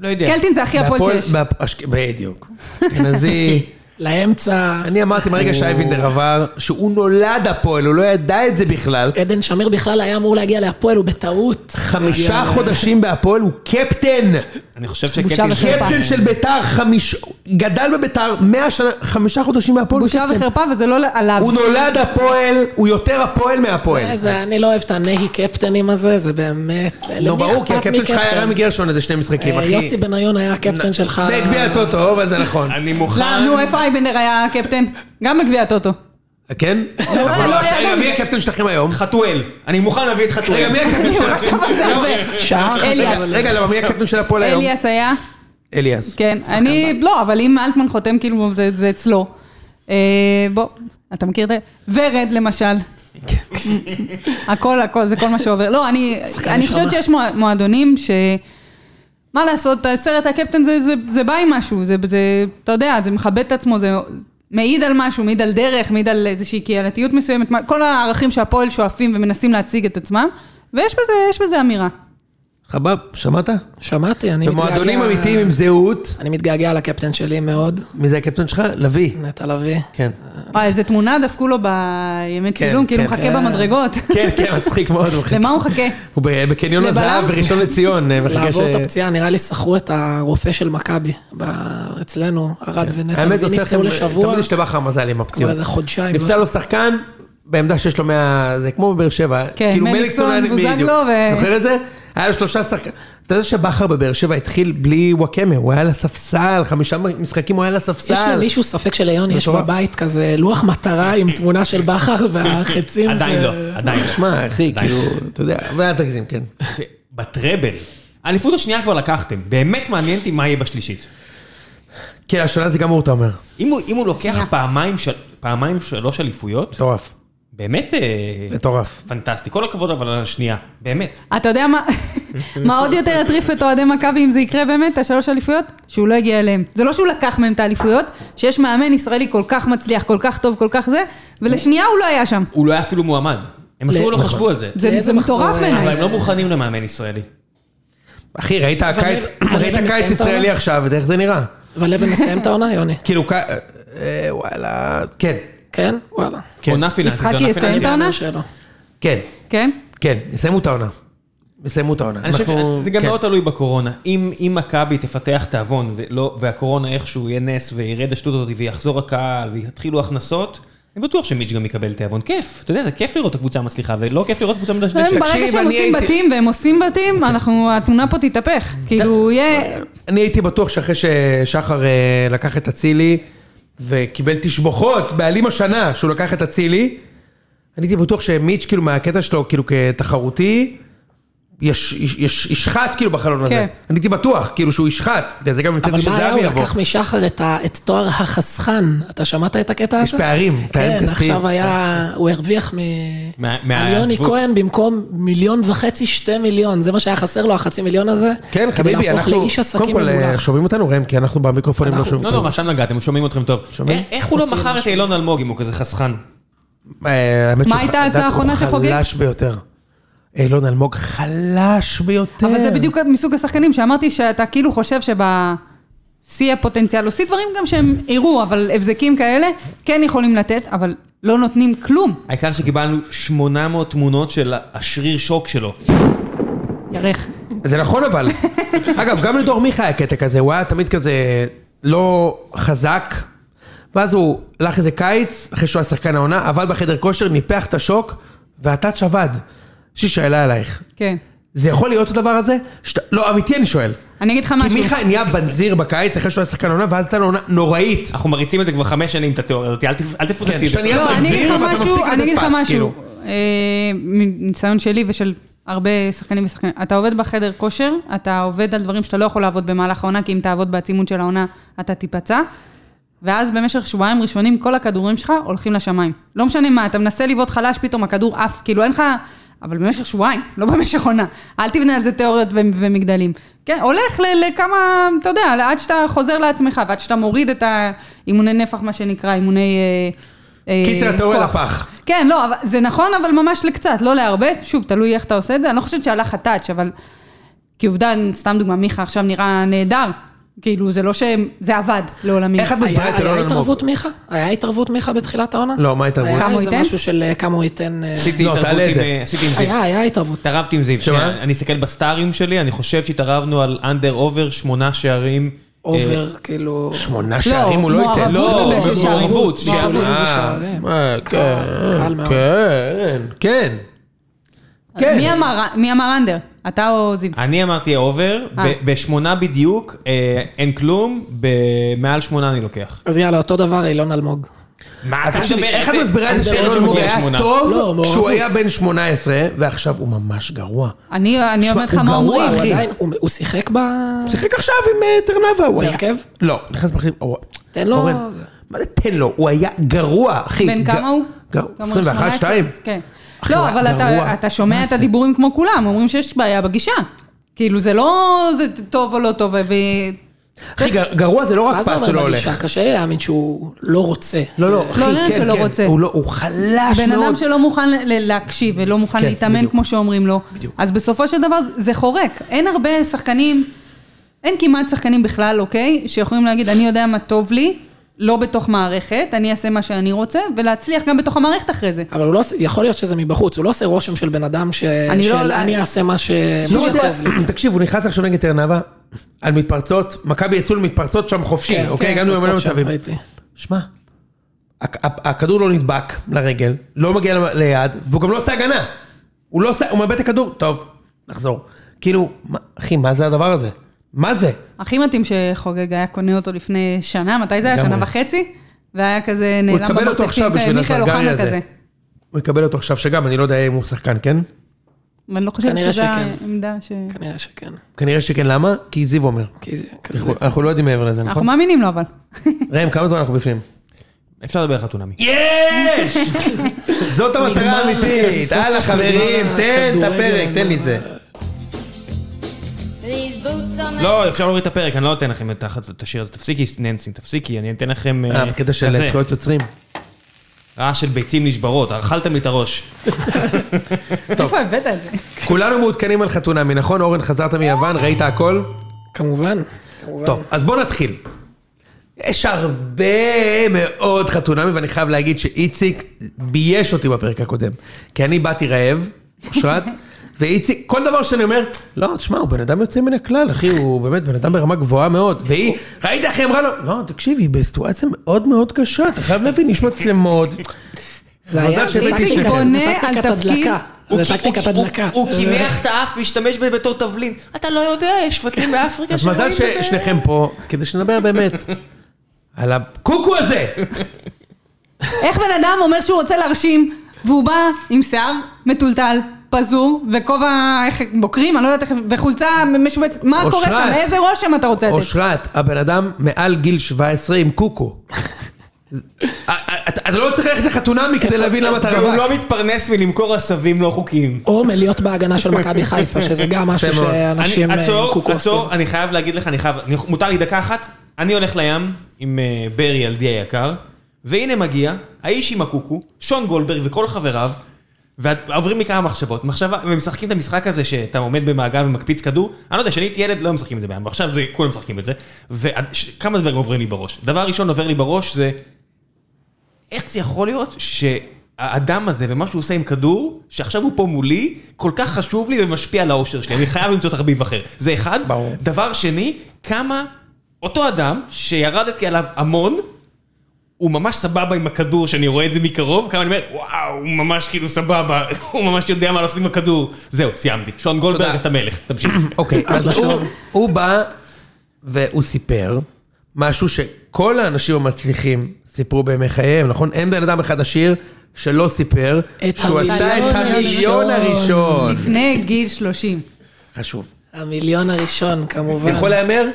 [SPEAKER 3] לא יודע.
[SPEAKER 4] קלטינס זה הכי הפועל שיש.
[SPEAKER 2] בהפ- אשק- בדיוק. אשכנזי.
[SPEAKER 1] לאמצע,
[SPEAKER 2] אני אמרתי
[SPEAKER 3] אה.
[SPEAKER 2] מהרגע שאייבינדר עבר, שהוא נולד הפועל, הוא לא ידע את זה בכלל.
[SPEAKER 1] עדן שמיר בכלל היה אמור להגיע להפועל, הוא בטעות.
[SPEAKER 3] אה.
[SPEAKER 1] אה,
[SPEAKER 2] חמישה חודשים בהפועל הוא קפטן.
[SPEAKER 3] אני חושב
[SPEAKER 4] בושה
[SPEAKER 3] שקלטינס...
[SPEAKER 4] וחרפה.
[SPEAKER 2] קפטן של ביתר, חמיש... גדל בביתר מאה שנה, חמישה חודשים בהפועל. הוא
[SPEAKER 4] בושה
[SPEAKER 2] קפטן.
[SPEAKER 4] וחרפה, וזה לא עליו.
[SPEAKER 2] הוא נולד הפועל, הוא יותר הפועל מהפועל.
[SPEAKER 4] אה,
[SPEAKER 1] איזה, אני לא אוהב את הנהי קפטנים הזה, זה באמת...
[SPEAKER 2] נו
[SPEAKER 1] למי
[SPEAKER 2] לא, ברור, כי
[SPEAKER 1] אכפת
[SPEAKER 2] הקפטן שלך
[SPEAKER 1] מקפטן?
[SPEAKER 2] היה רמי גרשון איזה שני משחקים,
[SPEAKER 1] אה,
[SPEAKER 2] אחי.
[SPEAKER 1] יוסי בניון היה הקפטן שלך.
[SPEAKER 2] זה גביע הטוטו, אבל זה נכון.
[SPEAKER 3] אני מוכן...
[SPEAKER 4] למה, לא, נו, איפה אייבנדר היה הקפטן? גם בגביע הטוטו.
[SPEAKER 2] כן? אבל
[SPEAKER 4] לא,
[SPEAKER 2] עכשיו,
[SPEAKER 4] היה
[SPEAKER 2] רגע,
[SPEAKER 4] גם-
[SPEAKER 2] מי הקפטן שלכם היום?
[SPEAKER 3] חתואל. אני מוכן להביא את
[SPEAKER 2] רגע,
[SPEAKER 3] חתואל.
[SPEAKER 2] מי הקפטן
[SPEAKER 4] הוא
[SPEAKER 2] שלכם?
[SPEAKER 4] חשב על
[SPEAKER 3] לא,
[SPEAKER 4] זה הרבה.
[SPEAKER 1] שעה אחת
[SPEAKER 4] אליאס.
[SPEAKER 1] של-
[SPEAKER 2] רגע, למה מי הקפטן של הפועל היום?
[SPEAKER 4] אליאס היה,
[SPEAKER 2] אליאס.
[SPEAKER 4] כן. אני, לא, אבל אם אלטמן חותם, כאילו, זה- זה אצלו. אה, בוא, אתה מכיר את זה? ורד, למשל. הכל, הכל, זה כל מה שעובר. לא, אני אני
[SPEAKER 1] נשמה.
[SPEAKER 4] חושבת שיש מוע- מועדונים ש... מה לעשות, סרט הקפטן זה- זה- זה בא עם משהו, זה, זה- אתה יודע, זה מכבד את עצמו, זה מעיד על משהו, מעיד על דרך, מעיד על איזושהי קהילתיות מסוימת, מה- כל הערכים שהפועל שואפים ומנסים להציג את עצמם, ויש בזה, יש בזה אמירה.
[SPEAKER 2] חבב, שמעת?
[SPEAKER 1] שמעתי, אני מתגעגע...
[SPEAKER 2] במועדונים אמיתיים עם זהות,
[SPEAKER 1] אני מתגעגע לקפטן שלי מאוד,
[SPEAKER 2] מי זה הקפטן שלך? לביא.
[SPEAKER 1] נטע לביא.
[SPEAKER 2] כן.
[SPEAKER 4] וואי, אה, איזה תמונה דפקו לו בימי צילום, כאילו
[SPEAKER 2] כן,
[SPEAKER 4] מחכה
[SPEAKER 1] כן.
[SPEAKER 4] במדרגות.
[SPEAKER 2] כן, כן, מצחיק מאוד. הוא מחכה.
[SPEAKER 4] למה הוא מחכה?
[SPEAKER 2] הוא ב- בקניון
[SPEAKER 4] לבלם?
[SPEAKER 2] הזהב בראשון לציון. אה, מחכה
[SPEAKER 1] לעבור
[SPEAKER 2] ש-
[SPEAKER 1] את הפציעה, נראה לי שכרו את הרופא של מכבי ב- אצלנו, ארד ונטע
[SPEAKER 2] האמת,
[SPEAKER 1] לביא
[SPEAKER 2] זה עושה
[SPEAKER 1] נפצעו
[SPEAKER 2] לכם,
[SPEAKER 1] לשבוע,
[SPEAKER 2] תמיד ישתבח לך המזל עם
[SPEAKER 1] כבר
[SPEAKER 2] הפציעות.
[SPEAKER 1] איזה חודשיים. לא?
[SPEAKER 2] נפצע לו שחקן בעמדה שיש לו מה... זה כמו בבאר שבע.
[SPEAKER 4] כן,
[SPEAKER 2] כאילו
[SPEAKER 4] מליקסון,
[SPEAKER 2] מליקסון היה-
[SPEAKER 4] בוזגלו
[SPEAKER 2] בדיוק.
[SPEAKER 4] ו-
[SPEAKER 2] זוכר את זה? היה לו שלושה שחקנים. אתה יודע שבכר בבאר שבע התחיל בלי וואקמה, הוא היה על הספסל, חמישה משחקים הוא היה על
[SPEAKER 1] יש
[SPEAKER 2] הספסל.
[SPEAKER 1] למישהו ספק שליון יש
[SPEAKER 2] מטורף.
[SPEAKER 1] בבית כזה לוח מטרה עם תמונה של בכר והחצים זה...
[SPEAKER 3] עדיין לא, עדיין לא.
[SPEAKER 2] שמע, אחי,
[SPEAKER 3] עדיין.
[SPEAKER 2] כאילו, אתה יודע, אבל אל תגזים, כן.
[SPEAKER 3] בטראבל. האליפות השנייה כבר לקחתם, באמת מעניין אותי מה יהיה בשלישית.
[SPEAKER 2] כן, השנה זה גמור, אתה אומר.
[SPEAKER 3] אם הוא, אם הוא לוקח
[SPEAKER 4] שנייה.
[SPEAKER 3] פעמיים, של, פעמיים שלוש אליפויות,
[SPEAKER 2] מטורף.
[SPEAKER 3] באמת אה,
[SPEAKER 2] מטורף.
[SPEAKER 3] פנטסטי. כל הכבוד אבל על השנייה, באמת.
[SPEAKER 4] אתה יודע מה, מה עוד יותר יטריף את אוהדי מכבי אם זה יקרה באמת, השלוש אליפויות? שהוא לא הגיע אליהם. זה לא שהוא לקח מהם את האליפויות, שיש מאמן ישראלי כל כך מצליח, כל כך טוב, כל כך זה, ולשנייה הוא לא היה שם.
[SPEAKER 3] הוא לא היה אפילו מועמד. הם אפילו לא
[SPEAKER 1] נכון.
[SPEAKER 3] חשבו על זה.
[SPEAKER 4] זה
[SPEAKER 1] לאיזה
[SPEAKER 4] זה מטורף
[SPEAKER 1] מחזור היה?
[SPEAKER 3] אבל
[SPEAKER 4] בעיניי.
[SPEAKER 3] הם לא מוכנים למאמן ישראלי.
[SPEAKER 2] אחי, ראית הקיץ,
[SPEAKER 1] אבל-
[SPEAKER 2] ראית
[SPEAKER 1] אבל-
[SPEAKER 2] הקיץ ישראלי עכשיו, איך זה נראה?
[SPEAKER 1] ולבן מסיים את העונה, יוני.
[SPEAKER 2] כאילו, ק- אה, אה, וואלה, כן,
[SPEAKER 1] כן? וואלה.
[SPEAKER 2] כן.
[SPEAKER 3] עונה פיננסית, זה
[SPEAKER 4] יצחקי
[SPEAKER 3] עונה
[SPEAKER 4] יסיים את
[SPEAKER 3] פיננסית.
[SPEAKER 4] העונה?
[SPEAKER 1] אני שלא.
[SPEAKER 2] כן,
[SPEAKER 4] כן?
[SPEAKER 2] כן, יסיימו את העונה. יסיימו את העונה.
[SPEAKER 3] אני חושב
[SPEAKER 2] אנחנו-
[SPEAKER 3] שזה גם
[SPEAKER 2] כן.
[SPEAKER 3] מאוד תלוי בקורונה. אם אם מכבי תפתח תיאבון, ולא- והקורונה איכשהו יהיה נס וירד השטות הזאת ויחזור הקהל ויתחילו הכנסות, אני בטוח שמיץ' גם יקבל תיאבון. כיף, אתה יודע, זה כיף לראות את הקבוצה מצליחה, ולא כיף לראות קבוצה מדשדשת.
[SPEAKER 4] הם ברגע
[SPEAKER 2] אני
[SPEAKER 4] שהם עושים
[SPEAKER 2] הייתי-
[SPEAKER 4] בתים והם עושים בתים, אנחנו, התמונה פה תתהפך. כאילו, יהיה...
[SPEAKER 2] אני הייתי בטוח שאחרי ששחר אה, לקח את אצילי וקיבל תשבוכות בעלים השנה שהוא לקח את אצילי, אני הייתי בטוח שמיץ' כאילו מהקטע שלו כאילו כתחרותי, יש- יש- יש- ישחט כאילו בחלון הזה.
[SPEAKER 4] כן.
[SPEAKER 2] אני הייתי בטוח כאילו שהוא ישחט, בגלל זה גם
[SPEAKER 1] אבל
[SPEAKER 2] המצאתי
[SPEAKER 1] מה היה,
[SPEAKER 2] שזהבי
[SPEAKER 1] הוא
[SPEAKER 2] יבוא.
[SPEAKER 1] לקח משחר את ה- את תואר החסכן. אתה שמעת את הקטע הזה?
[SPEAKER 2] יש פערים, פערים
[SPEAKER 1] כן,
[SPEAKER 2] כספיים.
[SPEAKER 1] עכשיו היה, הוא הרוויח מ...
[SPEAKER 3] מה-
[SPEAKER 1] על יוני
[SPEAKER 3] מהעזבות.
[SPEAKER 1] כהן במקום מיליון וחצי, שתי מיליון, זה מה שהיה חסר לו, החצי מיליון הזה?
[SPEAKER 2] כן, חביבי,
[SPEAKER 1] כדי להפוך
[SPEAKER 2] אנחנו,
[SPEAKER 1] לאיש
[SPEAKER 2] קודם
[SPEAKER 1] עסקים
[SPEAKER 2] כל, אה,
[SPEAKER 1] ממולח.
[SPEAKER 2] שומעים אותנו ראם, כי אנחנו במיקרופונים לא שומעים
[SPEAKER 3] לא
[SPEAKER 2] אותנו.
[SPEAKER 3] נורא, סתם נגעתם, שומעים אתכם טוב.
[SPEAKER 2] שומעים?
[SPEAKER 3] אה, איך הוא לא מכר את אילון אלמוג אם הוא כזה חסכן?
[SPEAKER 1] לא,
[SPEAKER 2] אה, האמת
[SPEAKER 4] מה
[SPEAKER 2] שהוא-
[SPEAKER 4] הייתה ההצעה
[SPEAKER 2] לדעת,
[SPEAKER 4] האחרונה של חוגג?
[SPEAKER 2] הוא חלש ביותר. אילון אלמוג חלש ביותר.
[SPEAKER 4] אבל זה בדיוק מסוג השחקנים שאמרתי שאתה כאילו חושב שבשיא הפוטנציאל עושים דברים גם שהם הראו, אבל הבזקים כאלה כן יכולים לתת, אבל לא נותנים כלום.
[SPEAKER 3] העיקר שקיבלנו 800 תמונות של השריר שוק שלו.
[SPEAKER 4] ירך.
[SPEAKER 2] זה נכון אבל. אגב, גם לדור מיכה היה קטע כזה, הוא היה תמיד כזה לא חזק. ואז הוא הלך איזה קיץ, אחרי שהוא היה שחקן העונה, עבד בחדר כושר, ניפח את השוק, והטאץ' עבד. יש לי שאלה אלייך.
[SPEAKER 4] כן.
[SPEAKER 2] זה יכול להיות הדבר הזה? שת... לא, אמיתי אני שואל.
[SPEAKER 4] אני אגיד לך
[SPEAKER 2] כי
[SPEAKER 4] משהו.
[SPEAKER 2] מיכה נהיה בנזיר בקיץ אחרי שהוא היה שחקן העונה, ואז הייתה לו עונה נוראית.
[SPEAKER 3] אנחנו מריצים את זה כבר חמש שנים, את התיאוריה הזאת, אל תפ- אל תפוצצי
[SPEAKER 2] כן,
[SPEAKER 3] את זה.
[SPEAKER 2] שאני-
[SPEAKER 4] לא, אני אגיד לך
[SPEAKER 2] אבל אתה
[SPEAKER 4] משהו,
[SPEAKER 2] מפסיק לתת
[SPEAKER 4] אני אגיד לך
[SPEAKER 2] פס,
[SPEAKER 4] משהו.
[SPEAKER 2] כאילו.
[SPEAKER 4] אה, מניסיון שלי ושל הרבה שחקנים ושחקנים, אתה עובד בחדר כושר, אתה עובד על דברים שאתה לא יכול לעבוד במהלך העונה, כי אם תעבוד בעצימות של העונה, אתה תיפצע. ואז במשך שבועיים ראשונים, כל הכדורים שלך הולכים לשמיים. לא משנה מה, אתה מנסה לבעוט חלש, פתאום הכדור עף, כאילו אין לך... אבל במשך שבועיים, לא במשך עונה. אל תבנה על זה תיאוריות ו- ומגדלים. כן, הולך ל- לכמה, אתה יודע, עד שאתה חוזר לעצמך, ועד שאתה מוריד את האימוני נפח, מה שנקרא, אימוני... אה, אה,
[SPEAKER 2] קיצר, אתה רואה
[SPEAKER 4] כוח.
[SPEAKER 2] לפח.
[SPEAKER 4] כן, לא, אבל- זה נכון, אבל ממש לקצת, לא להרבה. שוב, תלוי איך אתה עושה את זה. אני לא חושבת שהלך הטאץ', אבל... כי עובדה, סתם דוגמה, מיכה עכשיו נראה נהדר. כאילו, זה לא ש... זה עבד לעולמי.
[SPEAKER 2] איך את מסבירה
[SPEAKER 1] היה
[SPEAKER 2] את זה לא
[SPEAKER 1] היה
[SPEAKER 2] אלמוג?
[SPEAKER 1] התערבות מיכה? היה התערבות מיכה בתחילת העונה?
[SPEAKER 2] לא, מה ההתערבות?
[SPEAKER 1] היה
[SPEAKER 4] כמה הוא
[SPEAKER 1] איזה
[SPEAKER 4] ייתן?
[SPEAKER 1] משהו של אה, כמה הוא ייתן... אה,
[SPEAKER 3] עשיתי
[SPEAKER 2] לא,
[SPEAKER 3] התערבות
[SPEAKER 2] תעלה את
[SPEAKER 3] עם,
[SPEAKER 2] זה.
[SPEAKER 3] אה, עשיתי עם זיו.
[SPEAKER 1] היה, היה
[SPEAKER 2] אה,
[SPEAKER 1] התערבות.
[SPEAKER 3] התערבתי עם זיו.
[SPEAKER 2] שמה?
[SPEAKER 3] שנייה, אני אסתכל בסטארים שלי, אני חושב שהתערבנו על אנדר אובר שמונה שערים. אה,
[SPEAKER 1] אובר, כאילו...
[SPEAKER 2] שמונה שערים הוא לא
[SPEAKER 4] מוערך.
[SPEAKER 2] ייתן.
[SPEAKER 3] לא,
[SPEAKER 4] ערבות ובשערים.
[SPEAKER 3] במעורבות, שערים.
[SPEAKER 1] בישולים
[SPEAKER 2] אה,
[SPEAKER 1] ושערים.
[SPEAKER 2] אה,
[SPEAKER 1] קל
[SPEAKER 2] כן,
[SPEAKER 1] מאוד.
[SPEAKER 2] כן, כן.
[SPEAKER 4] אז מי אמר- מי אמר אנדר? אתה או זיו?
[SPEAKER 2] אה,
[SPEAKER 3] אני אמרתי אובר, ב-
[SPEAKER 4] אה.
[SPEAKER 3] בשמונה בדיוק, אה, אין כלום, במעל שמונה אני לוקח.
[SPEAKER 1] אז יאללה, אותו דבר אילון אלמוג.
[SPEAKER 3] מה
[SPEAKER 2] אז תקשיבי, איך את מסבירה את זה
[SPEAKER 3] שאלות
[SPEAKER 2] שאלון מוגי היה
[SPEAKER 1] לא,
[SPEAKER 2] טוב
[SPEAKER 1] מעורבות.
[SPEAKER 2] כשהוא היה בן 18, ועכשיו הוא ממש גרוע.
[SPEAKER 4] אני אני
[SPEAKER 2] שמע,
[SPEAKER 4] אומרת לך
[SPEAKER 2] הוא
[SPEAKER 4] מה
[SPEAKER 2] גרוע,
[SPEAKER 4] אומרים.
[SPEAKER 1] הוא
[SPEAKER 2] אחי.
[SPEAKER 1] עדיין, הוא- הוא שיחק ב...
[SPEAKER 2] הוא שיחק עכשיו עם אה, טרנבה, הוא היה...
[SPEAKER 1] בהרכב?
[SPEAKER 2] לא, נכנס מחליף. הוא-
[SPEAKER 1] תן לו-
[SPEAKER 2] אורן, מה זה תן לו? הוא היה גרוע, אחי.
[SPEAKER 4] בן
[SPEAKER 2] ג-
[SPEAKER 4] כמה הוא?
[SPEAKER 2] גר-
[SPEAKER 4] אתה אומר
[SPEAKER 2] 21,
[SPEAKER 4] 18?
[SPEAKER 2] 2.
[SPEAKER 4] כן.
[SPEAKER 2] אחי, הוא
[SPEAKER 4] לא,
[SPEAKER 2] היה
[SPEAKER 4] אבל
[SPEAKER 2] גרוע.
[SPEAKER 4] אתה- אתה שומע
[SPEAKER 2] מה
[SPEAKER 4] את
[SPEAKER 2] זה?
[SPEAKER 4] הדיבורים כמו כולם, אומרים שיש בעיה בגישה. כאילו, זה לא זה טוב או לא טוב, ו...
[SPEAKER 2] אחי, גר- גרוע זה לא רק
[SPEAKER 1] מה זה
[SPEAKER 2] פס
[SPEAKER 1] אומר
[SPEAKER 2] שלא
[SPEAKER 1] בגישה?
[SPEAKER 2] הולך.
[SPEAKER 1] קשה לי להאמין שהוא לא רוצה.
[SPEAKER 2] לא, לא, אחי,
[SPEAKER 4] לא, לא,
[SPEAKER 2] כן,
[SPEAKER 4] שלא
[SPEAKER 2] כן.
[SPEAKER 4] רוצה.
[SPEAKER 2] הוא לא- הוא חלש
[SPEAKER 4] בן אדם
[SPEAKER 2] מאוד.
[SPEAKER 4] שלא מוכן ל- להקשיב ולא מוכן
[SPEAKER 2] כן,
[SPEAKER 4] להתאמן,
[SPEAKER 2] בדיוק.
[SPEAKER 4] כמו שאומרים לו,
[SPEAKER 2] בדיוק.
[SPEAKER 4] אז בסופו של דבר זה חורק. אין הרבה שחקנים, אין כמעט שחקנים בכלל, אוקיי, שיכולים להגיד, אני יודע מה טוב לי, לא בתוך מערכת, אני אעשה מה שאני רוצה, ולהצליח גם בתוך המערכת אחרי זה.
[SPEAKER 1] אבל הוא לא עושה, יכול להיות שזה מבחוץ, הוא לא עושה רושם של בן אדם ש...
[SPEAKER 4] אני
[SPEAKER 1] של
[SPEAKER 4] לא-
[SPEAKER 1] אני אעשה מה ש... מה
[SPEAKER 2] לא יודע,
[SPEAKER 1] שטוב לי.
[SPEAKER 2] תקשיב, הוא נכנס עכשיו נגד טרנבה, על מתפרצות, מכבי יצאו למתפרצות שם
[SPEAKER 1] כן,
[SPEAKER 2] חופשי, אוקיי?
[SPEAKER 4] כן,
[SPEAKER 2] הגענו למלא
[SPEAKER 1] בסוף שם
[SPEAKER 2] מצבים.
[SPEAKER 1] ראיתי.
[SPEAKER 2] שמע, הכ- הכ- הכדור לא נדבק לרגל, לא מגיע ל- ליד, והוא גם לא עושה הגנה. הוא לא עושה, הוא מאבד את הכדור, טוב, נחזור. כאילו, מה- אחי, מה זה הדבר הזה? מה זה?
[SPEAKER 4] הכי מתאים שחוגג היה קונה אותו לפני שנה, מתי זה היה?
[SPEAKER 2] לגמרי.
[SPEAKER 4] שנה וחצי? והיה כזה
[SPEAKER 2] הוא
[SPEAKER 4] נעלם
[SPEAKER 2] יקבל אותו עכשיו בשביל
[SPEAKER 4] מיכאל
[SPEAKER 2] הסרגרי
[SPEAKER 4] אוחנה
[SPEAKER 2] הזה.
[SPEAKER 4] כזה.
[SPEAKER 2] הוא יקבל אותו עכשיו שגם, אני לא יודע אם הוא שחקן, כן?
[SPEAKER 4] ואני לא חושבת
[SPEAKER 1] כנראה
[SPEAKER 4] שזו
[SPEAKER 1] שכן.
[SPEAKER 4] העמדה ש...
[SPEAKER 1] כנראה שכן.
[SPEAKER 2] כנראה שכן, למה? כי זיו אומר.
[SPEAKER 1] כי זה- כזה-
[SPEAKER 2] אנחנו- אנחנו לא יודעים מעבר לזה,
[SPEAKER 4] אנחנו
[SPEAKER 2] נכון?
[SPEAKER 4] מאמינים לו אבל.
[SPEAKER 2] ראם, כמה זמן אנחנו בפנים?
[SPEAKER 3] אפשר לדבר על חתונמי.
[SPEAKER 2] יש! זאת המטרה האמיתית. הלאה, חברים, תן את הפרק, תן לי את זה.
[SPEAKER 5] These boots on the
[SPEAKER 3] לא, אפשר להוריד את הפרק, אני לא אתן לכם את הח- את השיר הזה. תפסיקי, ננסי, תפסיקי, אני אתן לכם...
[SPEAKER 2] אה, בקטע של
[SPEAKER 3] כזה.
[SPEAKER 2] זכויות יוצרים.
[SPEAKER 3] רעש של ביצים נשברות, אכלתם לי את הראש.
[SPEAKER 4] איפה הבאת את זה?
[SPEAKER 2] כולנו מעודכנים על חתונמי, נכון? אורן, חזרת מיוון, ראית הכל?
[SPEAKER 1] כמובן. כמובן.
[SPEAKER 2] טוב, אז בוא נתחיל. יש הרבה מאוד חתונמי, ואני חייב להגיד שאיציק בייש אותי בפרק הקודם. כי אני באתי רעב, אושרת, ואיציק, כל דבר שאני אומר, לא, תשמע, הוא בן אדם יוצא מן הכלל, אחי, הוא באמת בן אדם ברמה גבוהה מאוד. והיא, ראית איך היא אמרה לו, לא, תקשיב, היא בסיטואציה מאוד מאוד קשה, אתה חייב להבין, יש מצלמות.
[SPEAKER 1] זה
[SPEAKER 2] מזל
[SPEAKER 1] היה-
[SPEAKER 2] שהבאתי
[SPEAKER 1] זה
[SPEAKER 2] את
[SPEAKER 1] טקטיקת-
[SPEAKER 2] שניכם.
[SPEAKER 4] בונה על
[SPEAKER 1] זה טקטיקת
[SPEAKER 4] תפקיד.
[SPEAKER 1] הדלקה.
[SPEAKER 3] הוא-
[SPEAKER 1] זה
[SPEAKER 3] הוא-
[SPEAKER 1] טקטיקת
[SPEAKER 3] הוא-
[SPEAKER 1] הדלקה.
[SPEAKER 2] אה.
[SPEAKER 3] הוא
[SPEAKER 1] זה-
[SPEAKER 3] קינח את האף והשתמש בזה בתור תבלין. אתה לא יודע, יש שבטים באפריקה
[SPEAKER 2] אז מזל ששניכם פה, כדי שנדבר באמת על הקוקו הזה.
[SPEAKER 4] איך בן אדם אומר שהוא רוצה להרשים, והוא בא עם שיער מטולטל, פזור, וכובע איך- בוקרים, אני לא יודעת איך, וחולצה משובצת, מה קורה
[SPEAKER 2] אושרת.
[SPEAKER 4] שם? איזה רושם אתה רוצה לתת?
[SPEAKER 2] אושרת, הבן אדם מעל גיל 17 עם קוקו. אה, אה, אתה אתה לא צריך ללכת לחתונמי כדי להבין למה אתה
[SPEAKER 3] והוא לא
[SPEAKER 2] רווק.
[SPEAKER 3] מתפרנס מלמכור עשבים לא חוקיים.
[SPEAKER 1] או מלהיות בהגנה של מכבי חיפה, שזה גם משהו
[SPEAKER 2] יפה מאוד.
[SPEAKER 1] שאנשים
[SPEAKER 3] אני-
[SPEAKER 1] אה, עם
[SPEAKER 3] עצור,
[SPEAKER 1] קוקו
[SPEAKER 3] עצור, אני חייב להגיד לך, אני חייב, אני- מותר לי דקה אחת? אני הולך לים עם אה, ברי ילדי היקר, והנה מגיע האיש עם הקוקו, שון גולדברג וכל חבריו, ועוברים לי כמה מחשבות. מחשבה, הם משחקים את המשחק הזה שאתה עומד במעגל ומקפיץ כדור, אני לא יודע, כשאני הייתי ילד לא משחקים את זה בים, ועכשיו זה, כולם משחקים את זה, וכמה דברים עוברים לי בראש. דבר ראשון עובר לי בראש זה, איך זה יכול להיות שהאדם הזה ומה שהוא עושה עם כדור, שעכשיו הוא פה מולי, כל כך חשוב לי ומשפיע על האושר שלי, אני חייב למצוא תחביב אחר. זה אחד.
[SPEAKER 2] ברור.
[SPEAKER 3] דבר שני, כמה אותו אדם שירדתי עליו המון, הוא ממש סבבה עם הכדור, שאני רואה את זה מקרוב, כמה אני אומר, וואו, הוא ממש כאילו סבבה, הוא ממש יודע מה לעשות עם הכדור. זהו, סיימתי. שון גולדברג,
[SPEAKER 2] תודה.
[SPEAKER 3] אתה מלך, תמשיך.
[SPEAKER 2] אוקיי, אז
[SPEAKER 1] אחלה
[SPEAKER 2] הוא-
[SPEAKER 1] שון.
[SPEAKER 2] הוא בא והוא סיפר משהו שכל האנשים המצליחים סיפרו בימי חייהם, נכון? אין בן אדם אחד עשיר שלא סיפר
[SPEAKER 1] את
[SPEAKER 2] שהוא עשה את
[SPEAKER 1] המיליון
[SPEAKER 2] המיליון
[SPEAKER 1] הראשון.
[SPEAKER 2] הראשון.
[SPEAKER 4] לפני גיל 30.
[SPEAKER 2] חשוב.
[SPEAKER 1] המיליון הראשון, כמובן.
[SPEAKER 2] יכול להמר?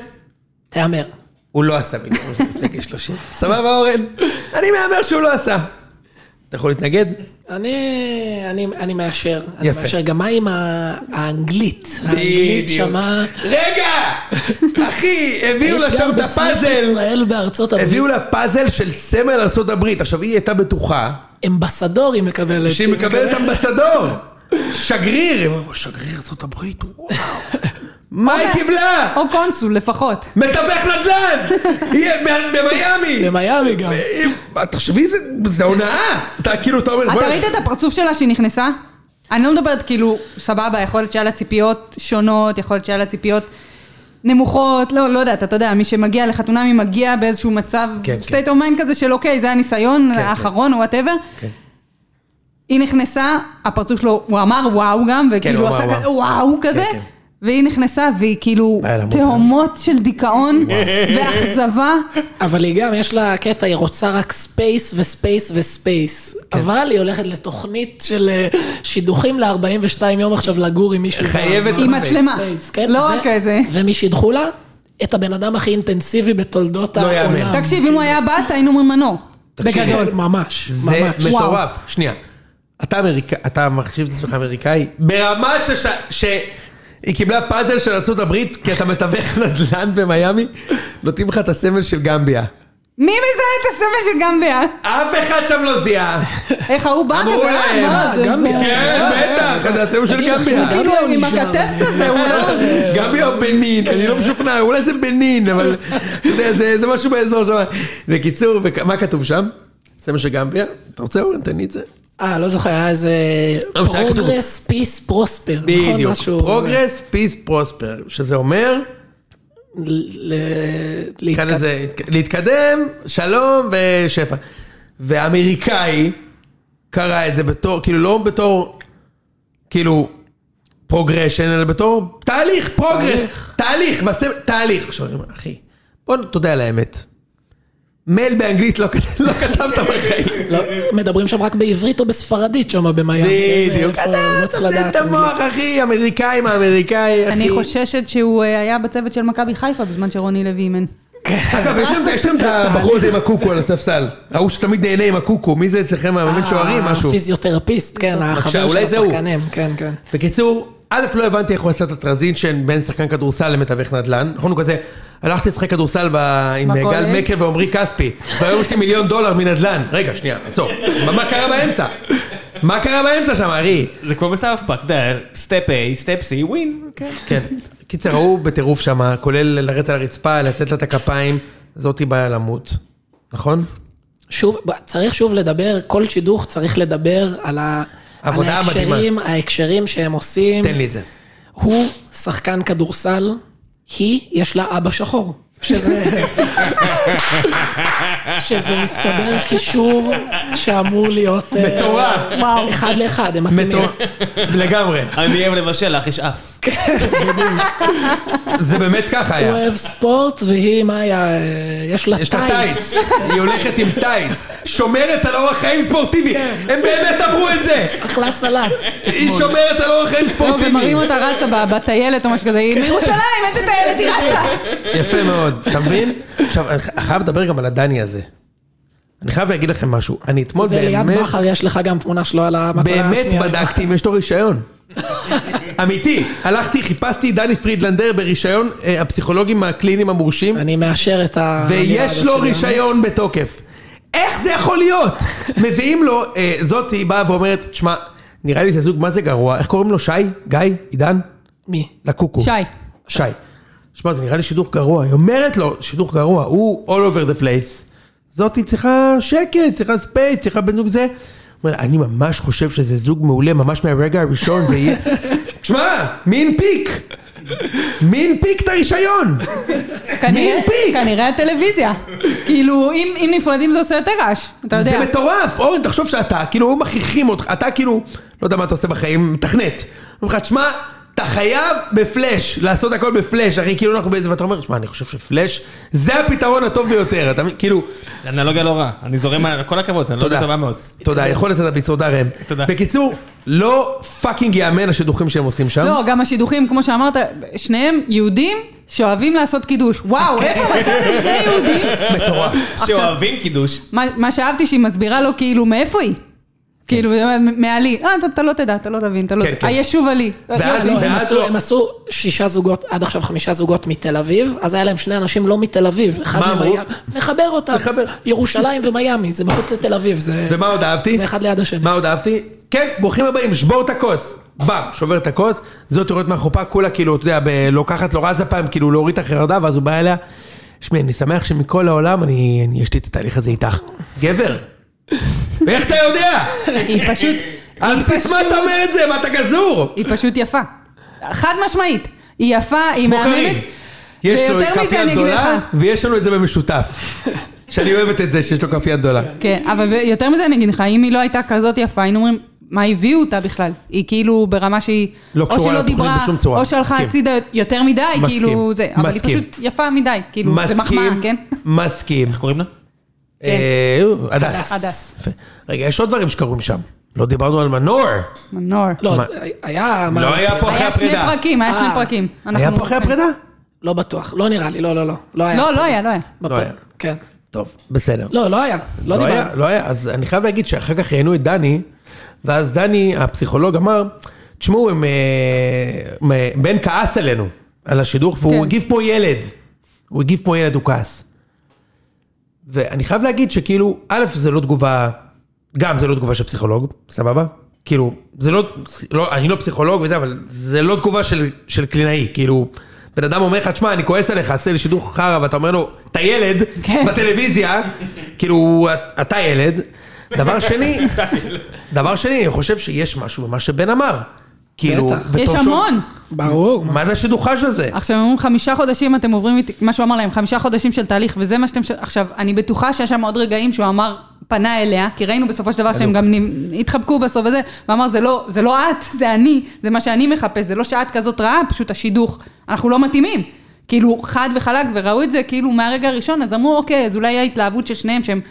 [SPEAKER 1] תהמר.
[SPEAKER 2] הוא לא עשה מיליון לפני גיל 30. סבבה, אורן? אני מהמר שהוא לא עשה. אתה יכול להתנגד?
[SPEAKER 1] אני, אני, אני מאשר. אני
[SPEAKER 2] יפה.
[SPEAKER 1] מאשר. גם מה עם ה- האנגלית? האנגלית
[SPEAKER 2] בדיוק.
[SPEAKER 1] שמע...
[SPEAKER 2] רגע! אחי, הביאו לה
[SPEAKER 1] יש
[SPEAKER 2] שם
[SPEAKER 1] גם
[SPEAKER 2] את
[SPEAKER 1] בסניף
[SPEAKER 2] הפאזל.
[SPEAKER 1] ישראל בארצות הברית.
[SPEAKER 2] הביאו לה פאזל של סמל ארה"ב. עכשיו, היא הייתה בטוחה
[SPEAKER 1] אמבסדור היא מקבלת.
[SPEAKER 2] שהיא מקבלת אמבסדור. שגריר. שגריר ארה"ב, וואו. מה
[SPEAKER 4] אוקיי.
[SPEAKER 2] היא קיבלה?
[SPEAKER 4] או קונסול לפחות.
[SPEAKER 2] מתווך נדל"ן! היא ב- במיאמי!
[SPEAKER 1] במיאמי גם.
[SPEAKER 2] אה, תחשבי, זה- זה הונאה! אתה כאילו, אתה אומר...
[SPEAKER 4] אתה
[SPEAKER 2] "בוא'נה,
[SPEAKER 4] ראית את הפרצוף שלה שהיא נכנסה? אני לא מדברת כאילו, סבבה, יכול להיות שהיה לה ציפיות שונות, יכול להיות שהיה לה ציפיות נמוכות, לא, לא יודעת, אתה יודע, מי שמגיע לחתונה, מי מגיע באיזשהו מצב,
[SPEAKER 2] כן,
[SPEAKER 4] state of mind כזה של אוקיי, זה הניסיון
[SPEAKER 2] כן.
[SPEAKER 4] האחרון, וואטאבר.
[SPEAKER 2] כן.
[SPEAKER 4] היא נכנסה, הפרצוף שלו, הוא אמר וואו גם,
[SPEAKER 2] כן, הוא
[SPEAKER 4] וכאילו
[SPEAKER 2] אמר
[SPEAKER 4] עשה
[SPEAKER 2] וואו.
[SPEAKER 4] כזה וואו כזה.
[SPEAKER 2] כן.
[SPEAKER 4] והיא נכנסה והיא כאילו
[SPEAKER 2] היה לה מות.
[SPEAKER 4] תהומות של דיכאון ואכזבה.
[SPEAKER 1] אבל היא גם, יש לה קטע, היא רוצה רק ספייס וספייס וספייס.
[SPEAKER 2] כן.
[SPEAKER 1] אבל היא הולכת לתוכנית של אה, שידוכים ל-42 יום עכשיו לגור עם מישהו.
[SPEAKER 2] חייבת
[SPEAKER 1] ב-
[SPEAKER 4] עם
[SPEAKER 2] ספייס,
[SPEAKER 4] מצלמה,
[SPEAKER 1] ספייס, כן?
[SPEAKER 4] לא
[SPEAKER 1] ו-
[SPEAKER 4] רק איזה.
[SPEAKER 1] ומי שידחו לה? את הבן אדם הכי אינטנסיבי בתולדות
[SPEAKER 2] לא יאמן.
[SPEAKER 1] העולם.
[SPEAKER 4] תקשיב, אם הוא היה בת, היינו ממנו.
[SPEAKER 2] תקשיב,
[SPEAKER 4] בגדול.
[SPEAKER 1] ממש,
[SPEAKER 2] זה
[SPEAKER 1] ממש.
[SPEAKER 2] מטורף. שנייה. אתה אמריקאי, אתה מחשיב את עצמך אמריקאי, ברמה שש... שהיא קיבלה פאזל של ארה"ב כי אתה מתווך נדל"ן במיאמי, נותנים לך את הסמל של גמביה.
[SPEAKER 4] מי מזהה את הסמל של גמביה?
[SPEAKER 2] אף אחד שם לא זיהה.
[SPEAKER 4] איך ההוא בא
[SPEAKER 2] אמרו
[SPEAKER 4] כזה? אה,
[SPEAKER 2] להם,
[SPEAKER 4] מה, זה-
[SPEAKER 1] גמביה.
[SPEAKER 4] זה-
[SPEAKER 2] כן,
[SPEAKER 1] אה,
[SPEAKER 2] בטח, זה הסמל של
[SPEAKER 1] תגיד, אחי,
[SPEAKER 2] גמביה.
[SPEAKER 1] זה
[SPEAKER 4] כאילו,
[SPEAKER 1] גמביה הוא
[SPEAKER 4] עם
[SPEAKER 1] נשאר.
[SPEAKER 4] הכתף כזה, הוא לא...
[SPEAKER 2] גמביה או בנין, אני לא משוכנע, אולי זה בנין, אבל אתה יודע, זה זה משהו באזור שם. בקיצור, ומה כתוב שם? סמל של גמביה? אתה רוצה אורן? תן לי את זה.
[SPEAKER 1] אה, לא זוכר, היה איזה
[SPEAKER 2] לא, שהיה כתוב.
[SPEAKER 1] פרוגרס, פיס, פרוספר, נכון?
[SPEAKER 2] בדיוק,
[SPEAKER 1] משהו-
[SPEAKER 2] פרוגרס, פיס, פרוספר, שזה אומר,
[SPEAKER 1] ל- ל-
[SPEAKER 2] כאן
[SPEAKER 1] להתקדם.
[SPEAKER 2] איזה, להתקדם, שלום ושפע. והאמריקאי קרא את זה בתור, כאילו לא בתור, כאילו, פרוגרשן, אלא בתור תהליך, פרוגרס,
[SPEAKER 1] תהליך.
[SPEAKER 2] תהליך, בסדר, תהליך. עכשיו אני אומר, אחי, בוא תודה על האמת. מייל באנגלית לא כת- לא כתבת בחיים.
[SPEAKER 1] לא, מדברים שם רק בעברית או בספרדית שם במיאמי.
[SPEAKER 2] בדיוק.
[SPEAKER 1] איפה-
[SPEAKER 2] אתה
[SPEAKER 1] לא צריך
[SPEAKER 2] תוציא
[SPEAKER 1] לדעת.
[SPEAKER 2] את המוח, אחי, אמריקאים, האמריקאי, אחי.
[SPEAKER 4] אני חוששת שהוא אה, היה בצוות של מכבי חיפה בזמן שרוני לוי אימן.
[SPEAKER 2] אגב, יש להם- יש להם את הבחור הזה עם הקוקו על הספסל. ההוא שתמיד נהנה עם הקוקו, מי זה אצלכם המאמן שוערים, משהו.
[SPEAKER 1] הפיזיותרפיסט, אה, כן, החבר של
[SPEAKER 2] אולי זה הוא.
[SPEAKER 1] השחקנים, כן, כן.
[SPEAKER 2] בקיצור, א', לא הבנתי איך הוא עשה את הטרזינשן בין שחקן כדורסל למתווך נדל"ן. נכון, הוא כזה, הלכתי לשחק כדורסל ב- עם אה,
[SPEAKER 4] בקולג'.
[SPEAKER 2] גל מקר ועמרי כספי, והיום יש לי מיליון דולר מנדל"ן. רגע, שנייה, עצור. מה- מה קרה באמצע? מה קרה באמצע שם, ארי?
[SPEAKER 3] זה כמו בסאוף פארק, אתה יודע, סטפ A, סטפ C, ווין. כן.
[SPEAKER 2] כן. קיצר, ההוא בטירוף שם, כולל לרדת על הרצפה, לתת לה את הכפיים, זאתי בעיה למות. נכון?
[SPEAKER 1] שוב, ב- צריך שוב לדבר, כל שידוך צריך לדבר על ה... על
[SPEAKER 2] עבודה מדהימה.
[SPEAKER 1] ההקשרים, ההקשרים שהם עושים.
[SPEAKER 2] תן לי את זה.
[SPEAKER 1] הוא שחקן כדורסל, היא, יש לה אבא שחור. שזה... שזה מסתבר קישור שאמור להיות... אה,
[SPEAKER 2] מטורף.
[SPEAKER 1] וואו. אחד לאחד, הם מתאימים.
[SPEAKER 2] מטורף. לגמרי.
[SPEAKER 3] אני אוהב לבשל לך, יש אף.
[SPEAKER 2] זה באמת
[SPEAKER 1] הוא
[SPEAKER 2] ככה היה.
[SPEAKER 1] אוהב ספורט, והיא, מה היה? אה, יש לה
[SPEAKER 2] יש לה
[SPEAKER 1] טייץ.
[SPEAKER 2] טייץ, היא הולכת עם טייץ, שומרת על אורח חיים ספורטיבי,
[SPEAKER 1] כן.
[SPEAKER 2] הם באמת עברו את זה,
[SPEAKER 1] אכלה סלט.
[SPEAKER 2] היא שומרת על אורח חיים
[SPEAKER 4] לא,
[SPEAKER 2] ספורטיבי.
[SPEAKER 4] ומראים אותה רצה ב- בטיילת או משהו כזה, היא מירושלים, איזה טיילת היא רצה?
[SPEAKER 2] יפה מאוד, אתה מבין? עכשיו, אני ח- חייב לדבר גם על הדני הזה. אני חייב להגיד לכם משהו, אני אתמול
[SPEAKER 1] זה ליד
[SPEAKER 2] לא, באמת,
[SPEAKER 1] בכר, יש לך גם תמונה שלו על המטרה
[SPEAKER 2] באמת
[SPEAKER 1] השנייה.
[SPEAKER 2] בדקתי אם יש לו רישיון. אמיתי, הלכתי, חיפשתי דני פרידלנדר ברישיון אה, הפסיכולוגים הקליניים המורשים.
[SPEAKER 1] אני מאשר את ה...
[SPEAKER 2] ויש לו רישיון בתוקף. איך זה יכול להיות? מביאים לו, אה, זאתי באה ואומרת, תשמע, נראה לי זה זוג, מה זה גרוע? איך קוראים לו? שי? גיא? עידן?
[SPEAKER 1] מי?
[SPEAKER 2] לקוקו.
[SPEAKER 4] שי.
[SPEAKER 2] שי. שמע, זה נראה לי שידוך גרוע. היא אומרת לו, שידוך גרוע, הוא all over the place. זאתי צריכה שקט, צריכה ספייס, צריכה בן זוג זה. הוא אומר, אני ממש חושב שזה זוג מעולה, ממש מהרגע הראשון זה יהיה... תשמע, מי הנפיק? מי הנפיק את הרישיון?
[SPEAKER 4] כנראה-
[SPEAKER 2] הנפיק?
[SPEAKER 4] כנראה הטלוויזיה. כאילו, אם אם נפרדים זה עושה יותר רעש, אתה יודע.
[SPEAKER 2] זה מטורף, אורן, תחשוב שאתה, כאילו, היו מכריחים אותך, אתה כאילו, לא יודע מה אתה עושה בחיים, מתכנת. אומרים לך, תשמע, אתה חייב בפלאש, לעשות הכל בפלאש, אחי, כאילו אנחנו באיזה, ואתה אומר, שמע, אני חושב שפלאש זה הפתרון הטוב ביותר, אתה מבין? כאילו,
[SPEAKER 3] אנלוגיה לא רעה, אני זורם, על- כל הכבוד, אנלוגיה
[SPEAKER 2] תודה.
[SPEAKER 3] טובה מאוד.
[SPEAKER 2] תודה, יכולת אתה ביצור דרם.
[SPEAKER 3] תודה.
[SPEAKER 2] בקיצור, לא פאקינג יאמן השידוכים שהם עושים שם.
[SPEAKER 4] לא, גם השידוכים, כמו שאמרת, שניהם יהודים שאוהבים לעשות קידוש. וואו,
[SPEAKER 2] אוקיי.
[SPEAKER 4] איפה מצאתם שני יהודים?
[SPEAKER 2] מטורף.
[SPEAKER 3] שאוהבים קידוש.
[SPEAKER 2] כן.
[SPEAKER 4] מה, מה שאהבתי שהיא מסבירה לו כאילו מאיפה היא. כאילו, מעלי, אה, אתה- אתה לא תדע, אתה לא תבין, אתה לא...
[SPEAKER 2] כן, כן.
[SPEAKER 4] היישוב עלי.
[SPEAKER 2] ואז-
[SPEAKER 1] לא, הם
[SPEAKER 2] ואז
[SPEAKER 1] עשו,
[SPEAKER 2] לא.
[SPEAKER 1] הם עשו שישה זוגות, עד עכשיו חמישה זוגות מתל אביב, אז היה להם שני אנשים לא מתל אביב, אחד
[SPEAKER 2] מה
[SPEAKER 1] מהם
[SPEAKER 2] אמרו?
[SPEAKER 1] היה... מחבר אותם.
[SPEAKER 2] מחבר.
[SPEAKER 1] ירושלים ומיאמי, זה מחוץ לתל אביב, זה...
[SPEAKER 2] ומה עוד אהבתי?
[SPEAKER 1] זה אחד ליד השני.
[SPEAKER 2] מה עוד אהבתי? כן, ברוכים הבאים, שבור את הכוס. בא, שובר את הכוס, זאת יורדת מהחופה, כולה כאילו, אתה יודע, ב- לוקחת לו רז הפעם, כאילו להוריד את החרדה, ואז הוא בא אליה. שמי, אני שמח שמכל העולם אני אני- יש לי את התהליך הזה איתך. גבר. ואיך אתה יודע?
[SPEAKER 4] היא פשוט...
[SPEAKER 2] על
[SPEAKER 4] היא
[SPEAKER 2] בסיס מה
[SPEAKER 4] פשוט-
[SPEAKER 2] אתה אומר את זה? מה אתה גזור?
[SPEAKER 4] היא פשוט יפה. חד משמעית. היא יפה, היא
[SPEAKER 2] כמו
[SPEAKER 4] מהממת.
[SPEAKER 2] קארין. יש לו
[SPEAKER 4] ויותר מזה,
[SPEAKER 2] כף יד
[SPEAKER 4] אני אגיד
[SPEAKER 2] גדולה,
[SPEAKER 4] לך.
[SPEAKER 2] ויש לנו את זה במשותף. שאני אוהבת את זה שיש לו כף יד גדולה.
[SPEAKER 4] כן, אבל יותר מזה אני אגיד לך, אם היא לא הייתה כזאת יפה, היינו אומרים, מה הביאו אותה בכלל? היא כאילו ברמה שהיא...
[SPEAKER 2] לא
[SPEAKER 4] או
[SPEAKER 2] קשורה
[SPEAKER 4] שהיא
[SPEAKER 2] לתוכנית
[SPEAKER 4] דיברה,
[SPEAKER 2] בשום צורה.
[SPEAKER 4] או שהלכה
[SPEAKER 2] מסכים.
[SPEAKER 4] הצידה יותר מדי,
[SPEAKER 2] מסכים.
[SPEAKER 4] כאילו זה. אבל היא
[SPEAKER 2] מסכים.
[SPEAKER 4] פשוט יפה מדי, כאילו, זה מחמאה,
[SPEAKER 2] מסכים,
[SPEAKER 4] כן?
[SPEAKER 2] מסכים.
[SPEAKER 3] איך קוראים לה?
[SPEAKER 4] כן.
[SPEAKER 2] אה, הדס.
[SPEAKER 4] הדס.
[SPEAKER 2] יפה. רגע, יש עוד דברים שקורים שם. לא דיברנו על מנור.
[SPEAKER 4] מנור.
[SPEAKER 1] לא,
[SPEAKER 2] מה?
[SPEAKER 1] היה...
[SPEAKER 2] לא היה פה אחרי
[SPEAKER 4] היה שני
[SPEAKER 2] הפרידה.
[SPEAKER 4] פרקים, היה שני
[SPEAKER 1] אה.
[SPEAKER 4] פרקים.
[SPEAKER 2] היה
[SPEAKER 4] אנחנו-
[SPEAKER 2] פה אחרי
[SPEAKER 4] כן.
[SPEAKER 2] הפרידה?
[SPEAKER 1] לא בטוח, לא נראה לי, לא, לא, לא. לא היה.
[SPEAKER 4] לא, לא היה, לא היה.
[SPEAKER 1] בפ-
[SPEAKER 2] היה.
[SPEAKER 1] כן.
[SPEAKER 2] טוב, בסדר.
[SPEAKER 1] לא, לא היה, לא
[SPEAKER 2] לא
[SPEAKER 1] דיברנו.
[SPEAKER 2] היה, לא היה. אז אני חייב להגיד שאחר כך ראיינו את דני, ואז דני, הפסיכולוג, אמר, תשמעו, הם... אה, מ- בן כעס עלינו, על השידור, והוא
[SPEAKER 4] כן.
[SPEAKER 2] הגיב כמו ילד. הוא הגיב כמו ילד, הוא כעס. ואני חייב להגיד שכאילו, א', זה לא תגובה, גם זה לא תגובה של פסיכולוג, סבבה? כאילו, זה לא, לא אני לא פסיכולוג וזה, אבל זה לא תגובה של, של קלינאי, כאילו, בן אדם אומר לך, תשמע, אני כועס עליך, עשה לי שידור חרא, ואתה אומר לו, אתה ילד,
[SPEAKER 4] כן.
[SPEAKER 2] בטלוויזיה, כאילו, אתה ילד. דבר שני, דבר שני, אני חושב שיש משהו במה שבן אמר. כאילו,
[SPEAKER 1] בטח.
[SPEAKER 2] בתור
[SPEAKER 4] יש
[SPEAKER 2] שהוא-
[SPEAKER 4] המון.
[SPEAKER 1] ברור.
[SPEAKER 2] מה זה השידוכש הזה?
[SPEAKER 4] עכשיו, הם אומרים חמישה חודשים אתם עוברים איתי, מה שהוא אמר להם, חמישה חודשים של תהליך, וזה מה שאתם... ש- עכשיו, אני בטוחה שיש שם עוד רגעים שהוא אמר, פנה אליה, כי ראינו בסופו של דבר שהם גם נ- התחבקו בסוף וזה, ואמר, זה לא, זה לא את, זה אני, זה מה שאני מחפש, זה לא שאת כזאת רעה, פשוט השידוך, אנחנו לא מתאימים. כאילו, חד וחלק, וראו את זה כאילו מהרגע הראשון, אז אמרו, אוקיי, אז אולי ההתלהבות של שניהם שהם,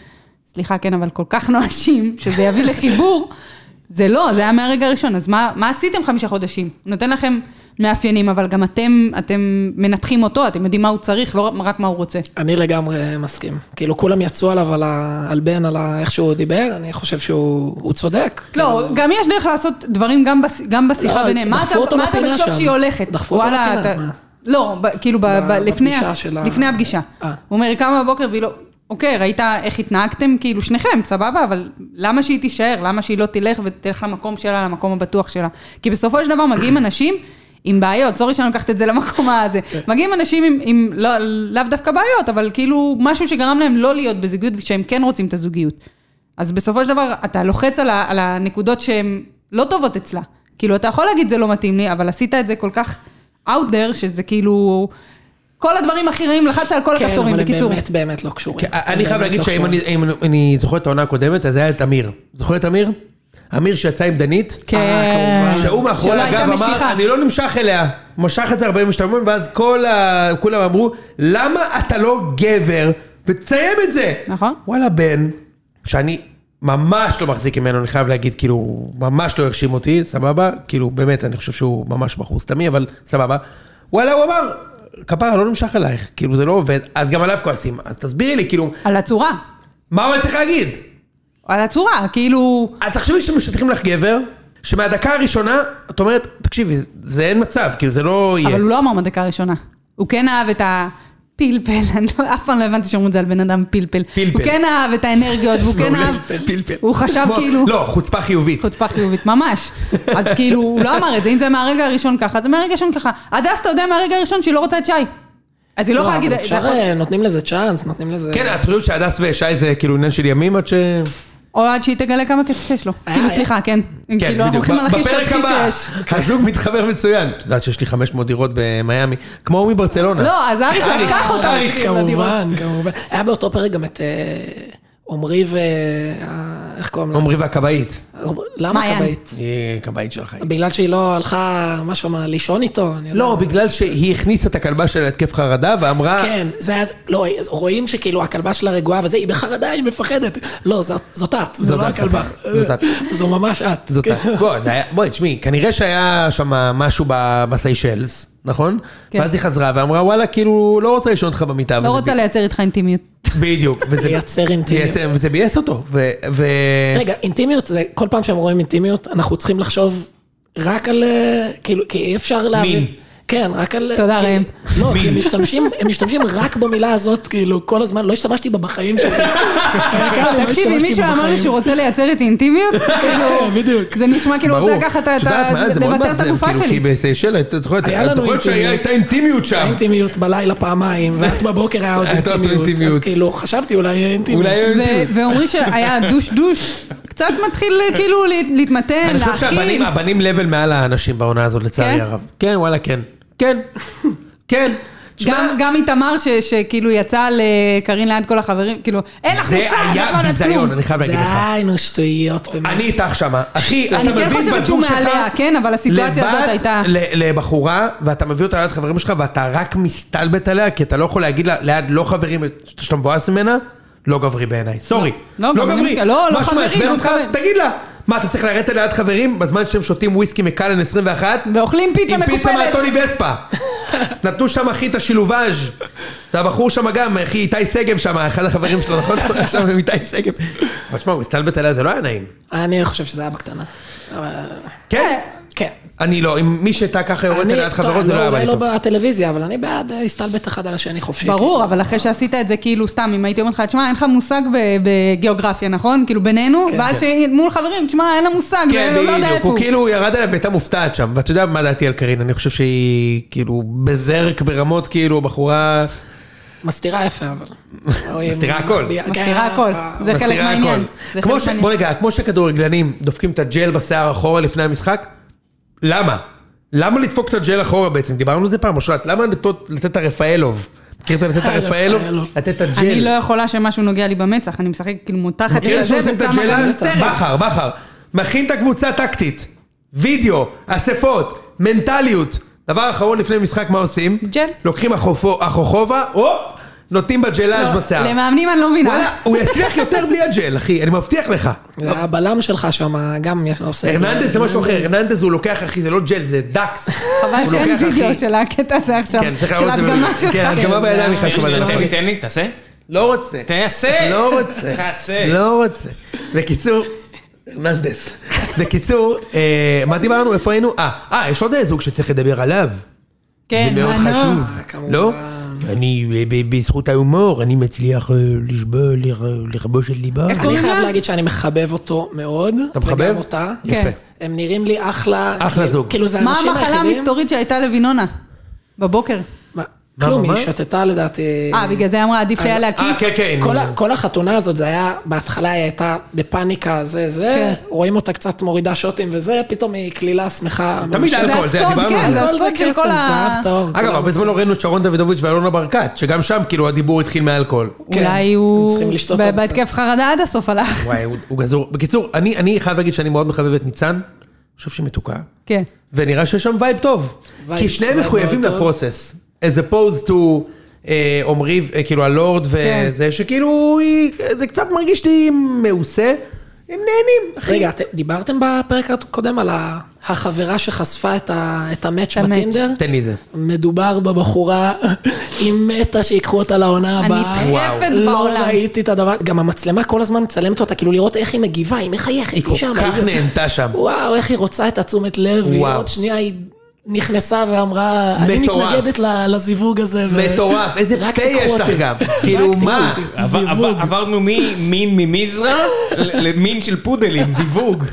[SPEAKER 4] סליחה, כן, אבל כל כך נואשים, שזה יביא לחיבור. זה לא, זה היה מהרגע הראשון, אז מה, מה עשיתם חמישה חודשים? הוא נותן לכם מאפיינים, אבל גם אתם, אתם מנתחים אותו, אתם יודעים מה הוא צריך, לא רק מה הוא רוצה.
[SPEAKER 1] אני לגמרי מסכים. כאילו, כולם יצאו עליו, על ה- על בן, על ה- איך שהוא דיבר, אני חושב שהוא הוא צודק.
[SPEAKER 4] לא, גם יש דרך לעשות דברים גם, בש, גם בשיחה
[SPEAKER 1] כן, לא,
[SPEAKER 4] ביניהם. מה
[SPEAKER 1] דחפו
[SPEAKER 4] אתה,
[SPEAKER 1] אותו
[SPEAKER 4] מה אתה
[SPEAKER 1] לפינה
[SPEAKER 4] בשוק
[SPEAKER 1] שם.
[SPEAKER 4] שהיא הולכת?
[SPEAKER 1] דחפו אותו
[SPEAKER 4] וואלה,
[SPEAKER 1] לפינה,
[SPEAKER 4] אתה-
[SPEAKER 1] מה?
[SPEAKER 4] לא, ב, כאילו, ב, ב, לפני,
[SPEAKER 1] בפגישה של ה-
[SPEAKER 4] לפני הפגישה.
[SPEAKER 1] אה.
[SPEAKER 4] הוא אומר, היא קמה בבוקר והיא לא... אוקיי, ראית איך התנהגתם, כאילו שניכם, סבבה, אבל למה שהיא תישאר? למה שהיא לא תלך ותלך למקום שלה, למקום הבטוח שלה? כי בסופו של דבר מגיעים אנשים עם בעיות, סורי שאני לוקחת את זה למקום הזה. מגיעים אנשים עם, עם לא, לאו דווקא בעיות, אבל כאילו משהו שגרם להם לא להיות בזוגיות ושהם כן רוצים את הזוגיות. אז בסופו של דבר, אתה לוחץ על, ה, על הנקודות שהן לא טובות אצלה. כאילו, אתה יכול להגיד זה לא מתאים לי, אבל עשית את זה כל כך out there, שזה כאילו... כל הדברים הכי רעים, לחצת על כל
[SPEAKER 1] כן,
[SPEAKER 4] הכפתורים,
[SPEAKER 1] אבל הם
[SPEAKER 4] בקיצור.
[SPEAKER 1] באמת באמת לא קשורים.
[SPEAKER 2] כן,
[SPEAKER 1] הם
[SPEAKER 2] אני חייב
[SPEAKER 1] באמת
[SPEAKER 2] להגיד
[SPEAKER 1] לא
[SPEAKER 2] שאם
[SPEAKER 1] קשורים.
[SPEAKER 2] אני- אם אני- אני זוכר את העונה הקודמת, אז היה את אמיר. זוכר את אמיר? אמיר שיצא עם דנית,
[SPEAKER 1] אה,
[SPEAKER 4] כן.
[SPEAKER 1] כמובן.
[SPEAKER 2] שהוא מאחורי
[SPEAKER 4] שלא הייתה
[SPEAKER 2] הגב אמר,
[SPEAKER 4] משיכה.
[SPEAKER 2] אני לא נמשך אליה. הוא משך את זה 42 יום, ואז כל ה... כולם אמרו, למה אתה לא גבר ותסיים את זה?
[SPEAKER 4] נכון.
[SPEAKER 2] וואלה, בן, שאני ממש לא מחזיק ממנו, אני חייב להגיד, כאילו, הוא ממש לא הרשים אותי, סבבה? כאילו, באמת, אני חושב שהוא ממש בחור סתמי, אבל סבבה. וואלה, הוא אמר, כפרה, לא נמשך אלייך, כאילו, זה לא עובד. אז גם עליו כועסים. אז תסבירי לי, כאילו,
[SPEAKER 4] על הצורה.
[SPEAKER 2] מה הוא היה צריך להגיד?
[SPEAKER 4] על הצורה, כאילו...
[SPEAKER 2] אז אה, תחשבי שמשטחים לך גבר, שמהדקה הראשונה, את אומרת, תקשיבי, זה אין מצב, כאילו זה לא יהיה.
[SPEAKER 4] אבל הוא לא אמר מהדקה הראשונה. הוא כן אהב את הפלפל, אני לא- אף פעם לא הבנתי שאומרים את זה על בן אדם פלפל.
[SPEAKER 2] פלפל. לא,
[SPEAKER 4] הוא כן אהב את האנרגיות, והוא כן אהב... הוא חשב
[SPEAKER 2] כמו-
[SPEAKER 4] כאילו...
[SPEAKER 2] לא, חוצפה חיובית.
[SPEAKER 4] חוצפה חיובית, ממש. אז כאילו, הוא לא אמר את זה, אם זה מהרגע הראשון ככה, זה מהרגע הראשון ככה. הדס, אתה יודע מהרגע הראשון שהיא לא רוצה את שי. אז היא לא
[SPEAKER 1] לא,
[SPEAKER 4] יכולה
[SPEAKER 1] אבל
[SPEAKER 4] להגיד... זה
[SPEAKER 1] אפשר,
[SPEAKER 4] יכול-
[SPEAKER 1] אה, נותנים לזה צ'אנס, נותנים לזה...
[SPEAKER 2] כן, את חושבת שהדס ושי זה כאילו עניין של ימים עד ש...
[SPEAKER 4] או עד שהיא תגלה כמה כסף יש לו.
[SPEAKER 1] אה,
[SPEAKER 4] כאילו,
[SPEAKER 1] אה.
[SPEAKER 4] סליחה, כן.
[SPEAKER 2] כן,
[SPEAKER 4] כאילו, אנחנו
[SPEAKER 2] בדיוק.
[SPEAKER 4] הולכים על הכי
[SPEAKER 2] בפרק
[SPEAKER 4] שטחי
[SPEAKER 2] הבא,
[SPEAKER 4] שיש.
[SPEAKER 2] הזוג מתחבר מצוין. את יודעת שיש לי 500 דירות במיאמי, כמו הוא מברצלונה.
[SPEAKER 4] לא, אז אריק
[SPEAKER 2] אריק,
[SPEAKER 4] לקח אותה.
[SPEAKER 2] אריק,
[SPEAKER 4] כאילו, לדירות.
[SPEAKER 1] כמובן, כמובן. היה באותו פרק גם את אה, עמרי ו... אה, איך קוראים לו?
[SPEAKER 2] עמרי והכבאית.
[SPEAKER 1] למה
[SPEAKER 4] מעיין.
[SPEAKER 1] כבאית?
[SPEAKER 2] היא כבאית של החיים.
[SPEAKER 1] בגלל שהיא לא הלכה, מה שם, לישון איתו? אני יודע.
[SPEAKER 2] לא, בגלל שהיא הכניסה את הכלבה שלה להתקף חרדה ואמרה,
[SPEAKER 1] כן, זה היה, לא, רואים שכאילו הכלבה שלה רגועה וזה, היא בחרדה, היא מפחדת. לא, זאת- זאת את, זו
[SPEAKER 2] זאת
[SPEAKER 1] לא
[SPEAKER 2] את,
[SPEAKER 1] הכלבה.
[SPEAKER 2] זאת את.
[SPEAKER 1] זו ממש את.
[SPEAKER 2] זאת
[SPEAKER 1] כן.
[SPEAKER 2] ה... בוא, זה היה... בואי, תשמעי, כנראה שהיה שם משהו ב- בסיישלס, נכון?
[SPEAKER 4] כן.
[SPEAKER 2] ואז היא חזרה ואמרה, וואלה, כאילו, לא רוצה לישון איתך במיטה. וזה
[SPEAKER 4] לא רוצה
[SPEAKER 2] ב- אה,
[SPEAKER 4] לייצר איתך אינטימיות.
[SPEAKER 2] בדיוק. וזה-
[SPEAKER 1] לייצר אינטימיות.
[SPEAKER 2] לייצר- וזה ביאס אותו. ו- ו...
[SPEAKER 1] רגע, אינטימיות זה, כל פעם שהם רואים אינטימיות, אנחנו צריכים לחשוב רק על, אה, כאילו, כי אי אפשר להבין.
[SPEAKER 3] מין.
[SPEAKER 1] כן, רק על...
[SPEAKER 4] תודה,
[SPEAKER 1] כי-
[SPEAKER 4] ראם.
[SPEAKER 1] לא, כי הם משתמשים, הם משתמשים רק במילה הזאת, כאילו, כל הזמן, לא השתמשתי בה בחיים שלי. לא
[SPEAKER 4] תקשיבי, מישהו אמר לי שהוא רוצה לייצר איתי אינטימיות, כאילו,
[SPEAKER 1] כן, בדיוק.
[SPEAKER 4] זה נשמע כאילו הוא
[SPEAKER 2] ברור.
[SPEAKER 4] רוצה
[SPEAKER 2] את
[SPEAKER 4] לקחת את ה...
[SPEAKER 2] יודעת מה? זה מאוד
[SPEAKER 4] לבטל את
[SPEAKER 2] מעצבן,
[SPEAKER 4] הגופה
[SPEAKER 2] כאילו, כי
[SPEAKER 4] שלי.
[SPEAKER 2] בסיישל, את זוכרת,
[SPEAKER 1] היה
[SPEAKER 2] את
[SPEAKER 1] לנו
[SPEAKER 2] זוכרת שהייתה אינטימיות שם.
[SPEAKER 1] אינטימיות בלילה פעמיים, ואז בבוקר היה עוד
[SPEAKER 2] הייתה עוד
[SPEAKER 1] אינטימיות. אז
[SPEAKER 2] אינטימיות.
[SPEAKER 1] כאילו, חשבתי אולי יהיה אינטימיות.
[SPEAKER 2] אולי היה
[SPEAKER 4] כן,
[SPEAKER 2] אינטימיות.
[SPEAKER 4] ו- ואומרים שהיה דוש-דוש, קצת מתחיל כאילו להת- להתמתן,
[SPEAKER 2] אני חושב
[SPEAKER 4] להכין.
[SPEAKER 2] שהבנים הבנים לבל מעל האנשים בעונה הזאת, לצערי
[SPEAKER 4] כן?
[SPEAKER 2] הרב. כן, וואלה, כן. כן. כן. תשמע,
[SPEAKER 4] גם- גם איתמר ש- שכאילו יצא לקרין ליד כל החברים, כאילו, אין לך
[SPEAKER 2] זה
[SPEAKER 4] מושג, את לא
[SPEAKER 2] היה
[SPEAKER 4] יודעת כלום.
[SPEAKER 2] ביזיון, אני חייב להגיד לך.
[SPEAKER 1] די, נו, שטויות. באמת.
[SPEAKER 2] אני איתך שמה. אחי, אתה
[SPEAKER 4] אני כן
[SPEAKER 2] מביא בת
[SPEAKER 4] חושבת שהוא
[SPEAKER 2] זוג שלך
[SPEAKER 4] מעליה, כן, אבל הסיטואציה הזאת
[SPEAKER 2] לבת-
[SPEAKER 4] הייתה-
[SPEAKER 2] ל- לבחורה, ואתה מביא אותה ליד חברים שלך, ואתה רק מסתלבט עליה, כי אתה לא יכול להגיד לה ליד לא חברים, שאתה מבואס ממנה, לא גברי בעיניי. סורי.
[SPEAKER 4] לא, גם אני מסכים. לא, לא
[SPEAKER 2] מה
[SPEAKER 4] חברים,
[SPEAKER 2] שמעצבן
[SPEAKER 4] לא
[SPEAKER 2] אותך,
[SPEAKER 4] מכוון.
[SPEAKER 2] תגיד לה. מה, אתה צריך לרדת ליד חברים בזמן שהם שותים וויסקי מקלן 21?
[SPEAKER 4] ואוכלים פיצה
[SPEAKER 2] עם פיצה
[SPEAKER 4] לא, מקופלת.
[SPEAKER 2] מהטוני וספה. נתנו שם אחי את השילובאז'. והבחור שם גם, אחי, איתי שגב שם, אחד החברים שלו, נכון? שם עם איתי שגב. אבל שמע, הוא הסתלבט עליה, זה לא היה נעים.
[SPEAKER 1] אני חושב שזה היה בקטנה. אבל...
[SPEAKER 2] כן?
[SPEAKER 1] כן.
[SPEAKER 2] אני לא, אם מי שהייתה ככה יורדת
[SPEAKER 1] אני-
[SPEAKER 2] ליד
[SPEAKER 1] טוב,
[SPEAKER 2] חברות, זה לא
[SPEAKER 1] לא,
[SPEAKER 2] היה
[SPEAKER 1] אולי
[SPEAKER 2] בעיה
[SPEAKER 1] לא
[SPEAKER 2] טוב.
[SPEAKER 1] בטלוויזיה, אבל אני בעד אה, הסתלבט אחד על השני חופשי.
[SPEAKER 4] ברור, אבל אחרי שעשית את זה, כאילו, סתם, אם הייתי אומרת לך, תשמע, אין לך מושג ב- בגיאוגרפיה, נכון? כאילו, בינינו,
[SPEAKER 1] כן,
[SPEAKER 4] ואז שמול חברים, תשמע, אין לה מושג,
[SPEAKER 2] כן,
[SPEAKER 4] לא יודע
[SPEAKER 2] בדיוק,
[SPEAKER 4] איפה הוא.
[SPEAKER 2] הוא כאילו ירד עליו והייתה מופתעת שם, ואתה יודע מה דעתי על קרין, אני חושב שהיא כאילו בזרק ברמות, כאילו, בחורה...
[SPEAKER 1] מסתירה יפה, אבל.
[SPEAKER 2] מסתירה הכל.
[SPEAKER 4] מסתירה
[SPEAKER 1] כן,
[SPEAKER 4] הכל.
[SPEAKER 1] אה,
[SPEAKER 4] זה חלק
[SPEAKER 2] מסתירה
[SPEAKER 4] מהעניין.
[SPEAKER 2] הכל.
[SPEAKER 4] זה
[SPEAKER 2] כמו
[SPEAKER 4] חלק
[SPEAKER 2] ש...
[SPEAKER 4] מהעניין.
[SPEAKER 2] בוא רגע, כמו שכדורגלנים דופקים את הג'ל בשיער אחורה לפני המשחק, למה? למה לדפוק את הג'ל אחורה בעצם? דיברנו על זה פעם, אושרת, למה לתת- לתת את הרפאלוב? מכיר את לתת את הרפאלוב?
[SPEAKER 1] הרפאלוב.
[SPEAKER 2] לתת את הג'ל.
[SPEAKER 4] אני לא יכולה שמשהו נוגע לי במצח, אני משחקת כאילו מותחת
[SPEAKER 2] מכיר
[SPEAKER 4] את
[SPEAKER 2] שהוא
[SPEAKER 4] זה
[SPEAKER 2] נותן את
[SPEAKER 4] ושמה
[SPEAKER 2] הג'ל?
[SPEAKER 4] גם סרט.
[SPEAKER 2] בכר, בכר. מכין את הקבוצה הטקטית. וידאו, אספות, מנטליות. דבר אחרון לפני משחק, מה עושים?
[SPEAKER 4] ג'ל.
[SPEAKER 2] לוקחים אחופו- אחוכובה, הופ, נותנים בג'לאז' בשיער.
[SPEAKER 4] למאמנים אני לא
[SPEAKER 2] וואלה,
[SPEAKER 4] מבינה.
[SPEAKER 2] הוא יצליח יותר בלי הג'ל, אחי, אני מבטיח לך.
[SPEAKER 1] הבלם שלך שם גם יש- עושה את זה.
[SPEAKER 2] הרננדז זה משהו אחר, הרננדז הוא לוקח, אחי, זה לא ג'ל, זה דקס.
[SPEAKER 4] חבל
[SPEAKER 2] הוא
[SPEAKER 4] שאין
[SPEAKER 2] לוקח,
[SPEAKER 4] וידאו
[SPEAKER 2] אחי.
[SPEAKER 4] של הקטע הזה עכשיו,
[SPEAKER 2] כן, צריך
[SPEAKER 4] של
[SPEAKER 2] להראות את זה.
[SPEAKER 4] ההדגמה שלך.
[SPEAKER 2] כן, ההדגמה בידיים היא
[SPEAKER 1] כן,
[SPEAKER 2] חשובה, זה
[SPEAKER 3] תן
[SPEAKER 2] נכון.
[SPEAKER 3] לי, אוקיי. תן לי, תעשה.
[SPEAKER 2] לא רוצה.
[SPEAKER 3] תעשה.
[SPEAKER 2] לא רוצה.
[SPEAKER 3] תעשה.
[SPEAKER 2] לא רוצה. בקיצור, הרננדס. בקיצור, אה, מה דיברנו? איפה היינו? אה, אה, יש עוד זוג שצריך לדבר עליו.
[SPEAKER 4] כן,
[SPEAKER 2] זה מאוד
[SPEAKER 4] מנוע.
[SPEAKER 1] אה,
[SPEAKER 2] חשוב.
[SPEAKER 1] כמובן.
[SPEAKER 2] לא? אני, אה, ב- בזכות ההומור, אני מצליח אה, לשבור, לכ- לכבוש את ליבה.
[SPEAKER 4] איך
[SPEAKER 1] אני
[SPEAKER 4] קוראים
[SPEAKER 1] חייב
[SPEAKER 4] לה?
[SPEAKER 1] להגיד שאני מחבב אותו מאוד.
[SPEAKER 2] אתה מחבב?
[SPEAKER 1] וגם אותה.
[SPEAKER 2] יפה.
[SPEAKER 4] כן.
[SPEAKER 1] הם נראים לי אחלה.
[SPEAKER 2] אחלה
[SPEAKER 1] כאילו-
[SPEAKER 2] זוג.
[SPEAKER 1] כאילו זה
[SPEAKER 4] מה
[SPEAKER 1] האנשים
[SPEAKER 4] המחלה
[SPEAKER 1] היחידים.
[SPEAKER 4] המסתורית שהייתה לוינונה? בבוקר.
[SPEAKER 1] מה?
[SPEAKER 2] מה,
[SPEAKER 1] כלום,
[SPEAKER 2] מה?
[SPEAKER 1] היא שתתה לדעתי.
[SPEAKER 4] אה, בגלל זה היא אמרה, עדיף לי היה
[SPEAKER 2] אה,
[SPEAKER 4] להקיק.
[SPEAKER 2] כן, כן.
[SPEAKER 1] כל ה- כל החתונה הזאת, זה היה, בהתחלה היא הייתה בפאניקה, זה, זה,
[SPEAKER 4] כן.
[SPEAKER 1] רואים אותה קצת מורידה שוטים וזה, פתאום היא קלילה, שמחה.
[SPEAKER 2] תמיד
[SPEAKER 1] מאושרת.
[SPEAKER 4] זה
[SPEAKER 2] אלכוהול, זה
[SPEAKER 4] הסוד,
[SPEAKER 2] דיברנו על
[SPEAKER 4] כן,
[SPEAKER 1] הכל
[SPEAKER 4] זה הסוד של כל
[SPEAKER 1] קסם,
[SPEAKER 4] ה...
[SPEAKER 1] זהב טהור.
[SPEAKER 2] אגב,
[SPEAKER 1] כולם-
[SPEAKER 2] הרבה זמן לא ראינו את שרון דוידוביץ' ואלונה ברקת, שגם שם כאילו הדיבור התחיל מאלכוהול.
[SPEAKER 1] כן,
[SPEAKER 4] אולי
[SPEAKER 1] הם
[SPEAKER 4] הוא
[SPEAKER 1] צריכים לשתות
[SPEAKER 4] ב-
[SPEAKER 1] עוד
[SPEAKER 4] בהתקף חרדה עד הסוף הלך.
[SPEAKER 2] וואי, הוא- הוא גזור. בקיצור, אני אני חייב להגיד שאני מאוד מחבב את ניצן, אני חושב שהיא מתוקה,
[SPEAKER 4] כן.
[SPEAKER 2] ונראה שיש שם וייב טוב.
[SPEAKER 1] וייב-
[SPEAKER 2] כי שניהם
[SPEAKER 1] וייב
[SPEAKER 2] מחויבים
[SPEAKER 1] מאוד טוב.
[SPEAKER 2] לפרוסס. as opposed to אה, עמרי, אה, כאילו הלורד
[SPEAKER 4] כן.
[SPEAKER 2] וזה, שכאילו, היא- זה קצת מרגיש לי מעושה. הם נהנים, אחי.
[SPEAKER 1] רגע, אתם- דיברתם בפרק הקודם על ה- החברה שחשפה את ה- את המאץ'
[SPEAKER 4] המאץ'.
[SPEAKER 1] בטינדר?
[SPEAKER 2] תן לי את זה.
[SPEAKER 1] מדובר בבחורה, היא מתה שיקחו אותה לעונה
[SPEAKER 4] אני
[SPEAKER 1] הבאה.
[SPEAKER 4] דחפת
[SPEAKER 1] לא
[SPEAKER 4] בעולם.
[SPEAKER 1] ראיתי את הדבר, גם המצלמה כל הזמן מצלמת אותה, כאילו לראות איך היא מגיבה, היא מחייכת,
[SPEAKER 2] היא כל
[SPEAKER 1] שם,
[SPEAKER 2] כך
[SPEAKER 1] היא-
[SPEAKER 2] נהנתה שם.
[SPEAKER 1] וואו, איך היא רוצה את התשומת לב, היא
[SPEAKER 2] וואו.
[SPEAKER 1] עוד שנייה היא נכנסה ואמרה, אני
[SPEAKER 2] מטורף.
[SPEAKER 1] מתנגדת ל- לזיווג הזה. ו-
[SPEAKER 2] מטורף, איזה
[SPEAKER 1] רק
[SPEAKER 2] פה
[SPEAKER 1] תיקחו
[SPEAKER 2] יש
[SPEAKER 1] אותי.
[SPEAKER 2] לך גם.
[SPEAKER 1] רק
[SPEAKER 2] כאילו,
[SPEAKER 1] תיקחו
[SPEAKER 2] מה?
[SPEAKER 1] אותי.
[SPEAKER 3] עבר-
[SPEAKER 1] זיווג.
[SPEAKER 3] עבר- עברנו ממין ממזרע ל- למין של פודלים, זיווג.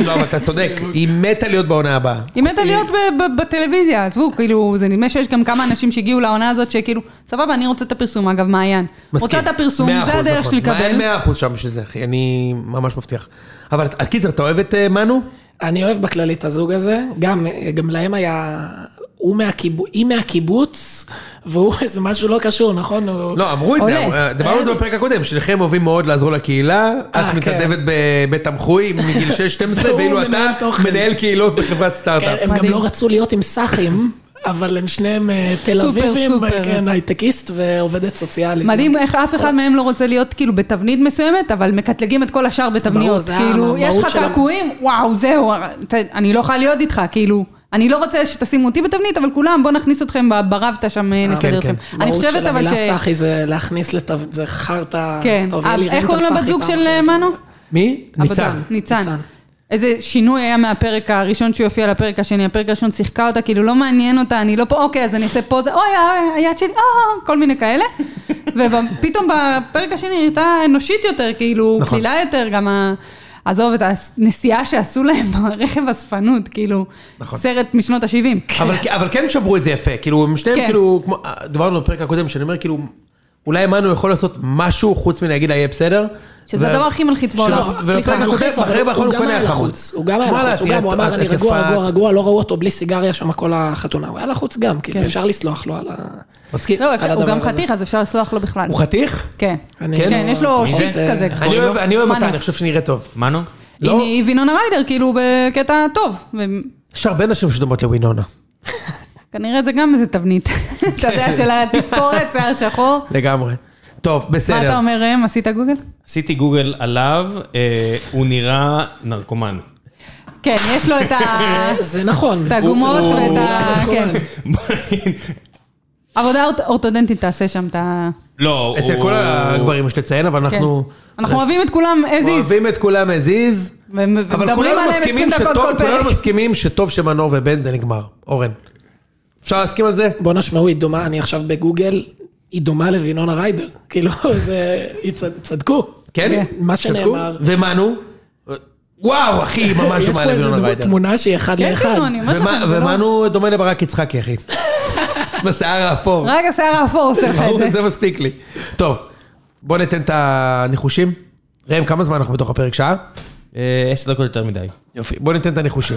[SPEAKER 2] לא, אבל אתה צודק, היא מתה להיות בעונה הבאה.
[SPEAKER 4] היא
[SPEAKER 1] אה,
[SPEAKER 4] מתה להיות ב- ב- בטלוויזיה, עזבו, כאילו, זה נדמה שיש גם כמה אנשים שהגיעו לעונה הזאת שכאילו, סבבה, אני רוצה את הפרסום, אגב, מעיין. רוצה את הפרסום,
[SPEAKER 2] מאה
[SPEAKER 4] זה
[SPEAKER 2] אחוז,
[SPEAKER 4] הדרך
[SPEAKER 2] נכון.
[SPEAKER 4] שלי לקבל.
[SPEAKER 2] מה- 100% שם בשביל זה, אחי, אני ממש מבטיח. אבל את- את קיצר, אתה אוהב את אה, מנו?
[SPEAKER 1] אני אוהב בכללי את הזוג הזה, גם, גם להם היה... הוא מהקיבוץ, היא מהקיבוץ, והוא איזה משהו לא קשור, נכון? הוא-
[SPEAKER 2] לא, אמרו את זה,
[SPEAKER 4] עולה. אה,
[SPEAKER 2] אמרו- דיברנו על זה
[SPEAKER 1] איזה-
[SPEAKER 2] בפרק הקודם, שניכם אוהבים מאוד לעזור לקהילה, את
[SPEAKER 1] כן.
[SPEAKER 2] מתנדבת בבית תמחוי מגיל 6-12,
[SPEAKER 1] והוא
[SPEAKER 2] ואילו אתה
[SPEAKER 1] מנהל תוכן.
[SPEAKER 2] מנהל קהילות בחברת
[SPEAKER 1] כן,
[SPEAKER 2] סטארט-אפ.
[SPEAKER 1] הם גם
[SPEAKER 4] מדהים.
[SPEAKER 1] לא רצו להיות עם סאחים, אבל הם שניהם אה, תל
[SPEAKER 4] סופר,
[SPEAKER 1] אביבים,
[SPEAKER 4] סופר.
[SPEAKER 1] כן, הייטקיסט ועובדת סוציאלית.
[SPEAKER 4] מדהים איך אף אחד מהם לא רוצה להיות כאילו בתבנית מסוימת, אבל מקטלגים את כל השאר בתבניות.
[SPEAKER 1] ברור, זה
[SPEAKER 4] כאילו,
[SPEAKER 1] המהות
[SPEAKER 4] יש לך
[SPEAKER 1] של ה-
[SPEAKER 4] קעקועים, וואו, זהו, אתה- אני לא יכולה להיות איתך, כאילו, אני לא רוצה שתשימו אותי בתבנית, אבל כולם, בואו נכניס אתכם ב- ברבטה שם, אה, נסדר
[SPEAKER 2] כן.
[SPEAKER 4] אתכם. אני חושבת אבל ש...
[SPEAKER 1] המהות של המילה סאחי זה להכניס לתו... זה חרטא...
[SPEAKER 4] כן.
[SPEAKER 1] טוב,
[SPEAKER 4] אה,
[SPEAKER 1] יאללה,
[SPEAKER 4] איך
[SPEAKER 1] ראיתם
[SPEAKER 4] קוראים לבת
[SPEAKER 1] סאחי
[SPEAKER 4] זוג
[SPEAKER 1] פעם
[SPEAKER 4] של
[SPEAKER 1] אחת.
[SPEAKER 4] אה, מנו?
[SPEAKER 2] מי? ניצן.
[SPEAKER 1] הבזן.
[SPEAKER 4] ניצן.
[SPEAKER 1] ניצן.
[SPEAKER 4] איזה שינוי היה מהפרק הראשון שהוא יופיע לפרק השני, הפרק הראשון שיחקה אותה, כאילו לא מעניין אותה, אני לא פה, אוקיי, אז אני אעשה פוזה, אוי, אוי, היד שלי, אה, כל מיני כאלה. ופתאום בפרק השני היא הייתה אנושית יותר, כאילו,
[SPEAKER 2] נכון.
[SPEAKER 4] קלילה יותר, גם ה... עזוב את הנסיעה שעשו להם ברכב אספנות, כאילו, סרט משנות ה-70.
[SPEAKER 2] אבל, כן- אבל כן שברו את זה יפה, כאילו הם שניהם
[SPEAKER 4] כן.
[SPEAKER 2] כאילו, כמו, דיברנו בפרק הקודם, שאני אומר כאילו, אולי מנו יכול לעשות משהו חוץ מלהגיד לה יהיה בסדר.
[SPEAKER 4] שזה
[SPEAKER 2] ו-
[SPEAKER 4] הדבר הכי מלחיץ בעולם.
[SPEAKER 2] שלא- ובפרק
[SPEAKER 1] לא, סליחה,
[SPEAKER 2] הקודם,
[SPEAKER 1] מלחיץ, אבל
[SPEAKER 2] בחרב האחרון
[SPEAKER 1] הוא
[SPEAKER 2] הוא
[SPEAKER 1] גם
[SPEAKER 2] כן
[SPEAKER 1] היה
[SPEAKER 2] היה
[SPEAKER 1] לחוץ.
[SPEAKER 2] חרוץ.
[SPEAKER 1] הוא גם היה
[SPEAKER 2] וואלה,
[SPEAKER 1] לחוץ, הוא
[SPEAKER 2] תראה,
[SPEAKER 1] גם, הוא
[SPEAKER 2] את-
[SPEAKER 1] אמר,
[SPEAKER 2] את
[SPEAKER 1] אני רגוע,
[SPEAKER 2] יפה,
[SPEAKER 1] רגוע, רגוע, לא ראו אותו בלי סיגריה שם כל החתונה. הוא היה לחוץ גם, כאילו, אפשר לסלוח לו על ה...
[SPEAKER 2] כן. מסכים?
[SPEAKER 4] לא, אפשר-
[SPEAKER 1] על
[SPEAKER 4] הוא
[SPEAKER 1] הדבר
[SPEAKER 4] גם
[SPEAKER 1] הזה.
[SPEAKER 4] חתיך, אז אפשר לסלוח לו בכלל.
[SPEAKER 2] הוא חתיך?
[SPEAKER 4] כן.
[SPEAKER 1] אני-
[SPEAKER 4] כן,
[SPEAKER 1] לא-
[SPEAKER 4] יש לו
[SPEAKER 1] מי
[SPEAKER 4] שיט
[SPEAKER 1] זה?
[SPEAKER 4] כזה.
[SPEAKER 2] אני אוהב- אני אוהב
[SPEAKER 4] מנו.
[SPEAKER 2] אותה, אני חושב שנראה טוב.
[SPEAKER 3] מנו?
[SPEAKER 4] היא
[SPEAKER 2] לא?
[SPEAKER 4] היא וינונה ריידר, כאילו, בקטע טוב. ו-
[SPEAKER 2] יש הרבה נשים שדומות לווינונה.
[SPEAKER 4] כנראה זה גם איזה תבנית. אתה יודע, של התספורת, שיער שחור.
[SPEAKER 2] לגמרי. טוב, בסדר.
[SPEAKER 4] מה אתה אומר, ראם? עשית גוגל?
[SPEAKER 3] עשיתי גוגל עליו, אה, הוא נראה נרקומן.
[SPEAKER 4] כן, יש לו את ה-
[SPEAKER 1] זה נכון.
[SPEAKER 4] את הגומות
[SPEAKER 1] הוא-
[SPEAKER 4] ואת ה...
[SPEAKER 1] הוא-
[SPEAKER 4] כן. עבודה אורט- אורתודנטית תעשה שם את ה...
[SPEAKER 3] לא,
[SPEAKER 2] אצל
[SPEAKER 3] הוא-
[SPEAKER 2] כל הגברים יש לציין, אבל
[SPEAKER 4] כן.
[SPEAKER 2] אנחנו...
[SPEAKER 4] אנחנו אוהבים את כולם as is,
[SPEAKER 2] אוהבים את כולם as is.
[SPEAKER 4] ו- ומדברים
[SPEAKER 2] אבל כולנו
[SPEAKER 4] עליהם 20
[SPEAKER 2] מסכימים
[SPEAKER 4] דקות
[SPEAKER 2] שטוב,
[SPEAKER 4] כל פרק.
[SPEAKER 2] כולנו מסכימים שטוב שמנור ובן זה נגמר. אורן. אפשר להסכים על זה?
[SPEAKER 1] בוא נשמעו, היא דומה, אני עכשיו בגוגל, היא דומה לוינונה ריידר. כאילו, זה... היא צד- צדקו.
[SPEAKER 2] כן?
[SPEAKER 1] אה, מה
[SPEAKER 2] צדקו?
[SPEAKER 1] שנאמר.
[SPEAKER 2] ומנו? וואו, אחי, ממש
[SPEAKER 1] יש
[SPEAKER 2] דומה
[SPEAKER 1] פה איזו
[SPEAKER 2] לביונון
[SPEAKER 1] דמו-
[SPEAKER 2] ריידר.
[SPEAKER 1] תמונה שהיא אחד
[SPEAKER 4] כן,
[SPEAKER 1] לאחד.
[SPEAKER 4] כן, לא, אני אומרת לכם,
[SPEAKER 2] ומה-
[SPEAKER 4] זה לא...
[SPEAKER 2] ומנו דומה לברק יצחקי, אחי. בשיער האפור.
[SPEAKER 4] רק השיער האפור עושה לך את
[SPEAKER 2] ברור,
[SPEAKER 4] זה.
[SPEAKER 2] זה מספיק לי. טוב, בוא ניתן את הניחושים. ראם, כמה זמן אנחנו בתוך הפרק? שעה?
[SPEAKER 3] אה, עשר דקות יותר מדי.
[SPEAKER 2] יופי, בוא ניתן את הניחושים.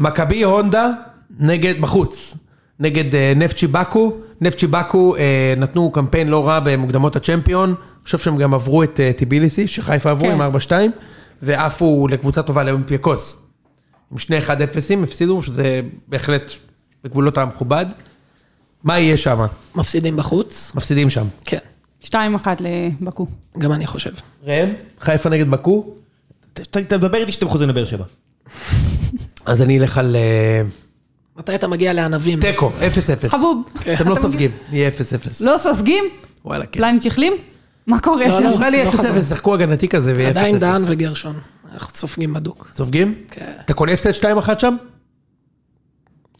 [SPEAKER 2] מכבי הונדה נגד, בחוץ, נגד אה, נפצ'י באקו. נפצ'י באקו אה, נתנו קמפיין לא רע במוקדמות הצ'מפיון. אני חושב שהם גם עברו את אה, טיביליסי, שחיפה עברו
[SPEAKER 4] כן.
[SPEAKER 2] עם 4-2, ועפו לקבוצה טובה לאולימפיאקוס. עם שני 1-0, הפסידו, שזה בהחלט בגבולות המכובד. מה יהיה שם?
[SPEAKER 1] מפסידים בחוץ?
[SPEAKER 2] מפסידים שם.
[SPEAKER 1] כן,
[SPEAKER 4] 2-1 לבקו.
[SPEAKER 1] גם אני חושב.
[SPEAKER 2] ראם, חיפה נגד באקו?
[SPEAKER 3] ת- ת- תדבר איתי שאתם חוזרים לבאר שבע.
[SPEAKER 2] אז אני אלך על אה,
[SPEAKER 1] מתי אתה מגיע לענבים?
[SPEAKER 2] תיקו, 0-0.
[SPEAKER 4] חבוב.
[SPEAKER 2] אתם לא סופגים, יהיה 0-0.
[SPEAKER 4] לא סופגים?
[SPEAKER 2] וואלה, כן.
[SPEAKER 4] פלניץ' החלים? מה קורה
[SPEAKER 1] לא,
[SPEAKER 4] שם?
[SPEAKER 1] לא.
[SPEAKER 2] נראה לי 0-0, שחקו הגנתי כזה ויהיה 0-0.
[SPEAKER 1] עדיין דהן וגרשון. אנחנו סופגים בדוק.
[SPEAKER 2] סופגים?
[SPEAKER 1] כן.
[SPEAKER 2] אתה קונה הפסד 2-1 שם?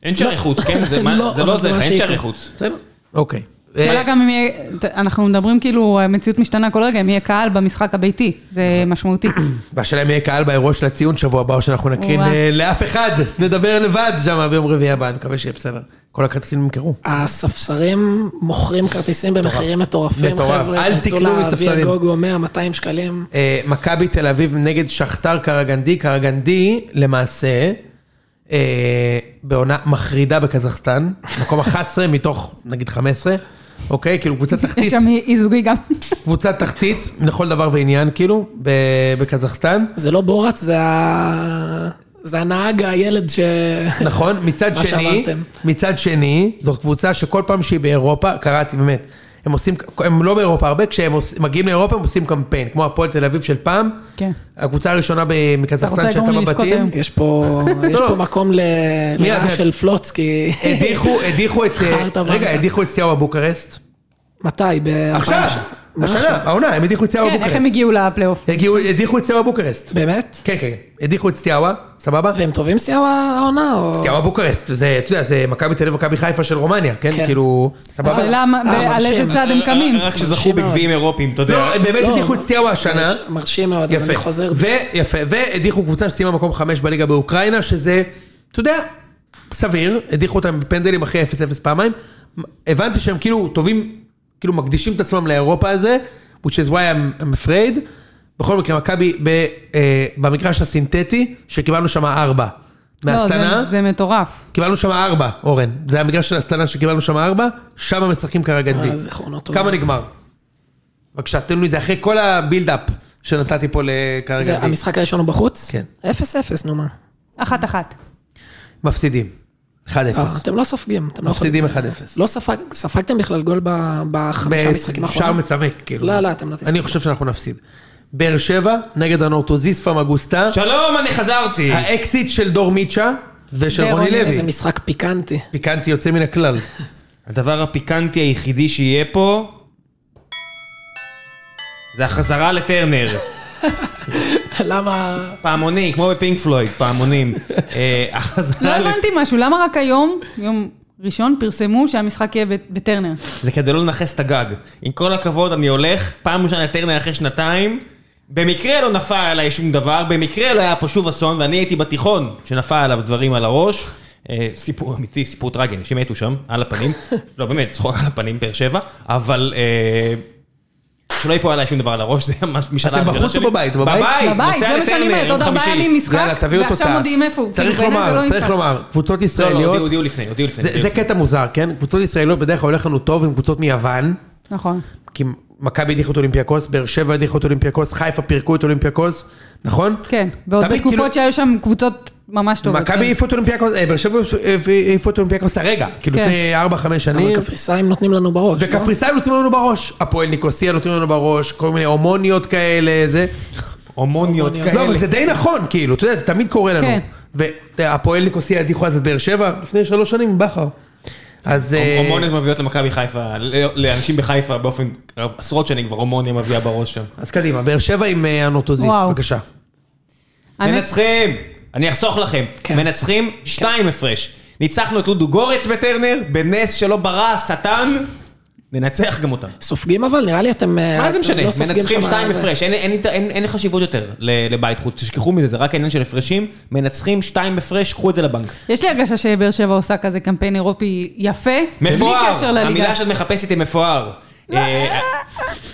[SPEAKER 3] אין שערי חוץ, כן? זה מה-
[SPEAKER 1] לא,
[SPEAKER 3] זה
[SPEAKER 1] אבל
[SPEAKER 3] לא
[SPEAKER 1] זה
[SPEAKER 3] זה,
[SPEAKER 1] מה
[SPEAKER 3] אין
[SPEAKER 1] שיקרה.
[SPEAKER 3] שערי חוץ.
[SPEAKER 2] בסדר. אוקיי.
[SPEAKER 4] שאלה
[SPEAKER 2] אה,
[SPEAKER 4] גם אם יהיה, ת- אנחנו מדברים כאילו, המציאות משתנה כל רגע, אם יהיה קהל במשחק הביתי, זה
[SPEAKER 2] נכון.
[SPEAKER 4] משמעותי.
[SPEAKER 2] והשאלה אם יהיה קהל באירוע של הציון שבוע הבא, או שאנחנו נקרין
[SPEAKER 4] וואו.
[SPEAKER 2] אה, לאף אחד, נדבר לבד שם ביום רביעי הבא, אני מקווה שיהיה בסדר. כל הכרטיסים נמכרו.
[SPEAKER 1] הספסרים מוכרים כרטיסים במחירים מטורפים,
[SPEAKER 2] מטורף.
[SPEAKER 1] חבר'ה.
[SPEAKER 2] אל
[SPEAKER 1] תיכנסו
[SPEAKER 2] תקנו
[SPEAKER 1] לאבי
[SPEAKER 2] מספסרים.
[SPEAKER 1] הגוגו 100-200 שקלים.
[SPEAKER 2] אה, מכבי תל אביב נגד שכתר קרגנדי, קרגנדי למעשה אה, בעונה מחרידה בקזחסטן, מקום 11 מתוך נגיד 15, אוקיי? כאילו קבוצה
[SPEAKER 4] יש
[SPEAKER 2] תחתית,
[SPEAKER 4] שם אי זוגי גם.
[SPEAKER 2] קבוצה תחתית לכל דבר ועניין כאילו, ב- בקזחסטן,
[SPEAKER 1] זה לא בורת, זה ה... זה הנהג הילד ש...
[SPEAKER 2] נכון? מצד
[SPEAKER 1] מה
[SPEAKER 2] שני,
[SPEAKER 1] שאמרתם.
[SPEAKER 2] מצד שני, זאת קבוצה שכל פעם שהיא באירופה, קראתי באמת, הם עושים, הם לא באירופה הרבה, כשהם עושים- מגיעים לאירופה הם עושים קמפיין, כמו הפועל תל אביב של פעם,
[SPEAKER 4] כן.
[SPEAKER 2] הקבוצה הראשונה ב-
[SPEAKER 4] אתה
[SPEAKER 2] מקזחסטן
[SPEAKER 4] רוצה
[SPEAKER 2] שהייתה
[SPEAKER 4] לגרום לי לבכות
[SPEAKER 2] בבתים.
[SPEAKER 4] היום.
[SPEAKER 1] יש פה, יש
[SPEAKER 2] לא.
[SPEAKER 1] פה מקום ל...
[SPEAKER 2] מיד,
[SPEAKER 1] לרעה
[SPEAKER 2] מיד.
[SPEAKER 1] של פלוץ, כי...
[SPEAKER 2] הדיחו, הדיחו את... אה,
[SPEAKER 1] חרטא
[SPEAKER 2] רגע,
[SPEAKER 1] ברטא.
[SPEAKER 2] הדיחו את סיאווה בוקרסט.
[SPEAKER 1] מתי? ב...
[SPEAKER 2] עכשיו,
[SPEAKER 1] מה
[SPEAKER 2] השנה,
[SPEAKER 1] עכשיו?
[SPEAKER 2] העונה, הם הדיחו את סיאווה
[SPEAKER 4] נכון. כן, איך הם
[SPEAKER 2] בוקרסט.
[SPEAKER 4] הגיעו לפלייאוף?
[SPEAKER 2] הגיעו- הדיחו את סיאווה בוקרסט.
[SPEAKER 1] באמת?
[SPEAKER 2] כן, כן, כן. הדיחו את סיאווה, סבבה?
[SPEAKER 1] והם טובים סיאווה העונה? או...
[SPEAKER 2] סיאווה בוקרסט, זה, אתה יודע, זה מכבי תל אביב ומכבי חיפה של רומניה, כן?
[SPEAKER 1] כן.
[SPEAKER 2] כאילו, סבבה?
[SPEAKER 4] השאלה מה- ב- על
[SPEAKER 1] מרשים.
[SPEAKER 4] איזה צד
[SPEAKER 2] אה,
[SPEAKER 4] הם קמים.
[SPEAKER 3] אה,
[SPEAKER 4] לא,
[SPEAKER 3] רק שזכו בגביעים אירופיים, אתה יודע.
[SPEAKER 2] לא, הם באמת
[SPEAKER 1] לא,
[SPEAKER 2] הדיחו את סיאווה השנה.
[SPEAKER 1] מרש- מרשים מאוד, אז
[SPEAKER 2] יפה.
[SPEAKER 1] אני חוזר. בי.
[SPEAKER 2] ו- יפה, והדיחו קבוצה שסיימה מקום חמש בליגה באוקראינה, שזה, אתה יודע, סביר, הדיחו אותם בפנדלים אחרי 0-0 פעמיים. הבנתי שהם כאילו טובים, כאילו מקדישים את עצמם לאירופה הזה, which is why I'm, I'm afraid. בכל מקרה, מכבי ב- אה, במגרש הסינתטי, שקיבלנו שם ארבע.
[SPEAKER 4] לא, זה-
[SPEAKER 2] מהסטנה,
[SPEAKER 4] זה מטורף.
[SPEAKER 2] קיבלנו שם ארבע, אורן. זה המגרש של הסטנה שקיבלנו שם ארבע, שם משחקים כרגע די.
[SPEAKER 1] אה, זיכרונות טובים.
[SPEAKER 2] כמה נגמר? בבקשה, תן לי את זה אחרי כל הבילדאפ שנתתי פה
[SPEAKER 1] זה,
[SPEAKER 2] לכרגע די.
[SPEAKER 1] המשחק הראשון הוא בחוץ?
[SPEAKER 2] כן.
[SPEAKER 1] 0-0, נו מה.
[SPEAKER 4] אחת אחת.
[SPEAKER 2] מפסידים. 1-0.
[SPEAKER 1] אה, אתם לא סופגים. אתם לא
[SPEAKER 2] מפסידים 1-0.
[SPEAKER 1] יכולים. לא ספג- ספגתם בכלל גול ב- בחמישה משחקים
[SPEAKER 2] שער
[SPEAKER 1] האחרונים?
[SPEAKER 2] מצמק, כאילו.
[SPEAKER 1] לא, לא, אתם לא תספגו.
[SPEAKER 2] אני חושב שאנחנו נפסיד. באר שבע נגד הנורטוזיספה מגוסטה. אה,
[SPEAKER 3] שלום, אני חזרתי.
[SPEAKER 2] האקסיט של דור מיצ'ה. ושל
[SPEAKER 4] ורוני
[SPEAKER 2] רוני לוי.
[SPEAKER 4] לוי.
[SPEAKER 1] איזה משחק פיקנטי.
[SPEAKER 2] פיקנטי יוצא מן הכלל.
[SPEAKER 3] הדבר הפיקנטי היחידי שיהיה פה... זה החזרה לטרנר.
[SPEAKER 1] למה...
[SPEAKER 3] פעמוני, כמו בפינק פלויד, פעמונים. אה,
[SPEAKER 4] לא
[SPEAKER 3] החזרה... ל-
[SPEAKER 4] הבנתי משהו, למה רק היום, יום ראשון, פרסמו שהמשחק יהיה ב- בטרנר?
[SPEAKER 3] זה כדי לא לנכס את הגג. עם כל הכבוד, אני הולך, פעם ראשונה לטרנר אחרי שנתיים, במקרה לא נפל עליי שום דבר, במקרה לא היה פה שוב אסון, ואני הייתי בתיכון שנפל עליו דברים על הראש. אה, סיפור אמיתי, סיפור טרגי, אנשים מתו שם, על הפנים. לא, באמת, צחוק על הפנים, באר שבע, אבל... אה, שלא ייפול עליי שום דבר על הראש, זה ממש משאלה
[SPEAKER 2] אתם
[SPEAKER 3] הגדולה
[SPEAKER 2] בחוץ
[SPEAKER 3] שלי.
[SPEAKER 2] או בבית? בבית?
[SPEAKER 3] בבית,
[SPEAKER 4] בבית,
[SPEAKER 3] נוסע
[SPEAKER 4] זה מה שאני
[SPEAKER 3] לטרנר,
[SPEAKER 4] אומרת,
[SPEAKER 3] יום
[SPEAKER 4] עוד ארבעה
[SPEAKER 3] חמישי.
[SPEAKER 4] ימים
[SPEAKER 2] יאללה,
[SPEAKER 4] משחק,
[SPEAKER 2] תביאו
[SPEAKER 4] ועכשיו
[SPEAKER 2] תוצאה.
[SPEAKER 4] מודיעים איפה הוא.
[SPEAKER 2] צריך
[SPEAKER 4] כאילו, בעיניי זה
[SPEAKER 2] לומר,
[SPEAKER 4] לא
[SPEAKER 2] צריך
[SPEAKER 4] נתפס.
[SPEAKER 2] לומר, קבוצות
[SPEAKER 3] לא, לא,
[SPEAKER 2] ישראליות,
[SPEAKER 3] הודיעו- הודיעו לפני, הודיעו לפני.
[SPEAKER 2] זה-
[SPEAKER 3] הודיעו
[SPEAKER 2] זה
[SPEAKER 3] לפני.
[SPEAKER 2] קטע מוזר, כן? קבוצות ישראליות בדרך כלל הולך לנו טוב עם קבוצות מיוון,
[SPEAKER 4] נכון.
[SPEAKER 2] כי מכבי הדיחו את אולימפיאקוס, באר שבע הדיחו את אולימפיאקוס, חיפה פירקו את אולימפיאקוס, נכון?
[SPEAKER 4] כן, ועוד
[SPEAKER 2] תמיד
[SPEAKER 4] בתקופות
[SPEAKER 2] כאילו-
[SPEAKER 4] שהיו שם קבוצות ממש טובות.
[SPEAKER 2] מכבי
[SPEAKER 4] כן.
[SPEAKER 2] העיפו את אולימפיאקוס, אה, באר שבע העיפו את אולימפיאקוס הרגע, כאילו
[SPEAKER 4] כן.
[SPEAKER 2] לפני 4-5
[SPEAKER 1] אבל
[SPEAKER 2] שנים.
[SPEAKER 1] קפריסאים נותנים לנו בראש. לא?
[SPEAKER 2] וקפריסאים נותנים לנו בראש, הפועל ניקוסיה נותנים לנו בראש, כל מיני הומוניות כאלה, זה.
[SPEAKER 3] הומוניות
[SPEAKER 1] הומוניות.
[SPEAKER 2] לא,
[SPEAKER 3] כאלה.
[SPEAKER 2] אבל זה די נכון, כאילו, אתה יודע, זה תמיד קורה לנו.
[SPEAKER 4] כן.
[SPEAKER 2] והפועל ניקוסיה הדיחו אז את באר שבע, לפני שלוש שנים, בכר. אז... אה,
[SPEAKER 3] הומוניות מביאות למכבי חיפה, ל- לאנשים בחיפה באופן, עשרות שנים כבר הומוניה מביאה בראש שם.
[SPEAKER 2] אז קדימה, באר שבע עם אה, הנוטוזיס,
[SPEAKER 4] וואו.
[SPEAKER 2] בבקשה.
[SPEAKER 4] האמת-
[SPEAKER 3] מנצחים! אני אחסוך לכם.
[SPEAKER 1] כן.
[SPEAKER 3] מנצחים שתיים הפרש. ניצחנו את לודו גורץ בטרנר, בנס שלא ברא השטן, ננצח גם אותם.
[SPEAKER 1] סופגים אבל? נראה לי אתם... לא
[SPEAKER 3] מה זה משנה? מנצחים שתיים
[SPEAKER 1] הפרש.
[SPEAKER 3] הפרש, אין- אין- אין אין חשיבות יותר ל- לבית חוץ, תשכחו מזה, זה רק עניין של הפרשים. מנצחים שתיים הפרש, קחו את זה לבנק.
[SPEAKER 4] יש לי הרגשה שבאר שבע עושה כזה קמפיין אירופי יפה. בלי
[SPEAKER 3] מפואר,
[SPEAKER 4] קשר לליגה.
[SPEAKER 3] המילה שאת מחפשת היא מפואר. אה,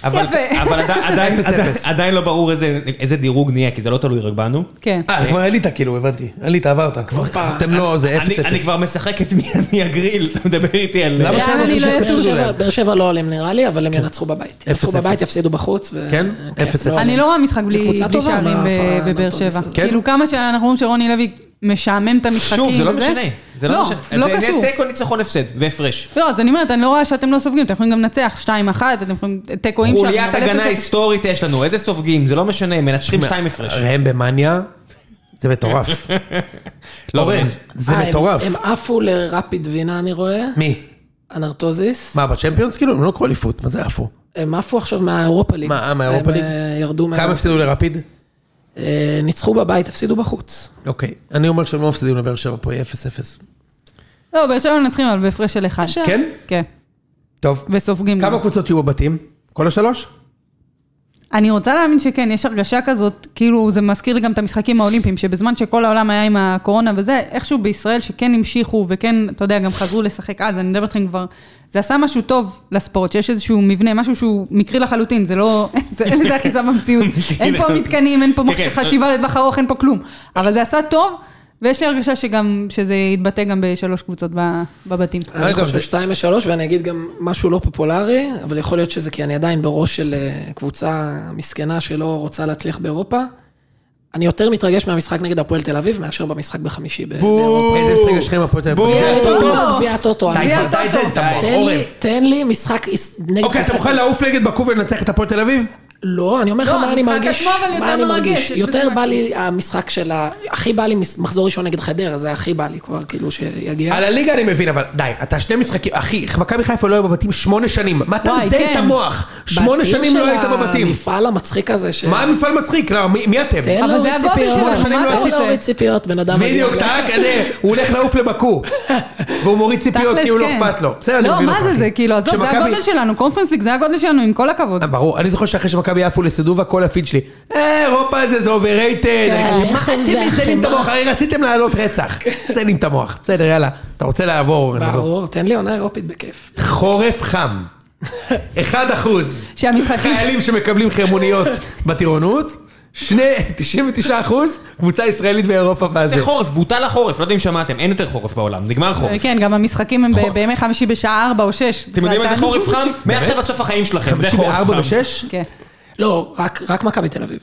[SPEAKER 3] אבל
[SPEAKER 4] יפה.
[SPEAKER 3] אבל עדיין- עדיין-
[SPEAKER 2] אפס,
[SPEAKER 3] עדיין-
[SPEAKER 2] אפס.
[SPEAKER 3] עדיין לא ברור איזה- איזה דירוג נהיה, כי זה לא תלוי רק בנו.
[SPEAKER 4] כן.
[SPEAKER 2] אה, אתה כבר עלית, כאילו, הבנתי. עלית, עברת. אתם לא, זה
[SPEAKER 3] אני-
[SPEAKER 2] אפס
[SPEAKER 3] אני
[SPEAKER 2] אפס.
[SPEAKER 3] כבר משחק את מי אני הגריל, אתה מדבר איתי על...
[SPEAKER 2] למה
[SPEAKER 4] יאללה, אני לא
[SPEAKER 1] באר
[SPEAKER 4] יטוש.
[SPEAKER 1] שבע- באר שבע לא עולים נראה לי, אבל הם ינצחו בבית. ינצחו
[SPEAKER 2] כן. אפס,
[SPEAKER 1] בבית,
[SPEAKER 2] אפס.
[SPEAKER 1] יפסידו בחוץ. ו-
[SPEAKER 2] כן?
[SPEAKER 1] כן,
[SPEAKER 2] אפס,
[SPEAKER 1] לא
[SPEAKER 2] אפס.
[SPEAKER 1] עולים.
[SPEAKER 4] אני לא רואה משחק
[SPEAKER 1] זו
[SPEAKER 4] בלי
[SPEAKER 1] קבוצה
[SPEAKER 4] בלי
[SPEAKER 1] טובה,
[SPEAKER 4] שערים
[SPEAKER 1] מה, לא,
[SPEAKER 4] ב-
[SPEAKER 1] מה,
[SPEAKER 4] בבאר
[SPEAKER 1] מה,
[SPEAKER 4] שבע.
[SPEAKER 1] מה,
[SPEAKER 2] כן.
[SPEAKER 4] כאילו כמה שאנחנו רואים שרוני לוי משעמם את המשחקים.
[SPEAKER 3] שוב, זה לא
[SPEAKER 4] וזה-
[SPEAKER 3] משנה. זה לא משנה.
[SPEAKER 4] לא
[SPEAKER 3] זה
[SPEAKER 4] קשור.
[SPEAKER 3] עניין תיקו, ניצחון, הפסד, והפרש.
[SPEAKER 4] לא, אז אני אומרת, אני לא רואה שאתם לא סופגים, אתם יכולים גם לנצח 2-1, אתם יכולים תיקואים שם.
[SPEAKER 3] חוליית
[SPEAKER 4] אבל
[SPEAKER 3] הגנה
[SPEAKER 4] אפס-
[SPEAKER 3] היסטורית יש לנו, איזה סופגים, זה לא משנה, מנצחים שתיים הפרש.
[SPEAKER 2] ראם במאניה, זה מטורף.
[SPEAKER 3] לא,
[SPEAKER 2] אורן,
[SPEAKER 3] באמת.
[SPEAKER 2] זה
[SPEAKER 1] אה, הם-
[SPEAKER 2] מטורף.
[SPEAKER 1] הם עפו לרפיד וינה, אני רואה.
[SPEAKER 2] מי?
[SPEAKER 1] אנרטוזיס.
[SPEAKER 2] מה, בצ'מפיונס? כאילו, הם לא לקחו אליפות, מה זה עפו?
[SPEAKER 1] הם עפו עכשיו מהאירופה ליג.
[SPEAKER 2] מה, אה, מהאירופה
[SPEAKER 1] הם,
[SPEAKER 2] ליג?
[SPEAKER 1] אה, ירדו מה...
[SPEAKER 2] כמה הפסידו לרפיד?
[SPEAKER 1] אה, ניצחו בבית, הפסידו בחוץ.
[SPEAKER 2] אוקיי. אני אומר שהם לא מפסידים לבאר שבע פה, יהיה אפס אפס.
[SPEAKER 4] לא, באר שבע מנצחים, אבל בהפרש של 1.
[SPEAKER 2] כן?
[SPEAKER 4] כן.
[SPEAKER 2] טוב.
[SPEAKER 4] וסופגים גם.
[SPEAKER 2] כמה קבוצות יהיו בבתים? כל השלוש?
[SPEAKER 4] אני רוצה להאמין שכן, יש הרגשה כזאת, כאילו זה מזכיר לי גם את המשחקים האולימפיים, שבזמן שכל העולם היה עם הקורונה וזה, איכשהו בישראל שכן המשיכו וכן, אתה יודע, גם חזרו לשחק אז, אני מדברת איתכם כבר, זה עשה משהו טוב לספורט, שיש איזשהו מבנה, משהו שהוא מקרי לחלוטין, זה לא, זה, אין לזה אחיזה במציאות, אין פה מתקנים, אין פה
[SPEAKER 3] כן,
[SPEAKER 4] מחש-
[SPEAKER 3] כן.
[SPEAKER 4] חשיבה לטווח ארוך, אין פה כלום, אבל זה עשה טוב, ויש לי הרגשה שגם, שזה יתבטא גם בשלוש קבוצות ב- בבתים.
[SPEAKER 1] אני
[SPEAKER 2] אגב,
[SPEAKER 1] חושב
[SPEAKER 2] זה-
[SPEAKER 1] שתיים ושלוש, ואני אגיד גם משהו לא פופולרי, אבל יכול להיות שזה כי אני עדיין בראש של אה, קבוצה מסכנה שלא רוצה להצליח באירופה. אני יותר מתרגש מהמשחק נגד הפועל תל אביב, מאשר במשחק בחמישי ב- באירופה.
[SPEAKER 2] איזה משחק יש לכם הפועל תל אביב?
[SPEAKER 3] בוא.
[SPEAKER 1] גביע
[SPEAKER 4] בואו.
[SPEAKER 1] הטוטו, גביע הטוטו.
[SPEAKER 2] די,
[SPEAKER 1] אני-
[SPEAKER 4] גביע
[SPEAKER 2] כבר, די,
[SPEAKER 4] הטוטו.
[SPEAKER 2] די, אתה
[SPEAKER 1] תן לי-
[SPEAKER 2] אורן.
[SPEAKER 1] תן לי משחק איס- נגד...
[SPEAKER 2] אוקיי, אתה
[SPEAKER 1] קבוצה
[SPEAKER 2] מוכן
[SPEAKER 1] כזאת.
[SPEAKER 2] לעוף נגד בקו ולנצח את הפועל תל אביב?
[SPEAKER 1] לא, אני אומר לך
[SPEAKER 4] לא,
[SPEAKER 1] מה אני
[SPEAKER 4] המשחק
[SPEAKER 1] מרגיש.
[SPEAKER 4] עצמו, אבל יותר
[SPEAKER 1] מה אני
[SPEAKER 4] מרגש,
[SPEAKER 1] מרגיש.
[SPEAKER 4] יש בזה
[SPEAKER 1] יותר בא
[SPEAKER 4] משהו.
[SPEAKER 1] לי המשחק של ה... הכי בא לי מס- מחזור ראשון נגד חדרה, זה הכי בא לי כבר, כאילו, שיגיע.
[SPEAKER 3] כן.
[SPEAKER 2] על הליגה אני מבין, אבל די, אתה שני משחקים, אחי, מכבי חיפה לא היו בבתים שמונה שנים. מה אתה
[SPEAKER 4] וואי,
[SPEAKER 2] מזיין
[SPEAKER 4] כן.
[SPEAKER 2] את המוח? שמונה
[SPEAKER 1] בתים
[SPEAKER 2] שנים
[SPEAKER 1] של
[SPEAKER 2] לא היית בבתים.
[SPEAKER 1] המפעל המצחיק הזה ש...
[SPEAKER 2] מה המפעל מצחיק? לא, מי- מי אתם?
[SPEAKER 1] תן
[SPEAKER 4] אבל
[SPEAKER 1] להוריד
[SPEAKER 4] זה הגודל לא
[SPEAKER 1] ציפיות.
[SPEAKER 2] שלנו, מה אתה
[SPEAKER 1] תן
[SPEAKER 4] רוצה?
[SPEAKER 1] להוריד ציפיות, לא בן אדם...
[SPEAKER 2] בדיוק,
[SPEAKER 1] מגיע.
[SPEAKER 2] אתה רק כזה, הוא הולך לעוף לבקו. והוא מוריד ציפיות
[SPEAKER 4] תכלס,
[SPEAKER 2] כי הוא לא
[SPEAKER 4] כן.
[SPEAKER 2] אכפת לו. בסדר, אני
[SPEAKER 4] לא,
[SPEAKER 2] מבין
[SPEAKER 4] מה
[SPEAKER 2] אותך.
[SPEAKER 4] זה זה, כאילו, עזוב, זה
[SPEAKER 2] כשמכבי-
[SPEAKER 4] הגודל שלנו, קונפרנס ליג, זה הגודל שלנו, עם כל הכבוד.
[SPEAKER 2] אה, ברור, אני זוכר שאחרי שמכבי עפו לסדובה, כל הפיד שלי, אה, אירופה זה, זה overrated. אני כזה, מה
[SPEAKER 1] הלחם
[SPEAKER 2] אתם מזיינים את
[SPEAKER 1] והחמאה."
[SPEAKER 2] המוח? הרי רציתם לעלות רצח. מזיינים את המוח. בסדר, יאללה. אתה רוצה לעבור, נעזוב.
[SPEAKER 1] ברור, תן לי עונה אירופית בכיף.
[SPEAKER 2] חורף חם. אחד אחוז.
[SPEAKER 4] שהמשחקים-
[SPEAKER 2] חיילים שמקבלים חרמוניות בטירונות. שני, 99 אחוז, קבוצה ישראלית באירופה
[SPEAKER 3] זה
[SPEAKER 2] והזה.
[SPEAKER 3] חורף, בוטל החורף, לא יודע אם שמעתם, אין יותר חורף בעולם, נגמר
[SPEAKER 2] אה,
[SPEAKER 3] חורף.
[SPEAKER 4] כן, גם המשחקים הם ב- בימי חמישי בשעה 4 או 6.
[SPEAKER 3] אתם יודעים איזה חורף חם? מעכשיו עד סוף החיים שלכם, זה חורף
[SPEAKER 2] 54
[SPEAKER 3] חם.
[SPEAKER 2] ו-6?
[SPEAKER 4] כן.
[SPEAKER 1] לא, רק- רק מכבי תל אביב.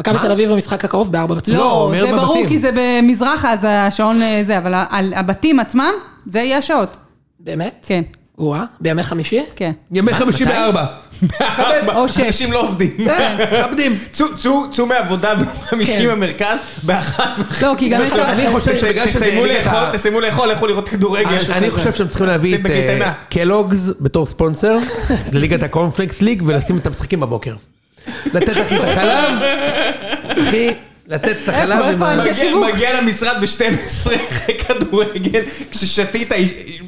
[SPEAKER 1] מכבי תל אביב במשחק הקרוב בארבע בצהריים.
[SPEAKER 2] הוא
[SPEAKER 4] לא,
[SPEAKER 2] אומר
[SPEAKER 4] זה ברור,
[SPEAKER 2] בבתים.
[SPEAKER 4] כי זה במזרח, אז השעון אה, זה, אבל ה- על הבתים עצמם, זה יהיה השעות.
[SPEAKER 1] באמת?
[SPEAKER 4] כן,
[SPEAKER 1] או-אה, בימי חמישי?
[SPEAKER 4] כן.
[SPEAKER 2] ימי 54.
[SPEAKER 4] או שש.
[SPEAKER 3] אנשים לא עובדים.
[SPEAKER 2] אה, מכבדים.
[SPEAKER 3] צאו- צאו צאו מהעבודה
[SPEAKER 1] כן.
[SPEAKER 3] בחמישים במרכז, באחת וחצי.
[SPEAKER 4] לא, כי גם יש...
[SPEAKER 2] אני חושב שזה בגלל שזה
[SPEAKER 3] תסיימו
[SPEAKER 2] העליג את ה-
[SPEAKER 3] לאכול, תסיימו לאכול, לכו לראות כדורגל.
[SPEAKER 2] אני- אני חושב שהם צריכים להביא את
[SPEAKER 3] אתם
[SPEAKER 2] אה,
[SPEAKER 3] בקייטנה.
[SPEAKER 2] קלוגס בתור ספונסר לליגת הקורנפלקס ליג ולשים את המשחקים בבוקר. לתת אחי את החלב, אחי, לתת את החלב.
[SPEAKER 4] איפה,
[SPEAKER 2] עם
[SPEAKER 4] איפה
[SPEAKER 2] ה-
[SPEAKER 4] אנשי
[SPEAKER 3] מגיע-
[SPEAKER 4] שיווק?
[SPEAKER 3] מגיע למשרד ב-12 אחרי כדורגל, כששתית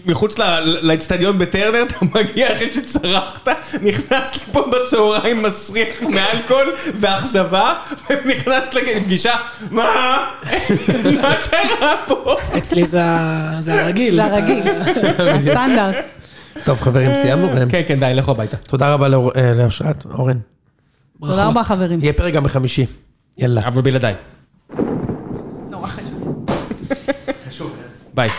[SPEAKER 3] מחוץ ל- לאצטדיון בטרנר, אתה מגיע אחרי שצרחת, נכנס לפה בצהריים מסריח מאלכוהול ואכזבה, ונכנס לפגישה, מה? מה קרה פה?
[SPEAKER 1] אצלי זה ה- זה הרגיל.
[SPEAKER 4] זה הרגיל, הסטנדרט.
[SPEAKER 2] טוב חברים סיימנו.
[SPEAKER 3] כן, כן, די, לכו הביתה.
[SPEAKER 2] תודה רבה לאור- אה, לאושרת, אורן.
[SPEAKER 1] ברכות.
[SPEAKER 4] תודה רבה חברים.
[SPEAKER 2] יהיה פרק גם בחמישי. יאללה.
[SPEAKER 3] אבל בלעדיי.
[SPEAKER 4] נורא חשוב.
[SPEAKER 3] ביי.